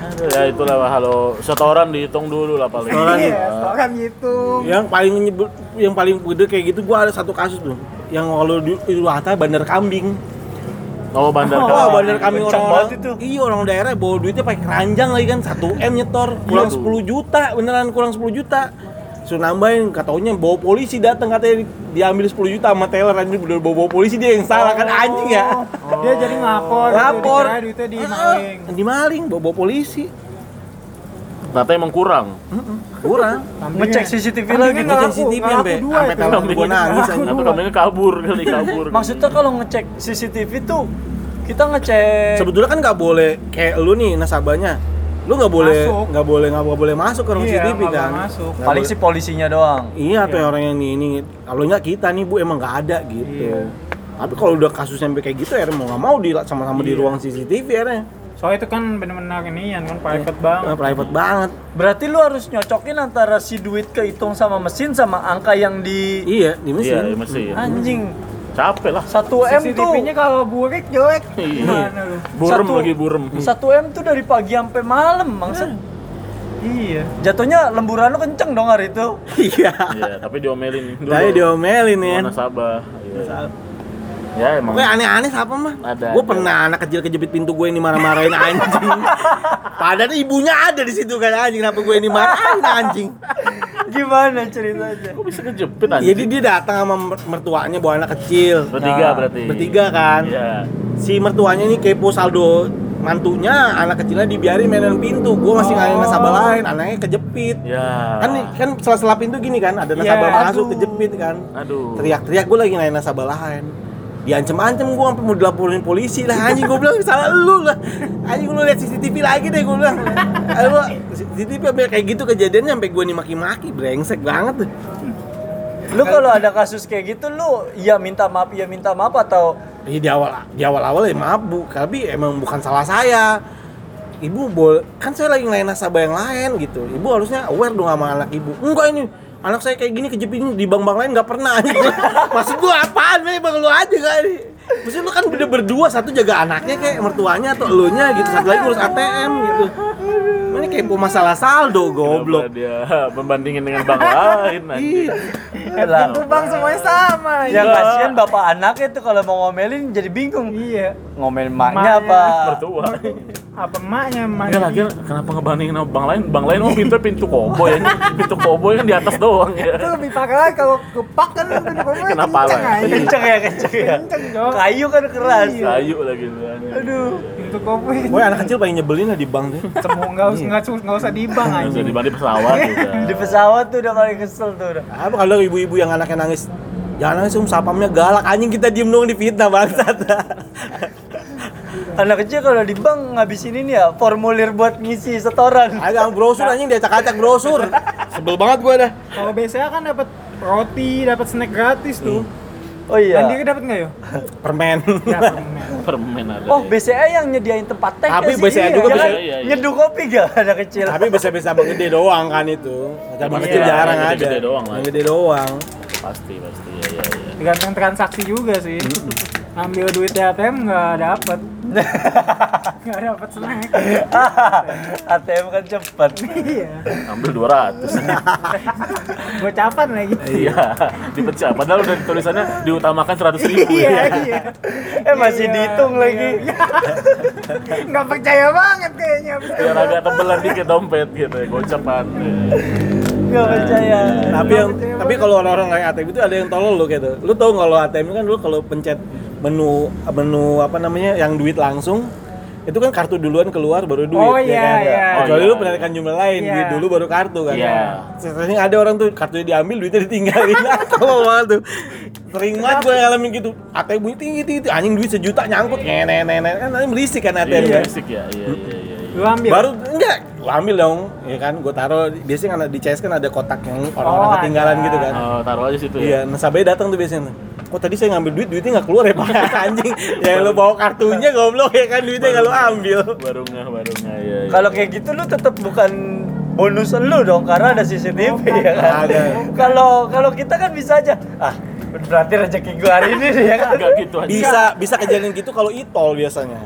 S1: Aduh, ya itulah halo setoran dihitung dulu lah paling.
S3: Setoran.
S2: Iya, seorang ngitung.
S3: yang paling nyebut yang paling gede kayak gitu gua ada satu kasus tuh yang kalau di Idul Adha bandar kambing
S1: Oh bandar
S3: wah
S1: Kambing.
S3: bandar kambing
S4: kencang
S3: orang,
S4: banget
S3: itu iya orang daerah bawa duitnya pakai keranjang lagi kan 1 m nyetor kurang
S1: Iya tuh.
S3: 10 juta beneran kurang 10 juta suruh nambahin katanya bawa polisi datang katanya di- diambil 10 juta sama teller anjing bener bawa, bawa polisi dia yang salah kan anjing ya
S2: Oh, Dia jadi ngelapor.
S3: lapor
S2: Dikira duitnya di maling.
S3: Ah, dimaling bawa, bawa polisi
S1: ternyata emang kurang
S3: kurang
S4: Ngecek
S2: ya.
S4: CCTV lagi.
S3: Ngecek CCTV sampai sampai tangan gua nangis anjing.
S1: Tapi kambingnya kabur kali kabur
S4: Maksudnya kalau ngecek CCTV tuh kita ngecek
S3: sebetulnya kan nggak boleh kayak lu nih nasabahnya lu nggak boleh
S2: Masuk.
S3: nggak boleh nggak nggak boleh masuk ke ruang
S2: Iya,
S3: CCTV
S2: nggak boleh
S3: kan
S2: masuk.
S3: Nggak
S4: paling
S3: boleh.
S4: si polisinya doang.
S3: iya tuh orang yang ini ini kalau nggak kita nih bu emang nggak ada gitu
S2: Iya.
S3: tapi kalau udah kasus sampai kayak gitu akhirnya mau nggak mau di sama-sama
S2: Iya.
S3: di ruang CCTV akhirnya
S2: soalnya itu kan bener-bener ini kan private banget
S3: Eh, private banget
S4: Berarti lu harus nyocokin antara si duit kehitung sama mesin sama angka yang di
S3: iya di mesin
S1: iya di mesin
S4: anjing.
S1: capek lah
S4: 1 M tuh
S2: CCTV-nya kalau burik jelek
S1: Iya.
S2: gimana lu?
S1: burem
S4: Iya. Satu-
S1: lagi burem
S4: 1 M tuh dari pagi sampai malam maksud
S2: Hmm. Iya.
S4: jatuhnya lemburan lu kenceng dong hari itu.
S3: iya
S1: iya tapi diomelin dulu
S3: dari diomelin ya
S1: Sama nasabah Iya. ya emang
S3: Gue aneh-aneh siapa mah?
S1: Ada,
S3: Gue
S1: ada.
S3: pernah anak kecil kejepit pintu gue ini marah-marahin anjing. Padahal ibunya ada di situ kan anjing. Kenapa gue ini marahin anjing?
S4: Gimana ceritanya?
S1: kok bisa kejepit anjing
S3: Jadi dia datang sama mer- mertuanya bawa anak kecil.
S1: bertiga
S4: Nah,
S1: berarti
S3: Bertiga kan.
S1: iya
S3: Si mertuanya ini kepo saldo mantunya anak kecilnya dibiarin mainan pintu. Gue masih ngalahin nasabah lain, anaknya kejepit.
S1: ya
S3: Kan kan sela-sela pintu gini kan, ada nasabah
S2: Iya,
S3: masuk
S2: aduh.
S3: kejepit kan.
S1: aduh
S3: teriak-teriak gue lagi naik nasabah lain diancem-ancem gue sampai mau dilaporin polisi lah anjing gue bilang salah lu lah anjing lu lihat CCTV lagi deh gue bilang Ayo, lu, CCTV sampai kayak gitu kejadiannya sampai gue dimaki-maki brengsek banget tuh
S4: Lu kalau ada kasus kayak gitu lu ya minta maaf ya minta maaf atau
S3: Iya, di awal di awal-awal ya maaf bu tapi emang bukan salah saya ibu boleh kan saya lagi ngelain nasabah yang lain gitu ibu harusnya aware dong sama anak ibu enggak ini anak saya kayak gini kejepit di bank-bank lain nggak pernah anjing maksud gua apaan nih bang lu aja kali maksud lu kan udah berdua satu jaga anaknya kayak mertuanya atau elunya gitu satu lagi ngurus ATM gitu ini kayak mau masalah saldo
S1: Kenapa
S3: goblok Iya.
S1: dia membandingin dengan bank lain anjing
S4: Lah,
S2: Itu Ya, bang semuanya sama. iya.
S4: Ya
S1: Enggak.
S4: kasihan bapak anaknya tuh kalau mau ngomelin jadi bingung.
S2: Iya.
S4: Ngomelin maknya
S2: Emaknya.
S4: apa?
S1: mertua
S2: Apa emaknya emak?
S1: Ya lagi kenapa ngebandingin sama bank lain? Bank lain oh pintu pintu koboi ya. Pintu koboi kan di atas doang
S2: Itu
S1: ya.
S2: lebih parah lagi kalau kepak kan itu bener-bener
S1: Kena pala.
S2: kenceng aja.
S4: Kenceng ya, kenceng ya.
S2: Kenceng, Cok.
S4: Kayu kan keras.
S2: Iya.
S1: Kayu lagi tuh, anjing.
S2: Aduh, pintu kopi.
S3: Gue anak kecil paling nyebelin lah di bank tuh
S2: Semua nggak
S4: Iya.
S2: usah nggak usah nggak usah di bank
S1: Nggak usah
S2: anjing.
S1: dibanding pesawat udah.
S4: Di pesawat tuh udah paling kesel tuh udah.
S3: Apa Ah, kalau ibu-ibu yang anaknya nangis? Jangan nangis um, sapamnya galak anjing kita diem doang di fitnah bangsat.
S4: Anak kecil kalau di bank ngabisin ini ya formulir buat ngisi setoran.
S3: Agak um, brosur anjing dia acak brosur. Sebel banget gua dah.
S2: Kalau biasanya kan dapat roti, dapat snack gratis tuh.
S4: Oh
S2: Mandiri
S4: iya.
S2: dapat nggak yo?
S3: Permen.
S2: Ya, permen.
S1: Permen ada.
S4: Oh BCA yang nyediain tempat teh ya
S3: Tapi
S4: sih?
S3: BCA
S4: Iya,
S3: juga
S4: ya kan?
S1: BCA, iya, iya.
S4: Nyeduh kopi gak anak kecil?
S3: Tapi bisa-bisa abang gede doang kan itu.
S1: Iya,
S3: Abang kecil jarang
S1: yang
S3: ada.
S1: gede-gede doang lah.
S3: Yang gede doang.
S1: Pasti pasti ya ya ya.
S2: Tergantung transaksi juga sih. Ambil duit di ATM nggak dapet. Nggak dapet snack.
S4: ATM kan cepet.
S2: Iya.
S1: Ambil 200.
S2: Gocapan lagi.
S1: Iya, dipecah. Padahal udah tulisannya diutamakan 100 ribu
S2: Iya,
S1: ya.
S2: iya.
S4: Eh masih
S2: Iya,
S4: dihitung
S2: iya.
S4: lagi.
S2: Nggak percaya banget kayaknya. abis itu.
S1: Biar agak tebelan dikit dompet gitu ya, gocepan. Iya,
S4: Gak percaya.
S3: Nah, Tapi yang tapi kalau orang-orang kayak ATM itu ada yang tolol loh gitu. Lu tau kalau ATM kan dulu kalau pencet menu menu apa namanya yang duit langsung itu kan kartu duluan keluar baru duit
S2: Oh,
S3: ya
S2: iya,
S3: kan?
S2: iya.
S3: Kecuali
S1: Oh,
S3: lu
S1: iya.
S3: penarikan jumlah lain,
S2: Iya.
S3: duit dulu baru kartu kan.
S1: Iya.
S3: Sering ada orang tuh kartunya diambil duitnya ditinggalin Tolol banget tuh Sering banget gue ngalamin gitu ATM bunyi tinggi tinggi anjing duit sejuta nyangkut nenek nenek kan nanti berisik kan ATM
S1: Iya,
S3: kan
S1: fisik ya. Iya, iya, iya. iya.
S2: Lu ambil.
S3: baru enggak gue ambil dong ya kan gue taruh biasanya kan ada- di CS kan ada kotak yang orang-orang
S2: Oh,
S3: ketinggalan
S2: ada.
S3: gitu kan
S1: Oh, taruh aja situ
S3: iya
S1: ya.
S3: nasabahnya datang tuh biasanya kok tadi saya ngambil duit duitnya nggak keluar ya pak anjing ya lo bawa kartunya goblok ya kan duitnya nggak lo ambil
S1: Warungnya, warungnya ya. ya.
S4: Kalau kayak gitu lu tetap bukan bonus lu dong karena ada CCTV ya kan.
S3: Ada.
S4: Kalau kalau kita kan bisa aja. Ah, berarti rezeki gua hari ini nih, ya kan.
S1: enggak gitu aja.
S3: bisa bisa kejadian gitu kalau itol biasanya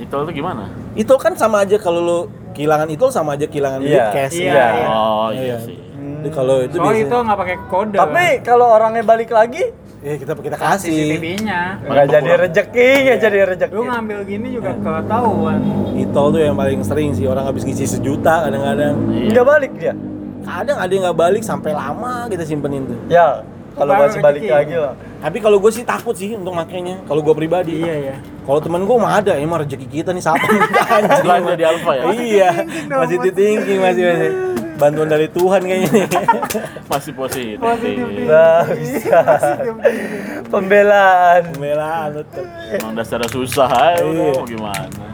S1: Itu tuh gimana?
S3: Itu kan sama aja kalau lu kehilangan itu sama aja kehilangan duit
S4: Iya.
S3: cash.
S2: Iya,
S3: kan?
S2: iya.
S1: Oh, iya
S3: Iya.
S1: sih.
S3: Jadi Kalau itu
S2: Soalnya
S3: biasanya-
S2: itu nggak pakai kode.
S4: Tapi kalau orangnya balik lagi
S3: Iya, kita kita kasih.
S2: CCTV-nya.
S4: nggak jadi rezeki, nggak jadi rezeki.
S2: Lu ngambil gini juga ketahuan.
S3: Itol tuh yang paling sering sih orang habis ngisi sejuta kadang-kadang.
S1: Iya.
S4: Nggak balik dia.
S3: Kadang ada yang nggak balik sampai lama kita simpenin tuh.
S4: Ya, kalau
S2: Baru
S4: masih balik
S2: rezeki.
S4: lagi lah.
S3: Tapi kalau gue sih takut sih untuk makainya. Kalau gue pribadi.
S2: Iya ya.
S3: Kalau temen gue mah ada, emang rezeki kita nih siapa nih anjing.
S1: Setelah jadi alpha ya?
S3: Iya,
S2: thinking dong,
S3: positive thinking masih masih. Bantuan dari Tuhan kayaknya. nih.
S1: Masih positif.
S2: Positif
S1: sih.
S2: thinking.
S4: Bagus. Pembelaan.
S3: Pembelaan betul.
S1: Emang dasarnya susah aja udah
S3: Iya.
S1: mau gimana.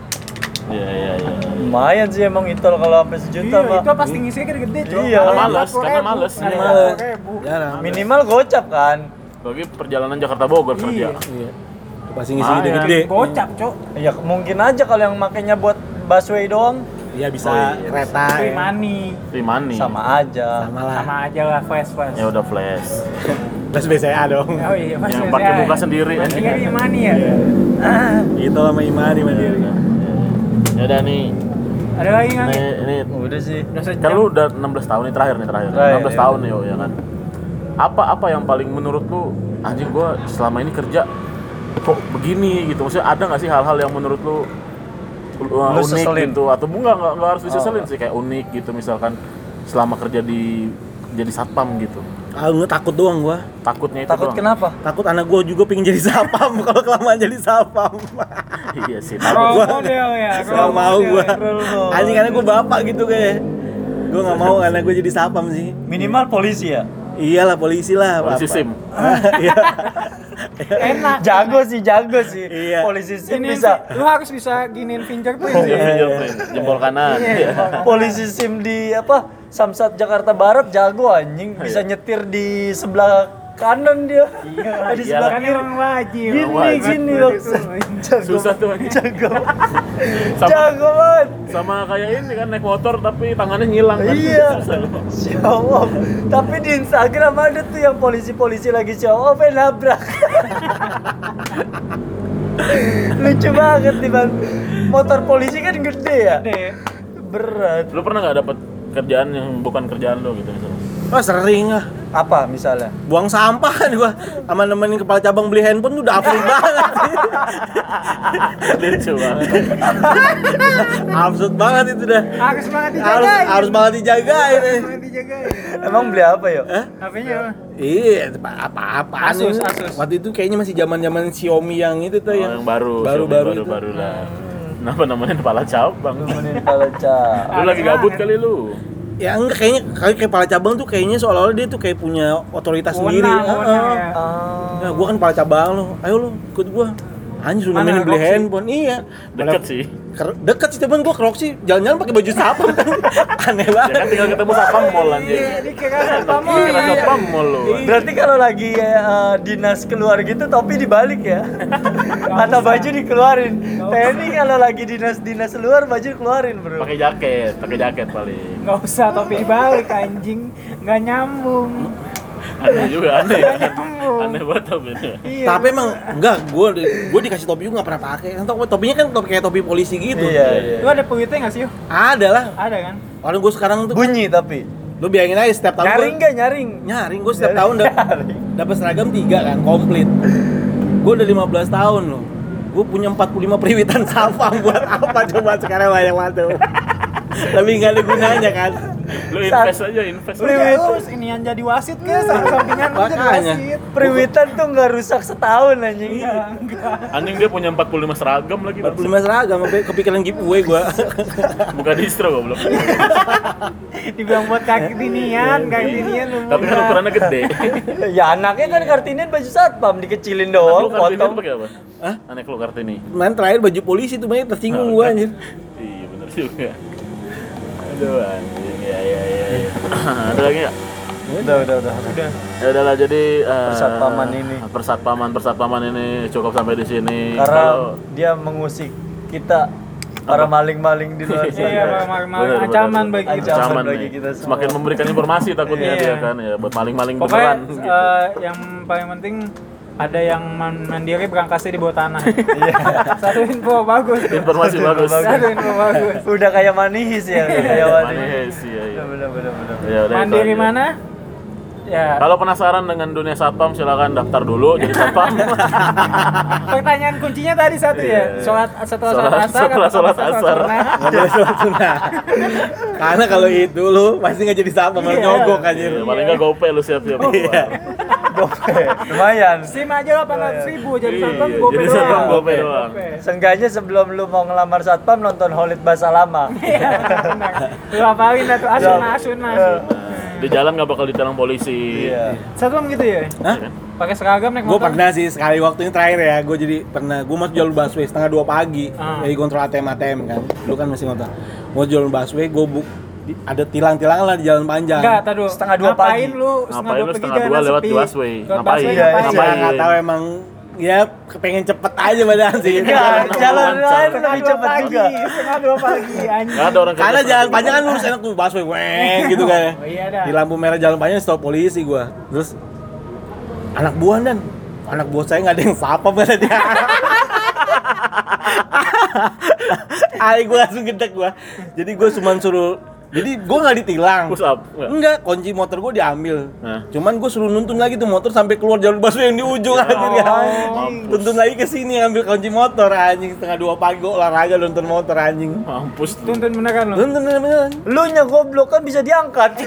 S1: Iya iya iya.
S4: Lumayan sih emang itol kalau sampai sejuta,
S2: Iya, itu
S4: Pak.
S2: pasti ngisinya kan gede, Cok.
S4: Iya.
S2: Ada yang
S1: Males,
S2: 40.000,
S1: karena males.
S2: ada yang
S3: Males.
S2: 40.000.
S3: Jarang.
S4: Minimal gocap kan?
S1: Bagi perjalanan Jakarta Bogor kerja.
S2: Iya.
S3: Iya. Pasti ngisi gede-gede.
S1: Iya.
S2: Gocap, Cok.
S4: Ya mungkin aja kalau yang makainya buat busway doang
S3: Iya bisa
S1: Oh, iya.
S3: kereta. ya.
S2: Free money.
S1: Priman nih.
S4: sama aja.
S3: Sama lah.
S2: Sama aja lah, fast fast.
S1: Ya udah flash.
S3: Plus BCA dong.
S2: Oh iya, fast
S1: Yang
S2: fast
S1: pakai
S2: ya.
S1: muka sendiri,
S2: Pakai
S1: anjing.
S2: Free money ya.
S3: Itu Gitu sama Imani
S2: Iya,
S3: mandiri.
S1: Ya udah nih.
S2: Ada lagi nggak?
S1: Ini, ini
S4: Oh, Udah sih.
S2: Udah sejam.
S1: kan lu udah 16 tahun nih terakhir nih terakhir.
S4: Terakhir,
S1: 16
S4: iya.
S1: tahun nih yo ya kan. Apa apa yang paling menurut lu anjing gua selama ini kerja kok begini gitu. Maksudnya ada nggak sih hal-hal yang menurut lu uh,
S4: Lu
S1: unik
S4: seselin.
S1: gitu atau enggak nggak nggak harus diseselin
S4: Oh.
S1: sih kayak unik gitu misalkan selama kerja di jadi satpam gitu.
S3: Ah, gua takut doang gua.
S1: Takutnya itu
S4: Takut
S1: doang.
S4: kenapa?
S3: Takut anak gua juga pengen jadi sapam kalau kelamaan jadi sapam.
S1: iya sih,
S2: Role
S1: takut.
S2: model ya.
S3: Gak
S2: role
S3: mau
S2: model
S3: gua.
S2: ya.
S3: Anjing karena gua bapak gitu kayak. Gua nggak mau karena gua jadi sapam sih.
S4: Minimal polisi ya.
S3: Iyalah polisi lah.
S1: Polisi
S3: apa.
S1: SIM.
S3: Hah, Iya.
S2: Enak.
S4: Jago sih, jago sih.
S3: Iya.
S4: Polisi sim
S2: Ini
S4: bisa.
S2: lu harus bisa giniin
S1: Iya,
S2: fingerprint ya.
S1: fingerprint, jempol kanan.
S4: Iya.
S1: Iya.
S4: Polisi sim di apa? Samsat Jakarta Barat jago anjing bisa nyetir di sebelah kanan dia. Iya, di sebelah
S2: Kan
S4: kiri.
S2: orang wajib.
S4: Gini
S1: wajib.
S4: gini
S2: Betul,
S4: loh.
S2: betul.
S4: Jago.
S1: Susah tuh anjing.
S4: Jago.
S1: Sama,
S4: Jago banget.
S1: sama kayak ini kan naik motor tapi tangannya ngilang kan.
S4: Iya.
S1: Susah lu.
S4: Show off. Tapi di Instagram ada tuh yang polisi-polisi lagi show off eh nabrak. Lucu banget nih Bang. Motor polisi kan gede ya.
S2: Gede ya.
S4: Berat.
S1: Lu pernah nggak dapat kerjaan yang bukan kerjaan lu gitu misalnya?
S3: Oh sering lah.
S4: Apa misalnya?
S3: buang sampah kan gua sama nemenin kepala cabang beli handphone tuh udah absurd banget
S1: Lucu banget.
S3: absurd banget itu dah
S2: Harus banget
S3: harus
S2: dijagain.
S3: harus banget dijagain eh.
S2: Harus banget dijagain.
S4: Emang beli apa ya?
S3: Hah?
S2: HP-nya apa?
S3: iya apa apa
S2: Asus, Asus.
S3: waktu itu kayaknya masih zaman zaman Xiaomi yang itu tuh
S1: Oh,
S3: ya. yang,
S1: yang baru,
S3: baru
S1: Xiaomi
S3: baru,
S1: baru,
S3: itu.
S1: baru lah. Kenapa namanya kepala cabang?
S4: Nemenin kalau cap.
S1: Lu lagi gabut kali lu.
S3: ya enggak kayaknya kayak kepala cabang tuh kayaknya seolah-olah dia tuh kayak punya otoritas sendiri
S2: Wewenang, wewenang
S3: Heeh.
S2: ya.
S3: Nah, gua kan kepala cabang lo ayo lo ikut gua anjir suruh
S2: Mana,
S3: nemenin beli
S2: Roxy?
S3: handphone iya
S1: Deket sih.
S3: Ker- deket sih temen gua ke Roxy jalan-jalan pakai baju sapam aneh
S1: Ya kan
S3: banget
S1: tinggal ketemu satpam mall anjing.
S2: Iya, dikira satpam mall.
S1: Kira satpam mall lu.
S4: Ah. Berarti kalau lagi eh, dinas keluar gitu topi dibalik ya. Atau baju dikeluarin. TNI kalau lagi dinas-dinas luar baju keluarin, Bro.
S1: Pakai jaket, pakai jaket paling.
S2: Nggak usah topi dibalik anjing, nggak nyambung.
S1: Aneh juga, aneh. Aneh banget tapi.
S2: Iya.
S3: Tapi emang enggak, gue gue dikasih topi juga nggak pernah pakai. Kan topi- topinya kan topi kayak topi polisi gitu.
S4: Iya, iya.
S2: lu ada peluitnya nggak sih? Yu?
S3: Ada lah.
S2: Ada kan?
S3: Orang gue sekarang tuh,
S4: Bunyi tapi.
S3: lu bayangin aja setiap tahun.
S4: Nyaring
S3: gua-
S4: nggak nyaring?
S3: Nyaring, gue setiap tahun dapat
S4: Nyaring.
S3: dapat seragam tiga kan, komplit. Gue udah 15 tahun loh. Gue punya 45 periwitan sapam buat apa coba sekarang banyak banget. tuh. Tapi nggak ada gunanya kan.
S1: Lu invest aja, invest.
S2: Lu
S1: aja.
S2: kayak lu inian jadi wasit kan? Sampingan lu jadi
S3: Makanya.
S2: wasit.
S4: Periwitan tuh nggak rusak setahun anjing.
S2: Iya.
S1: Anjing dia punya 45 seragam lagi.
S3: 45 seragam sampai kepikiran giveaway gue.
S1: Buka distro goblok.
S2: Dibilang buat kaki tinian, kaki tinian lu.
S1: Tapi kan ukurannya gede.
S4: ya anaknya kan kartinin baju satpam dikecilin
S1: Anak lu
S4: doang,
S1: kartini
S4: potong.
S1: itu pakai apa? Ah,
S3: Hah?
S1: Anak lu kartini.
S3: Kemarin terakhir baju polisi tuh banyak tersinggung
S1: Nah,
S3: gue
S1: kan.
S3: anjir.
S1: Iya bener juga. Aduh anjing. Ya ya ya. ya. Ada lagi nggak?
S4: Udah, udah, udah.
S1: Ya udahlah jadi eh,
S4: Persatpaman ini.
S1: Persatpaman persatpaman ini cukup sampai di sini.
S4: Karena
S1: Kalau-
S4: dia mengusik kita para maling-maling di luar sana.
S2: Iya, Pak, Mak- Mak.
S1: Bener, bener.
S2: ancaman bagi kita.
S4: Ancaman
S1: Ancaman
S4: bagi
S1: nih.
S4: kita semua.
S1: Semakin memberikan informasi takutnya
S2: Iya.
S1: dia kan ya buat maling-maling
S2: Pokoknya
S1: beneran gitu.
S2: eh, yang paling penting ada yang man- mandiri berangkasnya di bawah tanah. Satu info bagus.
S1: Informasi bagus.
S2: Satu info bagus.
S4: Udah kayak manihis ya, udah kayak manihis.
S1: Iya, Manis, iya, iya.
S4: Bener, bener, bener.
S1: Ya, udah, itu
S2: Mandiri
S1: aja.
S2: mana? Ya,
S1: Kalau penasaran dengan dunia satpam silahkan daftar dulu jadi satpam.
S2: pertanyaan kuncinya tadi satu
S1: Iya.
S2: ya. Sholat setelah sholat
S1: Sholat-
S2: asar
S1: setelah
S2: atau
S1: sholat
S2: setelah
S1: asar.
S2: sunnah?
S3: Nggak boleh sholat sunnah. Karena kalau itu lu pasti nggak jadi sapam, malah
S2: Iya.
S3: nyogok anjir.
S1: Iya, Paling nggak gope lu siap-siap. keluar.
S4: Gope. Lumayan.
S2: SIM aja lo 800 ribu, jadi
S1: Iya,
S2: satpam
S1: iya,
S2: gope
S1: jadi
S2: doang.
S1: satpam gope
S2: Gope.
S1: doang.
S4: Seenggaknya sebelum lu mau ngelamar satpam nonton Holid Bahasa Lama.
S2: Iya, benar. Lu apalin dah tuh, asun,
S4: Iya.
S2: asun, asun.
S1: Di jalan nggak bakal diterang polisi.
S4: Iya.
S2: Satpam gitu ya?
S3: Hah?
S2: Pakai seragam naik
S3: Gue
S2: motor?
S3: pernah sih sekali waktu ini terakhir ya, gue jadi pernah gue masuk jalur busway setengah dua pagi,
S2: Ah.
S3: jadi kontrol ATM ATM kan, lu kan masih motor. Gue jalur busway, gue buk di- ada tilang-tilang lah di jalan panjang.
S2: Enggak, tadi
S4: Setengah dua
S2: Ngapain
S4: pagi.
S2: lu
S1: Ngapain lu
S2: pagi
S1: setengah
S2: jalan
S1: dua lewat
S2: sepi?
S1: busway?
S2: Lewat
S1: Ngapain?
S2: busway
S4: Iya,
S3: Apa
S1: ngapain?
S3: nggak tahu emang ya pengen cepet aja badan sih.
S4: Enggak, Iya, jalan lain
S2: Setengah
S4: lebih
S2: dua
S4: cepat
S2: pagi,
S4: juga.
S2: Setengah dua pagi, anjing.
S1: Nggak ada orang gitu.
S3: Karena
S1: kerja
S3: jalan
S1: setengah
S3: panjang kan lurus enak tuh busway, weng gitu kan. ya.
S2: Oh, iya dah.
S3: Di lampu merah jalan panjang stop polisi gue. Terus anak buah dan anak buah saya nggak ada yang sapa kata dia. Ayo gue langsung gedek gue. Jadi gue cuma suruh. Jadi gue nggak ditilang.
S1: Push up? Nggak.
S3: Enggak, kunci motor gue diambil.
S1: Nah.
S3: Cuman gue suruh nuntun lagi tuh motor sampai keluar jalur busway yang di ujung anjir kan.
S1: mampus.
S3: Tuntun lagi ke sini ambil kunci motor anjing setengah dua pagi gue olahraga nuntun motor anjing.
S1: Mampus lu.
S2: Tuntun beneran lu.
S3: Nuntun nuntun nuntun.
S4: Lu nya goblok kan bisa diangkat.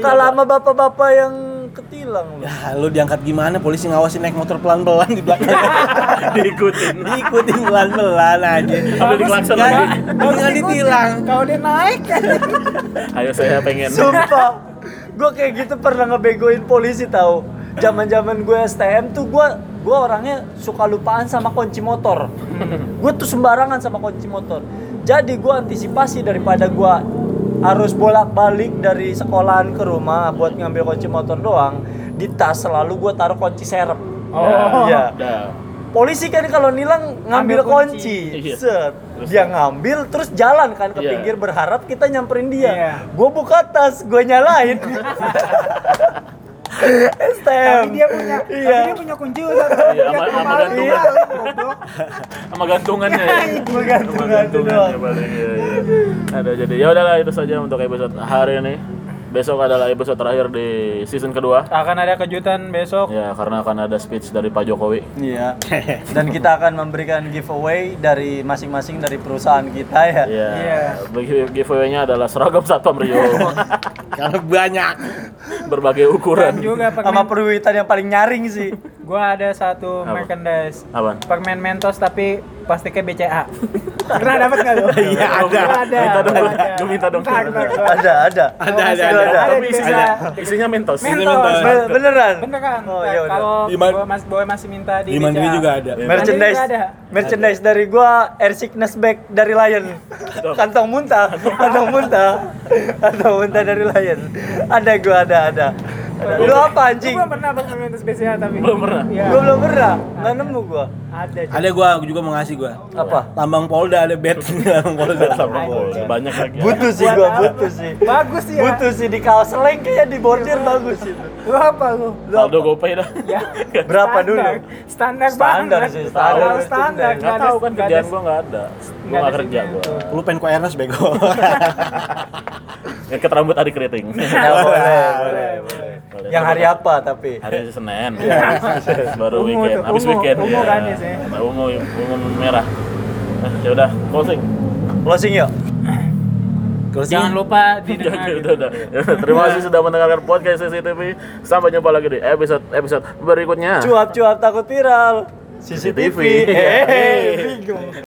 S4: Kalah sama bapak-bapak yang ketilang lu.
S3: Ya lu diangkat gimana polisi ngawasin naik motor pelan-pelan di belakang
S1: Diikutin.
S3: Diikutin pelan-pelan aja
S1: Sampai diklakson
S3: Nggak-
S1: lagi.
S3: nggak ditilang
S2: Kalau dia naik,
S1: Ayo saya pengen.
S4: Sumpah, gue kayak gitu pernah ngebegoin polisi tau. Zaman-zaman gue STM tuh gue gue orangnya suka lupaan sama kunci motor. Gue tuh sembarangan sama kunci motor. Jadi gue antisipasi daripada gue harus bolak-balik dari sekolahan ke rumah buat ngambil kunci motor doang. Di tas selalu gue taruh kunci serep.
S1: Oh.
S4: Iya.
S1: Dah.
S4: Polisi kan kalau nilang ngambil
S2: Ambil
S4: kunci,
S1: kunci. Iya.
S4: set. Dia ngambil terus jalan kan ke
S1: Iya.
S4: pinggir berharap kita nyamperin dia.
S2: Iya.
S4: Gue buka tas, gue nyalain. STM.
S2: tapi dia punya,
S4: Iya.
S2: tapi dia punya kunci udah. Dia
S1: sama-
S2: punya
S1: sama
S2: kepala
S1: gantungan.
S2: dia, goblok.
S1: Sama gantungannya ya.
S4: Sama
S1: Sama
S4: gantungannya
S1: gantungannya
S4: doang.
S1: paling. Iya, iya. Ada jadi. Ya udahlah itu saja untuk episode hari ini. Besok adalah episode terakhir di season kedua.
S2: Akan ada kejutan besok.
S1: Ya karena akan ada speech dari Pak Jokowi.
S4: Iya. Dan kita akan memberikan giveaway dari masing-masing dari perusahaan kita ya.
S2: Iya.
S1: Ya. Bagi- Giveaway-nya adalah seragam satpam Rio.
S3: Karena banyak
S1: Berbagai
S2: Dan
S1: ukuran.
S2: juga
S4: Sama
S2: permen.
S4: perwitan yang paling nyaring sih.
S2: Gua ada satu
S1: Apa?
S2: merchandise.
S1: Apaan?
S2: Permen Mentos tapi plastiknya BCA. Pernah dapat nggak lu?
S3: Iya, ada.
S2: Gua ada.
S1: Minta dong,
S2: Gua ada.
S1: gua minta dong. Iya.
S2: Ntar, ntar, ntar.
S4: Ada, ada.
S3: Ada ada
S4: Ada,
S3: ada
S2: ada.
S1: Tapi isinya, isinya mentos.
S2: Mentos.
S4: Be- beneran.
S2: Beneran.
S4: Oh, ya udah.
S2: Kalau
S3: Di man-
S2: gua Mas Boy masih minta di
S3: Di Mandiri
S2: BCA.
S3: juga ada
S4: merchandise
S2: Ada, ada.
S4: merchandise dari gua air sickness bag dari Lion kantong muntah kantong muntah kantong muntah dari Lion ada gua ada ada lu apa anjing
S2: Gua belum pernah dapat permen Mentos BCA tapi.
S1: Belum pernah?
S2: Iya.
S4: gua belum pernah nggak nemu gua
S2: Ada.
S3: Ada gua juga mau ngasih gua
S4: apa
S3: Lambang Polda ada bed lambang Polda
S1: Sama bola. Banyak lagi.
S4: butuh sih
S2: Buat
S4: gua
S2: apa?
S4: butuh sih
S2: Bagus ya.
S4: butuh sih di kaos leng kayak di bordir bagus itu
S2: Lu apa lu?
S4: Lu
S1: Saldo
S4: apa?
S1: GoPay dah.
S2: Ya.
S4: Berapa dulu?
S2: Standar, standar
S4: Standar
S2: banget.
S4: sih, standar.
S2: Terlalu standar.
S1: Nggak
S2: ada-
S1: tahu kan
S2: nggak ada-
S1: kerjaan gua nggak ada. Gua
S2: nggak
S1: nggak
S2: ada
S1: kerja
S2: sini
S1: gua.
S2: tuh.
S3: Lu pengen kok Ernest bego
S1: Ngeket rambut hari keriting.
S4: Ya, boleh, boleh.
S2: boleh.
S4: yang hari apa tapi
S1: Hari Senin. Baru
S2: Iya. Ungu
S1: weekend,
S2: tuh,
S1: habis
S2: ungu,
S1: weekend.
S2: ungu
S1: ya.
S2: kan biasanya.
S1: Nah, Ungu, ungu merah. Nah, ya udah, closing.
S4: closing yuk
S2: Jangan lupa
S1: Ya,
S2: didengar.
S1: udah, udah. Ya udah, Terima kasih sudah mendengarkan podcast CCTV. Sampai jumpa lagi di episode episode berikutnya.
S4: cuap cuap takut viral CCTV
S1: Hehehe.
S4: hehehe bingung